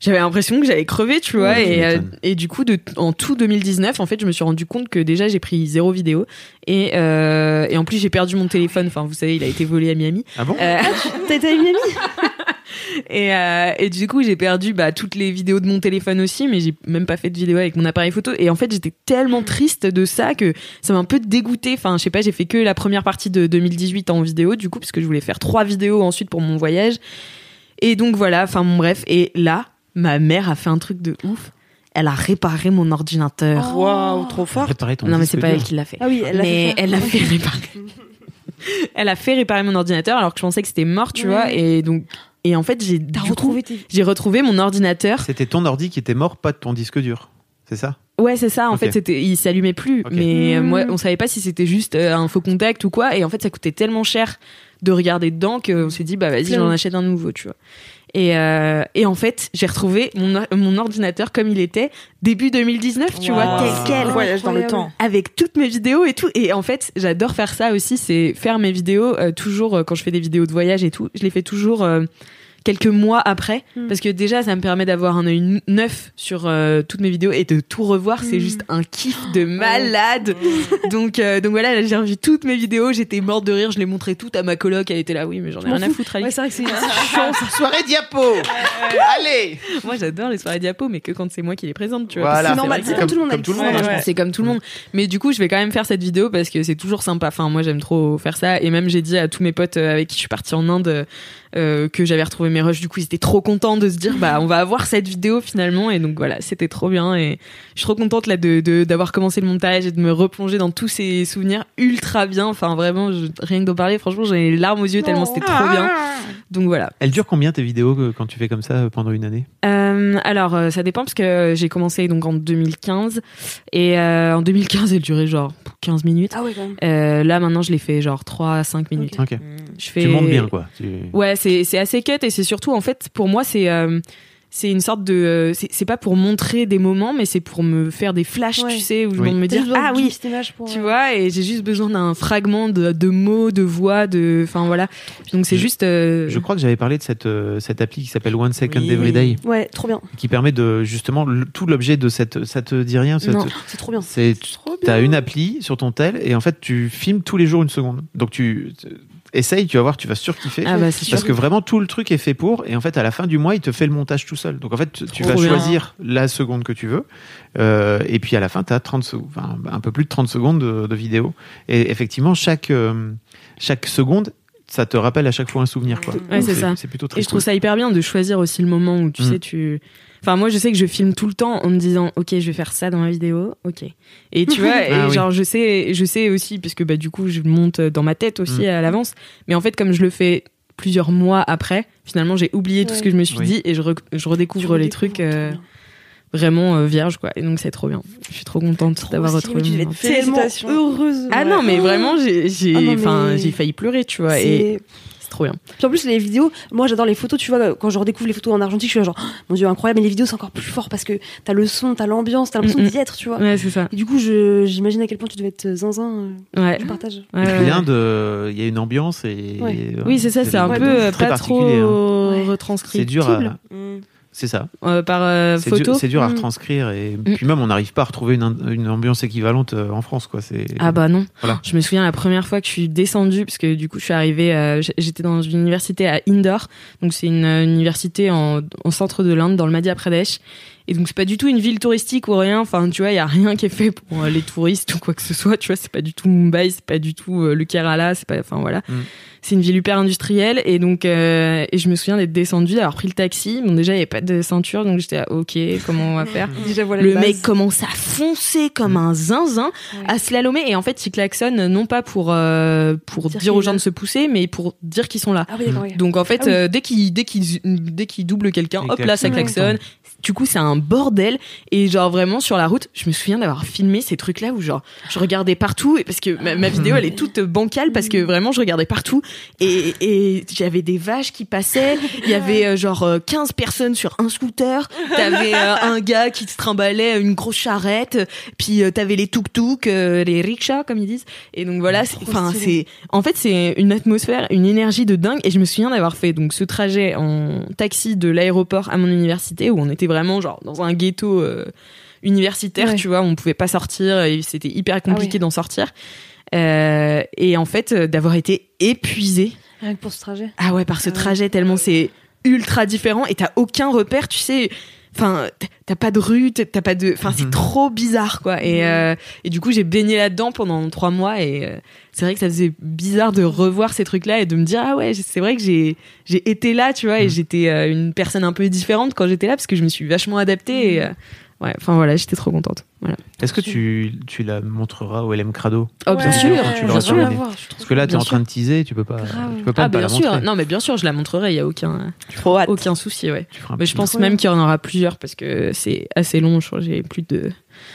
j'avais l'impression que j'allais crever, tu vois.
Ouais, tu
et, euh,
m'étonnes.
et du coup, de, en tout 2019, en fait, je me suis rendu compte que déjà, j'ai pris zéro vidéo et, euh, et en plus, j'ai perdu mon téléphone. Enfin, vous savez, il a été volé à Miami.
Ah bon
Euh, T'étais à Miami et, euh, et du coup, j'ai perdu bah, toutes les vidéos de mon téléphone aussi, mais j'ai même pas fait de vidéo avec mon appareil photo. Et en fait, j'étais
Mm.
tellement triste de ça que ça m'a un peu dégoûtée. Enfin, je sais pas, j'ai fait que la première partie de 2018 en vidéo, du coup, parce que je voulais faire trois vidéos ensuite pour mon voyage. Et donc voilà, enfin bon, bref. Et là, ma mère a fait un truc de ouf. Elle a réparé mon ordinateur.
Waouh, trop fort.
Réparer ton
non, mais
disque
c'est pas
dur.
elle qui l'a fait.
Oh. Ah oui, elle l'a
mais
fait faire.
elle l'a fait
Ok.
réparer. (laughs) elle a fait réparer mon ordinateur alors que je pensais que c'était mort, tu
Ouais.
vois. Et donc, et en fait, j'ai du coup,
retrouvé tes-
j'ai retrouvé mon ordinateur.
C'était ton ordi qui était mort, pas ton disque dur. C'est ça
Ouais, c'est ça. En
Ok.
fait, c'était, il s'allumait plus. Mais euh,
Mhm.
moi, on savait pas si c'était juste euh, un faux contact ou quoi. Et en fait, ça coûtait tellement cher de regarder dedans qu'on s'est dit, bah vas-y, j'en
Clairement.
achète un nouveau, tu vois. Et, euh, et en fait, j'ai retrouvé mon, or- mon ordinateur comme il était début 2019, tu
Wow.
vois, tel
C'est
quel.
voyage dans le Incroyable. temps.
Avec toutes mes vidéos et tout. Et en fait, j'adore faire ça aussi, c'est faire mes vidéos euh, toujours euh, quand je fais des vidéos de voyage et tout. Je les fais toujours euh, quelques mois après.
Mm.
Parce que déjà, ça me permet d'avoir un œil n- neuf sur euh, toutes mes vidéos et de tout revoir.
Mm.
C'est juste un
(gasps)
kiff de malade.
Oh.
(laughs) donc, euh, donc voilà, là, j'ai revu toutes mes vidéos. J'étais morte de rire. Je les montrais toutes à ma coloc. Elle était là, oui, mais j'en ai
m'en
rien à
fous.
foutre. Alix.
Ouais, c'est vrai que c'est-
Soirée diapo Allez
Moi, j'adore les soirées diapo, mais que quand c'est moi qui les présente, tu vois.
Voilà,
parce que
c'est normal,
vrai
c'est
que-
comme tout le monde, Comme Alix. tout le monde,
Ouais,
hein,
ouais.
je pense.
C'est comme tout le monde. Mais du coup, je vais quand même faire cette vidéo parce que c'est toujours sympa. Enfin, moi, j'aime trop faire ça. Et même, j'ai dit à tous mes potes euh, avec qui je suis partie en Inde euh, euh, que j'avais retrouvé mes rushs. Du coup, ils étaient trop contents de se dire, bah, on va avoir cette vidéo finalement. Et donc, voilà, c'était trop bien. Et je suis trop contente là de de- d'avoir commencé le montage et de me replonger dans tous ces souvenirs ultra bien. Enfin, vraiment, je- rien que d'en parler, franchement, j'ai les larmes aux yeux tellement c'était trop bien. Donc voilà.
Elles durent combien tes vidéos euh, quand tu fais comme ça euh, pendant une année
Euh, alors, euh, ça dépend parce que j'ai commencé donc en 2015 et euh, en 2015 elle durait genre 15 minutes.
Ah ouais, quand même.
Euh, là maintenant je l'ai fait genre 3 à 5 minutes.
Ok.
Je
Tu montes bien, quoi. Tu-
Ouais, c'est c'est assez cut et c'est surtout en fait pour moi c'est euh, c'est une sorte de euh, c'est c'est pas pour montrer des moments mais c'est pour me faire des flashs tu sais où je
Oui.
vais me
T'as
dire
juste besoin
ah
d'une
oui
petite image pour,
tu
euh,
vois et j'ai juste besoin d'un fragment de, de mots de voix de enfin voilà donc c'est juste euh,
Je crois que j'avais parlé de cette, euh, cette appli qui s'appelle One Second
Oui.
Every Day.
Ouais, trop bien.
Qui permet de justement le- tout l'objet de cette. Ça te dit rien cette-
Non, c'est trop bien.
C'est T'as une appli sur ton tel et en fait tu filmes tous les jours une seconde. Donc tu t- essayes, tu vas voir, tu vas surkiffer.
Ah bah, c'est
parce
sûr.
que vraiment tout le truc est fait pour et en fait à la fin du mois il te fait le montage tout seul. Donc en fait tu tu
Trop
vas
bien.
choisir la seconde que tu veux euh, et puis à la fin tu as 30 sec- enfin, un peu plus de 30 secondes de, de vidéo. Et effectivement chaque, euh, chaque seconde ça te rappelle à chaque fois un souvenir. Quoi.
Ouais,
Donc,
c'est ça.
C'est plutôt très
Et je trouve
cool.
ça hyper bien de choisir aussi le moment où tu
Mm.
sais, tu. Enfin, moi, je sais que je filme tout le temps en me disant, ok, je vais faire ça dans ma vidéo, ok.
(laughs)
Et tu vois, et
Ah oui.
genre, je sais, je sais aussi, parce que bah, du coup, je monte dans ma tête aussi
Mm.
à l'avance. Mais en fait, comme je le fais plusieurs mois après, finalement, j'ai oublié tout
Ouais.
ce que je me suis
Oui.
dit et je, re- je redécouvre les trucs euh, vraiment euh, vierges, quoi. Et donc, c'est trop bien. Je suis trop contente d'avoir
stylé,
retrouvé.
mais tu
mon
devais être
enfant.
tellement Félicitations. heureuse,
Ah
ouais.
non, mais
Oh.
vraiment, j'ai j'ai-
Ah non, mais-
enfin, j'ai failli pleurer, tu vois. Et c'est trop bien.
Puis en plus, les vidéos, moi j'adore les photos, tu vois, quand je redécouvre les photos en argentique, je suis là genre, Oh, mon dieu, incroyable, mais les vidéos c'est encore plus fort parce que t'as le son, t'as l'ambiance, t'as l'impression
Mm, mm.
d'y être, tu vois.
Ouais, c'est ça.
Et du coup, je- j'imagine à quel point tu devais être zinzin. euh,
Ouais.
Je partage.
Et puis l'Inde, euh, il y a une ambiance et.
Ouais.
euh,
Oui, c'est ça, c'est un peu euh,
très
pas trop
particulier, hein.
retranscrit.
C'est dur à- C'est ça.
Euh, par euh,
C'est dur-
photo.
C'est dur à
Mm.
retranscrire et
Mm.
puis même on n'arrive pas à retrouver une, une ambiance équivalente euh, en France quoi. C'est
Ah bah non.
Voilà.
Je me souviens la première fois que je suis descendue, parce que du coup je suis arrivée, euh, j- j'étais dans une université à Indore, donc c'est une, euh, université en, en centre de l'Inde, dans le Madhya Pradesh, et donc c'est pas du tout une ville touristique ou rien, enfin tu vois, il y a rien qui est fait pour euh, les touristes ou quoi que ce soit, tu vois, c'est pas du tout Mumbai, c'est pas du tout euh, le Kerala, c'est pas, enfin voilà.
Mm.
C'est une ville hyper industrielle, et donc euh, et je me souviens d'être descendue, d'avoir pris le taxi, bon déjà il y avait pas de ceinture, donc j'étais là, ok, comment on va faire
Déjà, voilà
Mm. Le
les bases.
mec commence à foncer comme un zinzin, à slalomer. Et en fait, il klaxonne non pas pour, euh, pour dire, aux gens de se pousser, mais pour dire qu'ils sont là.
oui, d'accord, oui.
Donc en fait,
Ah oui.
euh, dès qu'il dès qu'il- dès qu'il double quelqu'un,
Il
hop là, ça
klaxonne.
klaxonne. Du coup, c'est un bordel. Et genre vraiment sur la route, je me souviens d'avoir filmé ces trucs-là où genre je regardais partout et parce que ma, ma vidéo elle est toute bancale parce que vraiment je regardais partout et, et j'avais des vaches qui passaient. Il y avait euh, genre euh, 15 personnes sur un scooter. T'avais euh, un gars qui se trimbalait une grosse charrette. Puis euh, t'avais les tuk-tuk, euh, les rickshaws comme ils disent. Et donc voilà, c'est- enfin
stylé.
c'est en fait, c'est une atmosphère, une énergie de dingue. Et je me souviens d'avoir fait donc ce trajet en taxi de l'aéroport à mon université où on était vraiment genre dans un ghetto euh, universitaire, tu vois, on pouvait pas sortir et c'était hyper compliqué d'en sortir. Euh, et en fait, euh, d'avoir été épuisée.
Rien que pour ce trajet.
Ah ouais, par ce trajet tellement c'est ultra différent et t'as aucun repère, tu sais. Enfin, t'as- t'as pas de rue, t'as t'as pas de. Enfin, c'est trop bizarre, quoi. Et, euh, et du coup, j'ai baigné là-dedans pendant trois mois et euh, c'est vrai que ça faisait bizarre de revoir ces trucs-là et de me dire, ah ouais, c'est vrai que j'ai j'ai été là, tu vois, et j'étais euh, une personne un peu différente quand j'étais là parce que je me suis vachement adaptée et. euh, ouais, enfin voilà, j'étais trop contente. Voilà.
Est-ce que tu, tu la montreras au LM Crado
Oh, bien sûr,
quand tu
bien
l'auras
sûr.
terminé.
Je la vois, je trouve
Parce que là tu es
bien
en train
sûr.
de teaser, tu peux pas tu peux pas,
ah,
ne pas
bien
la
sûr.
montrer.
Non, mais bien sûr, je la montrerai. Il y a aucun, aucun souci, ouais. Mais Bah, je pense
Trop bien.
même qu'il y en aura plusieurs parce que c'est assez long. Je crois que j'ai plus de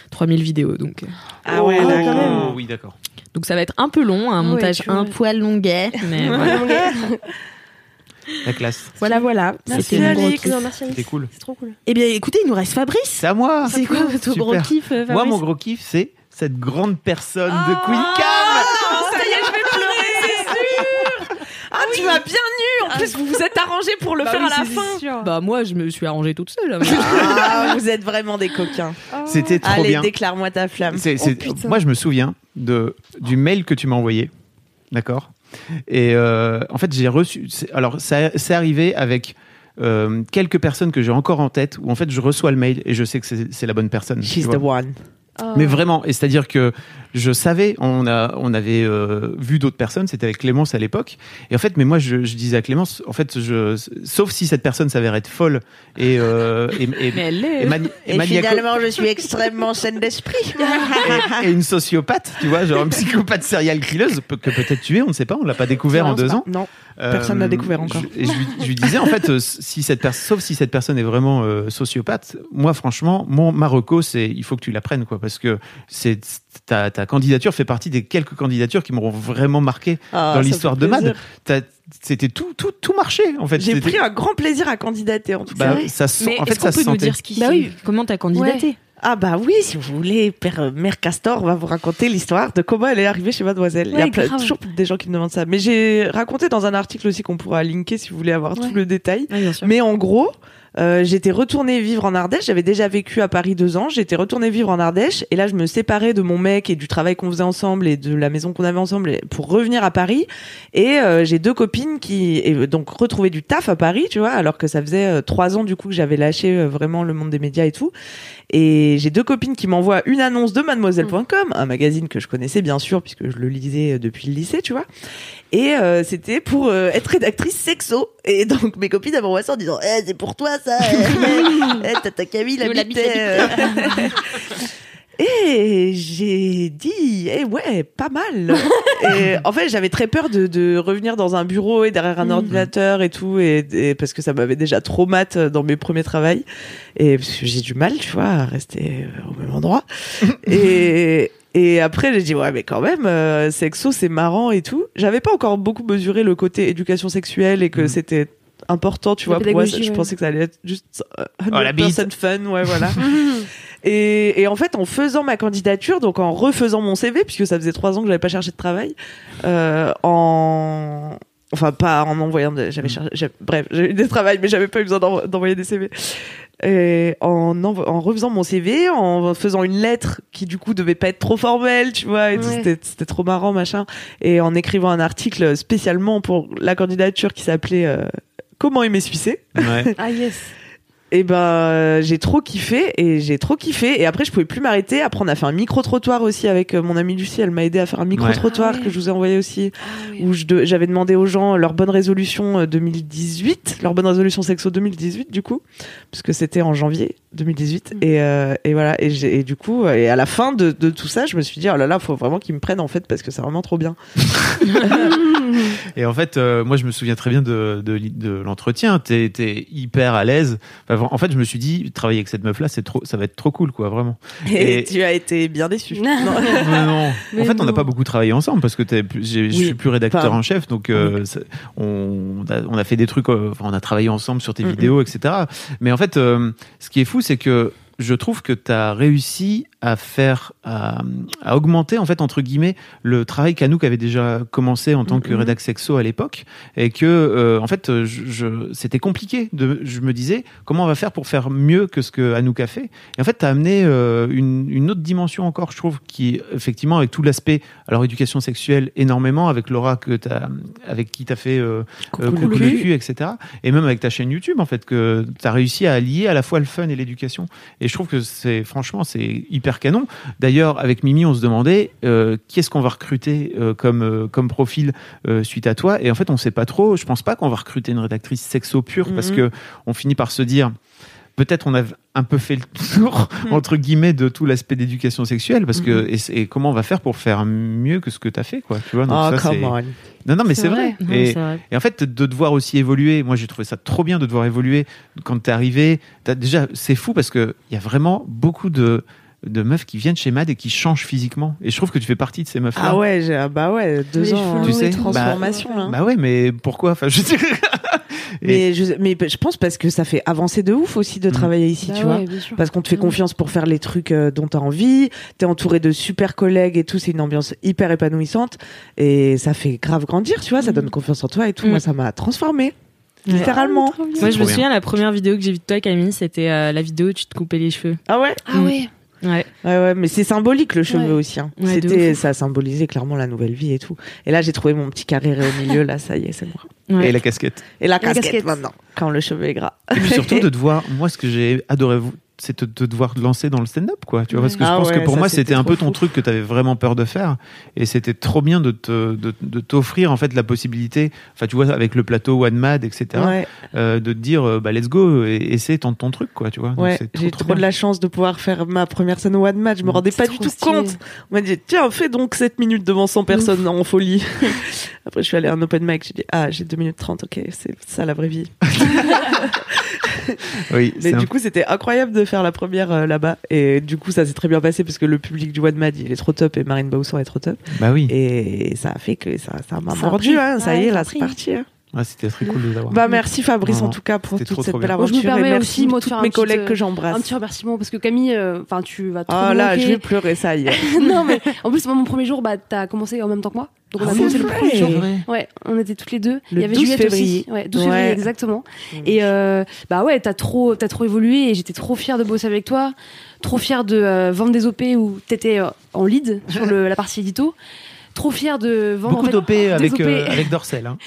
3000 vidéos, donc. euh,
Ah ouais, là, quand même.
Oh, oui, d'accord.
Donc ça va être un peu long, un
Ouais,
montage
tu vois.
un poil longuet, mais voilà.
La classe.
Voilà, voilà.
Merci
C'était mon gros
Alex.
kiff.
Non, merci Alex.
C'était cool.
C'est trop cool.
Eh bien, écoutez, il nous reste Fabrice. C'est
à moi.
C'est quoi votre
Super.
gros kiff, euh, Fabrice
Moi mon gros kiff c'est cette grande personne
Ah.
de
Ah,
Quick
ça y est, je
(laughs)
vais pleurer, c'est sûr Ah, tu m'as bien nu En plus, vous vous êtes arrangé pour le
Bah
faire
oui,
à la
c'est
fin
Bah moi, je me suis arrangée toute seule. hein, mais-
Ah, vous êtes vraiment des coquins.
C'était trop
Allez,
bien.
déclare-moi ta flamme.
C'est- c'est-
Oh,
moi, je me souviens de, du mail que tu m'as envoyé. D'accord Et euh, en fait, j'ai reçu. c'est- Alors, ça- c'est arrivé avec. euh, quelques personnes que j'ai encore en tête où en fait je reçois le mail et je sais que c'est c'est la bonne personne. tu
She's
vois.
the one. Oh.
Mais vraiment, et c'est-à-dire que je savais, on, a, on avait euh, vu d'autres personnes, c'était avec Clémence à l'époque, et en fait, mais moi je, je disais à Clémence, en fait, je, sauf si cette personne s'avère être folle et, euh, et, et,
Mais elle l'est.
et mani- et
Et
maniaco-
finalement, je suis extrêmement saine d'esprit.
et une sociopathe, tu vois, genre un psychopathe serial killeuse peut- que peut-être tu es, on ne sait pas, on l'a pas découvert
Non,
en
c'est
deux
pas-
ans.
non, personne l'a découvert encore.
Euh, je- et je, lui, je lui disais en fait, euh, si cette pers- sauf si cette personne est vraiment euh, sociopathe, moi franchement, mon Marocco, c'est il faut que tu la prennes quoi, parce que c'est ta, ta candidature fait partie des quelques candidatures qui m'auront vraiment marqué
Ah,
dans
ça
l'histoire
fait
de Mad.
plaisir.
T'as- c'était tout, tout, tout marchait en fait.
J'ai
C'était-
pris un grand plaisir à candidater en tout
Bah,
cas.
ça se sent- Mais en fait, est-ce qu'on ça se peut nous sentait. dire ce qui-
comment t'as candidaté
Ah bah oui, si vous voulez, Père euh, Mère Castor va vous raconter l'histoire de comment elle est arrivée chez Mademoiselle. Il y a
Ouais,
plein-
grave.
toujours des gens qui me demandent ça. Mais j'ai raconté dans un article aussi qu'on pourra linker si vous voulez avoir tout le détail. Mais en gros, euh, j'étais retournée vivre en Ardèche. J'avais déjà vécu à Paris deux ans. J'étais retournée vivre en Ardèche. Et là, je me séparais de mon mec et du travail qu'on faisait ensemble et de la maison qu'on avait ensemble et- pour revenir à Paris. Et euh, j'ai deux copines qui, et, euh, donc, retrouvaient du taf à Paris, tu vois, alors que ça faisait euh, trois ans du coup que j'avais lâché euh, vraiment le monde des médias et tout. Et j'ai deux copines qui m'envoient une annonce de mademoiselle.com, un magazine que je connaissais bien sûr puisque je le lisais euh, depuis le lycée, tu vois. Et euh, c'était pour euh, être rédactrice sexo. Et donc mes copines elles m'envoient ça en disant Eh, c'est pour toi ça eh, eh, eh, Tata Camille
Nous, la bite
habitait, euh. (laughs) Et j'ai dit, eh ouais, pas mal. et en fait, j'avais très peur de, de revenir dans un bureau et derrière
Mm.
un ordinateur et tout, et, et parce que ça m'avait déjà trop mat euh, dans mes premiers travails. Et parce que j'ai du mal, tu vois, à rester euh, au même endroit.
(laughs)
et, et après, j'ai dit, ouais, mais quand même, euh, sexo, c'est marrant et tout. J'avais pas encore beaucoup mesuré le côté éducation sexuelle et que c'était important, tu
Mm. La
vois, pour moi, ça-
pédagogie,
je
ouais.
pensais que ça allait être juste euh,
Oh, la bite.
100% fun, ouais, voilà. Et, et en fait, en faisant ma candidature, donc en refaisant mon CV, puisque ça faisait trois ans que j'avais pas cherché de travail, euh, en enfin pas en envoyant, de-
Mm.
j'avais cherché, j'ai- bref, j'ai eu des travails, mais j'avais pas eu besoin d'en- d'envoyer des CV. Et en, envo- en refaisant mon CV, en faisant une lettre qui du coup devait pas être trop formelle, tu vois, et tout,
Ouais.
c'était- c'était trop marrant machin, et en écrivant un article spécialement pour la candidature qui s'appelait euh, Comment aimer Suissé.
Ouais.
Ah yes.
Et ben euh, j'ai trop kiffé et j'ai trop kiffé et après je pouvais plus m'arrêter. Après on a fait un micro trottoir aussi avec euh, mon amie Lucie. Elle m'a aidé à faire un micro trottoir
Ah
que je vous ai envoyé aussi
Ah
où je de- j'avais demandé aux gens leur bonne résolution euh, 2018, leur bonne résolution sexo 2018 du coup parce que c'était en janvier 2018
Mm.
et, euh, et voilà et, j'ai- et du coup et à la fin de, de tout ça je me suis dit oh là là faut vraiment qu'ils me prennent en fait parce que c'est vraiment trop bien.
Et en fait, euh, moi, je me souviens très bien de, de, l'i- de l'entretien. T'es t'es hyper à l'aise. Enfin, en fait, je me suis dit, travailler avec cette meuf-là, c'est trop, ça va être trop cool, quoi, vraiment.
Et,
Et-
(laughs)
Euh,
tu as été
(laughs)
bien déçu.
Mais non. en fait, on n'a pas beaucoup travaillé ensemble parce que t'es plus- j'ai- je
Oui,
suis plus rédacteur
enfin,
en chef, donc euh, ça- on, a, on a fait des trucs, euh, enfin, on a travaillé ensemble sur tes vidéos, etc. Mais en fait, euh, ce qui est fou, c'est que je trouve que tu as réussi à faire, à, à augmenter, en fait, entre guillemets, le travail qu'Anouk avait déjà commencé en tant que rédac sexo à l'époque et que, euh, en fait, je, je- c'était compliqué. De, je me disais, comment on va faire pour faire mieux que ce que Anouk a fait Et en fait, tu as amené euh, une, une autre dimension encore, je trouve, qui, effectivement, avec tout l'aspect, alors éducation sexuelle énormément, avec Laura que t'as- avec qui tu as fait euh, euh,
Coucou le
Coucou le
cul.
cul, etc. Et même avec ta chaîne YouTube, en fait, que tu as réussi à allier à la fois le fun et l'éducation. Et je trouve que c'est, franchement, c'est hyper canon. D'ailleurs, avec Mimi, on se demandait euh, qui est-ce qu'on va recruter euh, comme, euh, comme profil euh, suite à toi. Et en fait, on sait pas trop. Je pense pas qu'on va recruter une rédactrice sexo pure parce
Mhm.
que on finit par se dire. Peut-être on a un peu fait le tour
Mhm.
entre guillemets de tout l'aspect d'éducation sexuelle parce que et, c'est- et comment on va faire pour faire mieux que ce que tu as fait quoi tu vois donc
Oh,
Ah, ça, c'est-
come on.
non non mais
C'est
c'est vrai,
vrai. Non,
Et,
c'est vrai.
et en fait, de devoir aussi évoluer, moi j'ai trouvé ça trop bien de devoir évoluer quand t'es arrivé. T'as, déjà, c'est fou parce qu'il y a vraiment beaucoup de, de meufs qui viennent chez MAD et qui changent physiquement. Et je trouve que tu fais partie de ces meufs-là.
Ah ouais, j'ai- ah bah ouais, deux
Les
ans,
cheveux longs et
hein,
tout.
transformation. hein.
Bah ouais, mais pourquoi enfin, je... veux dire-
Mais, je, mais je pense parce que ça fait avancer de ouf aussi de travailler ici,
Bah
tu
ouais,
vois.
bien sûr.
Parce qu'on te fait
Mm.
confiance pour faire les trucs euh, dont t'as envie, t'es entouré de super collègues et tout, c'est une ambiance hyper épanouissante et ça fait grave grandir, tu vois, ça donne confiance en toi et tout.
Mm.
Moi, ça m'a transformé, littéralement.
Moi, je me souviens, la première vidéo que j'ai vue de toi, Camille, c'était euh, la vidéo où tu te coupais les cheveux.
Ah ouais
Ah ouais Ouais.
Ouais, ouais, mais c'est symbolique le cheveu
Ouais.
aussi. hein.
Ouais, de
C'était,
ouf.
ça symbolisait clairement la nouvelle vie et tout. Et là, j'ai trouvé mon petit carré au milieu, là, ça y est, c'est moi.
Et la casquette.
Et la
La
casquette,
casquette.
maintenant, quand le cheveu est gras.
Et puis surtout
(laughs)
de devoir, moi ce que j'ai adoré, vous- c'est de, de devoir te lancer dans le stand-up, quoi. Tu vois, parce que
Ah
je pense
ouais,
que pour
ça,
moi
c'était
c'était un peu
trop
ton
fou.
truc que t'avais vraiment peur de faire, et c'était trop bien de te- de- de t'offrir en fait la possibilité, enfin tu vois avec le plateau One Mad, etc.
Ouais.
euh, de te dire euh, bah let's go, et essaie tente ton truc, quoi. Tu vois. Donc,
Ouais,
c'est
j'ai trop, de
bien.
la chance de pouvoir faire ma première scène au One Match. Je me rendais pas du tout compte. On m'a dit, tiens, fais donc 7 minutes devant 100 personnes en folie. Après, je suis allée à un open mic. J'ai dit, ah, j'ai 2 minutes 30. Ok, c'est ça la vraie vie.
Oui,
Mais
c'est
du
un-
coup, c'était incroyable de faire la première euh, là-bas. Et du coup, ça s'est très bien passé parce que le public du One Match, il est trop top et Marine Baussan est trop top.
Bah oui.
Et ça a fait que ça, ça m'a
Ça a
mordu.
pris.
hein. ça y
Ouais,
est,
ça
là,
a
c'est
pris.
parti. hein.
Ouais, c'était très cool de les avoir.
Bah merci Fabrice
Vraiment.
en tout cas pour
C'était
toute
trop,
cette
trop
belle
bien.
Moi, je
aventure
me
et
permets
merci
aussi, moi, de
toutes
faire un
mes
petit,
collègues
euh,
que j'embrasse.
Un petit remerciement parce que Camille, euh, enfin, tu vas trop
Ah
me
là,
manquer.
je
(laughs)
vais pleurer ça hier.
non mais en plus moi mon premier jour bah t'as commencé en même temps que moi donc on
Ah,
a
c'est
commencé le
vrai.
premier jour
C'est vrai.
ouais on était toutes les deux
Le
il y avait
12
Juliette
février.
aussi ouais 12
Ouais.
février exactement et euh, bah ouais t'as trop t'as trop évolué et j'étais trop fière de bosser avec toi trop fière de euh, vendre des op où t'étais euh, en lead sur le- la partie édito trop fière de vendre en
Beaucoup
fait,
d'OP
des
avec,
OP.
euh, avec Dorsel. hein.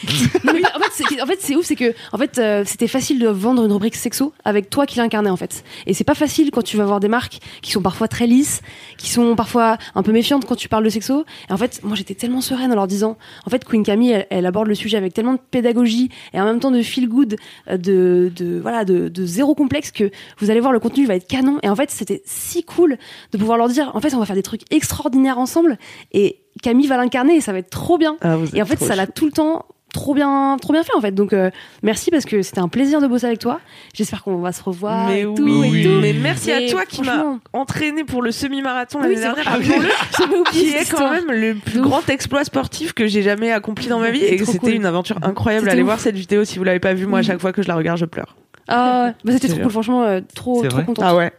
Non, mais en fait, c'est- en fait, c'est ouf, c'est que en fait, euh, c'était facile de vendre une rubrique sexo avec toi qui l'incarnais en fait. Et c'est pas facile quand tu vas voir des marques qui sont parfois très lisses, qui sont parfois un peu méfiantes quand tu parles de sexo. Et en fait, moi, j'étais tellement sereine en leur disant, en fait, Queen Camille, elle, elle aborde le sujet avec tellement de pédagogie et en même temps de feel good, euh, de, de voilà, de, de zéro complexe que vous allez voir le contenu va être canon. Et en fait, c'était si cool de pouvoir leur dire, en fait, on va faire des trucs extraordinaires ensemble et Camille va l'incarner et ça va être trop bien.
Ah, vous êtes
et en fait,
trop
ça l'a
chou.
tout le temps trop bien trop bien fait en fait donc euh, merci parce que c'était un plaisir de bosser avec toi j'espère qu'on va se revoir
Mais
et tout,
oui,
et tout.
mais merci à
Et
toi qui m'a Ah,
franchement,
entraîné pour le semi-marathon
Oui,
l'année
c'est
dernière,
vrai.
rappelons-le,
(laughs) J'avais oublié
qui est
cette
quand
histoire.
même le plus grand exploit sportif que j'ai jamais accompli dans ma vie
C'est
et
trop
c'était
cool.
une aventure incroyable.
C'était
Allez
ouf.
voir cette vidéo si vous l'avez pas vue. Moi, à
Oui.
chaque fois que je la regarde, je pleure.
ah bah c'était trop
C'est vrai.
cool franchement euh, trop trop contente
Ah ouais.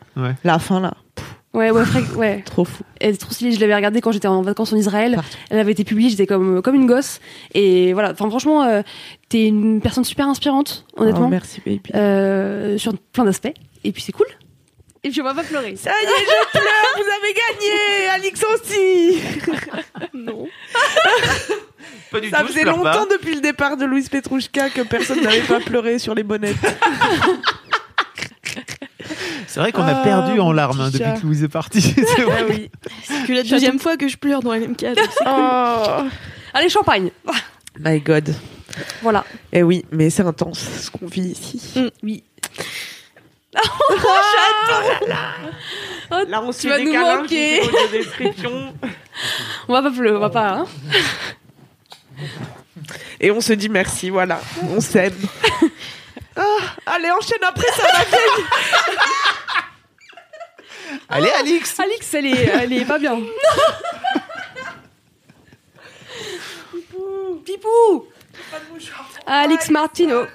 La fin là.
ouais ouais Fred, ouais
trop fou
elle est trop stylée je l'avais regardée quand j'étais en vacances en Israël
Ah.
elle avait été publiée j'étais comme comme une gosse et voilà enfin franchement euh, t'es une personne super inspirante honnêtement
Oh, merci baby.
Euh, sur plein d'aspects et puis c'est cool et puis on va pas pleurer
Ça y est, je pleure. vous avez gagné, Alix aussi.
Pas du
Ça
tout, je
faisait
pleure pas.
longtemps depuis le départ de Louise Petrouchka que personne n'avait pas pleuré sur les bonnettes.
C'est vrai qu'on a
Ah,
perdu en
mon
larmes
petit
hein, depuis
chat.
que Louise est partie. (laughs) C'est vrai.
C'est que la deuxième fois que je pleure dans LMK. donc c'est cool.
Oh. allez champagne
My God.
voilà
Eh oui, mais c'est intense ce qu'on vit ici.
Mm, oui (laughs) Oh,
Oh
Là, on se
tu
fait
vas
des
nous
câlins,
manquer.
je vous fais des
(laughs)
descriptions.
on va pas pleurer on va pas hein.
Et on se dit merci, voilà. On
(laughs)
s'aime. Ah, allez, enchaîne après, ça va vieille.
Allez, Alix
Oh, Alix, elle est, elle est pas bien. Pipou Pipou Alix Martino
En fait,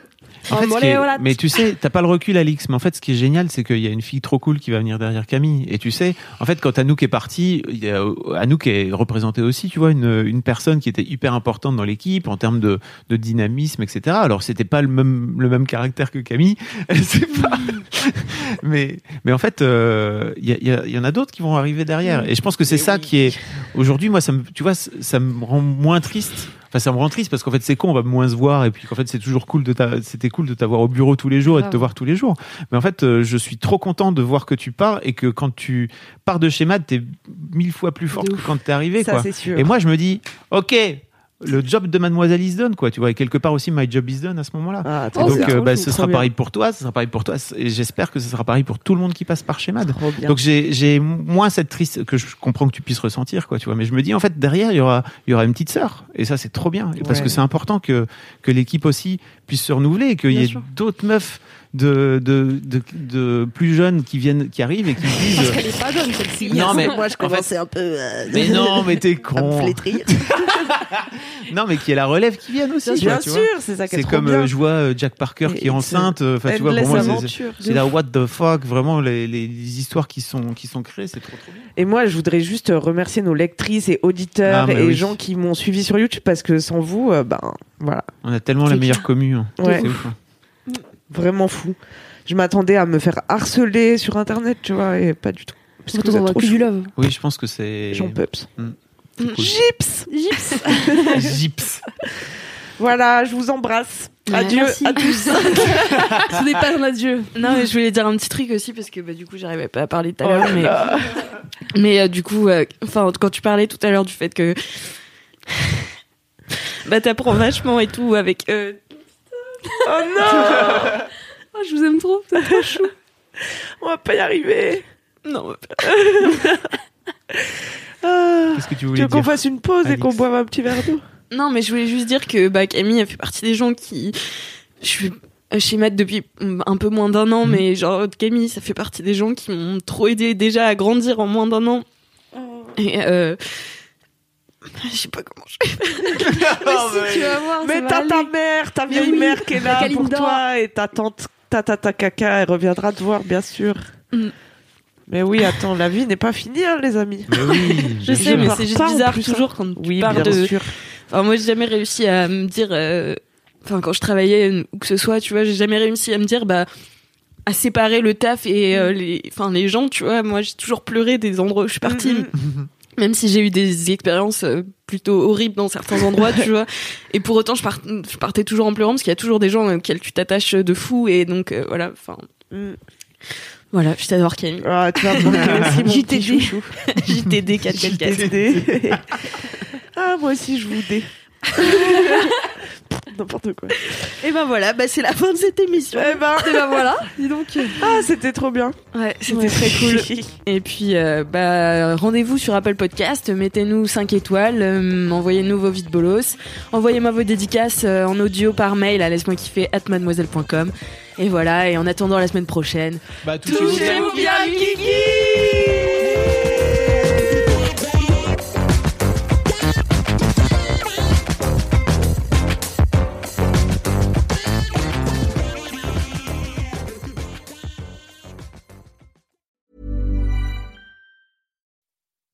ce
Oh,
qui est-
mollet, voilà.
Mais tu sais, t'as pas le recul, Alix. Mais en fait, ce qui est génial, c'est qu'il y a une fille trop cool qui va venir derrière Camille. Et tu sais, en fait, quand Anouk est partie, il y a- euh, Anouk est représentée aussi, tu vois, une, une personne qui était hyper importante dans l'équipe en termes de, de dynamisme, etc. Alors, c'était pas le même, le même caractère que Camille. (laughs) C'est pas. (laughs) mais, mais en fait, euh, il y, a- il y a- il y en a d'autres qui vont arriver derrière. Et je pense que c'est ça qui est. Aujourd'hui, moi, ça me, tu vois, c- ça me rend moins triste. Enfin, ça me rend triste parce qu'en fait, c'est con, on va moins se voir. Et puis qu'en fait, c'est toujours cool de t'a- c'était cool de t'avoir au bureau tous les jours et de te
Grave.
voir tous les jours. Mais en fait, euh, je suis trop content de voir que tu pars et que quand tu pars de chez Matt, t'es mille fois plus forte que quand t'es arrivé.
Ça,
quoi.
c'est sûr.
Et moi, je me dis, OK. Le job de Mademoiselle is done, quoi, tu vois, et quelque part aussi, my job is done à ce moment-là. Et
Ah, trop
donc,
bien.
euh, bah,
Oh, Trop
ce
chou,
sera
trop
pareil
bien.
pour toi, ce sera pareil pour toi, et j'espère que ce sera pareil pour tout le monde qui passe par chez Mad.
Trop bien.
Donc, j'ai j'ai moins cette triste que je comprends que tu puisses ressentir, quoi, tu vois. Mais je me dis, en fait, derrière, il y aura, il y aura une petite sœur. Et ça, c'est trop bien. Et Parce
Ouais.
que c'est important que, que l'équipe aussi puisse se renouveler et qu'il y
Bien
ait
sûr.
d'autres meufs de, de, de, de plus jeunes qui viennent, qui arrivent
(laughs)
et qui se disent.
Parce qu'elle est pas bonne celle-ci.
Non, mais-
moi, je commençais un peu. euh,
(laughs) Mais non, mais
(laughs)
t'es
à me
con.
flétrir.
Non, mais qu'il y ait la relève qui vienne aussi.
Bien
quoi, tu vois.
sûr, c'est ça qui est
C'est
trop
comme
bien.
euh, je vois euh, Jack Parker
Et
qui est enceinte. euh, Enfin, tu vois, pour
Endless
moi, c'est-
aventure.
c'est la what the fuck. Vraiment, les, les- les histoires qui sont qui sont créées, c'est trop trop bien.
Et moi, je voudrais juste euh, remercier nos lectrices et auditeurs
Ah, mais
et
oui.
gens qui m'ont suivi sur YouTube parce que sans vous, euh, ben voilà,
On a tellement la meilleure commu. hein.
Ouais.
C'est ouf, hein.
vraiment fou. Je m'attendais à me faire harceler sur Internet, tu vois, et pas du tout. Parce
On
que vous êtes
t'envoie
trop
que
chou-
du love.
Oui, je pense que c'est.
Jean Peps.
Mm. C'est cool.
Gips
Gips
Gips.
(laughs) Voilà, je vous embrasse. Adieu
merci.
à tous.
Ce n'est pas un adieu.
Non, mais je voulais dire un petit truc aussi parce que bah, du coup, j'arrivais pas à parler tout à
Oh
l'heure.
là
mais
là.
(laughs) mais euh, du coup, euh, enfin, quand tu parlais tout à l'heure du fait que (laughs) bah t'apprends vachement et tout avec. euh,
Oh
(laughs)
non
Oh, je vous aime trop, vous êtes trop chou.
On va pas y arriver.
Non,
Ah.
Qu'est-ce que tu
Tu
voulais
veux qu'on
dire
fasse une pause et
Alix
qu'on boive un petit verre
Ah,
d'eau
non, mais je voulais juste dire que bah Camille elle fait partie des gens qui je suis euh, chez Matt depuis un peu moins d'un
Mhm.
an, mais genre Camille, ça fait partie des gens qui m'ont trop aidé déjà à grandir en moins d'un an. Et euh,
Je sais pas comment je
mais
si, tu vas voir, ça
Mais
va
t'as ta
aller.
mère, ta
Mais
vieille
oui,
mère qui est
la
là pour
Kalindor.
toi et ta tante, ta ta ta caca, elle reviendra te voir, bien sûr.
Mm.
Mais oui, attends, la vie n'est pas finie, hein, les amis.
Eh
(laughs)
je sais, mais c'est juste bizarre toujours
hein.
Mm.
quand tu
Oui,
parles
bien
de.
sûr.
Enfin, moi, j'ai jamais réussi à me dire. euh, Enfin, quand je travaillais euh, ou que ce soit, tu vois, j'ai jamais réussi à me dire, bah, à séparer le taf et
Mm.
euh, les, enfin, les gens, tu vois. Moi, j'ai toujours pleuré des endroits où je suis partie.
Mm,
Même si j'ai eu des expériences euh, plutôt horribles dans certains endroits, (laughs) tu vois. Et pour autant, je, part- je partais toujours en pleurant parce qu'il y a toujours des gens euh, auxquels tu t'attaches de fou. Et donc, euh, voilà, enfin. Voilà, je t'adore, (laughs) Camille.
Mm, Ah,
(laughs)
tu vas me manquer aussi, mon petit chouchou.
JTD 444. (laughs)
JTD. Ah, moi aussi, je vous dé. N'importe quoi.
Et ben voilà, bah c'est la fin de cette émission.
Et ben,
Et ben voilà, (laughs) dis donc.
Ah, c'était trop bien.
Ouais, c'était très (laughs)
(laughs)
cool. Et puis, euh, bah, rendez-vous sur Apple Podcast, mettez-nous 5 étoiles, euh, envoyez-nous vos vides bolos, envoyez-moi vos dédicaces euh, en audio par mail à laisse-moi kiffer at mademoiselle.com. Et voilà, et en attendant la semaine prochaine,
Bah,
touchez-vous bien le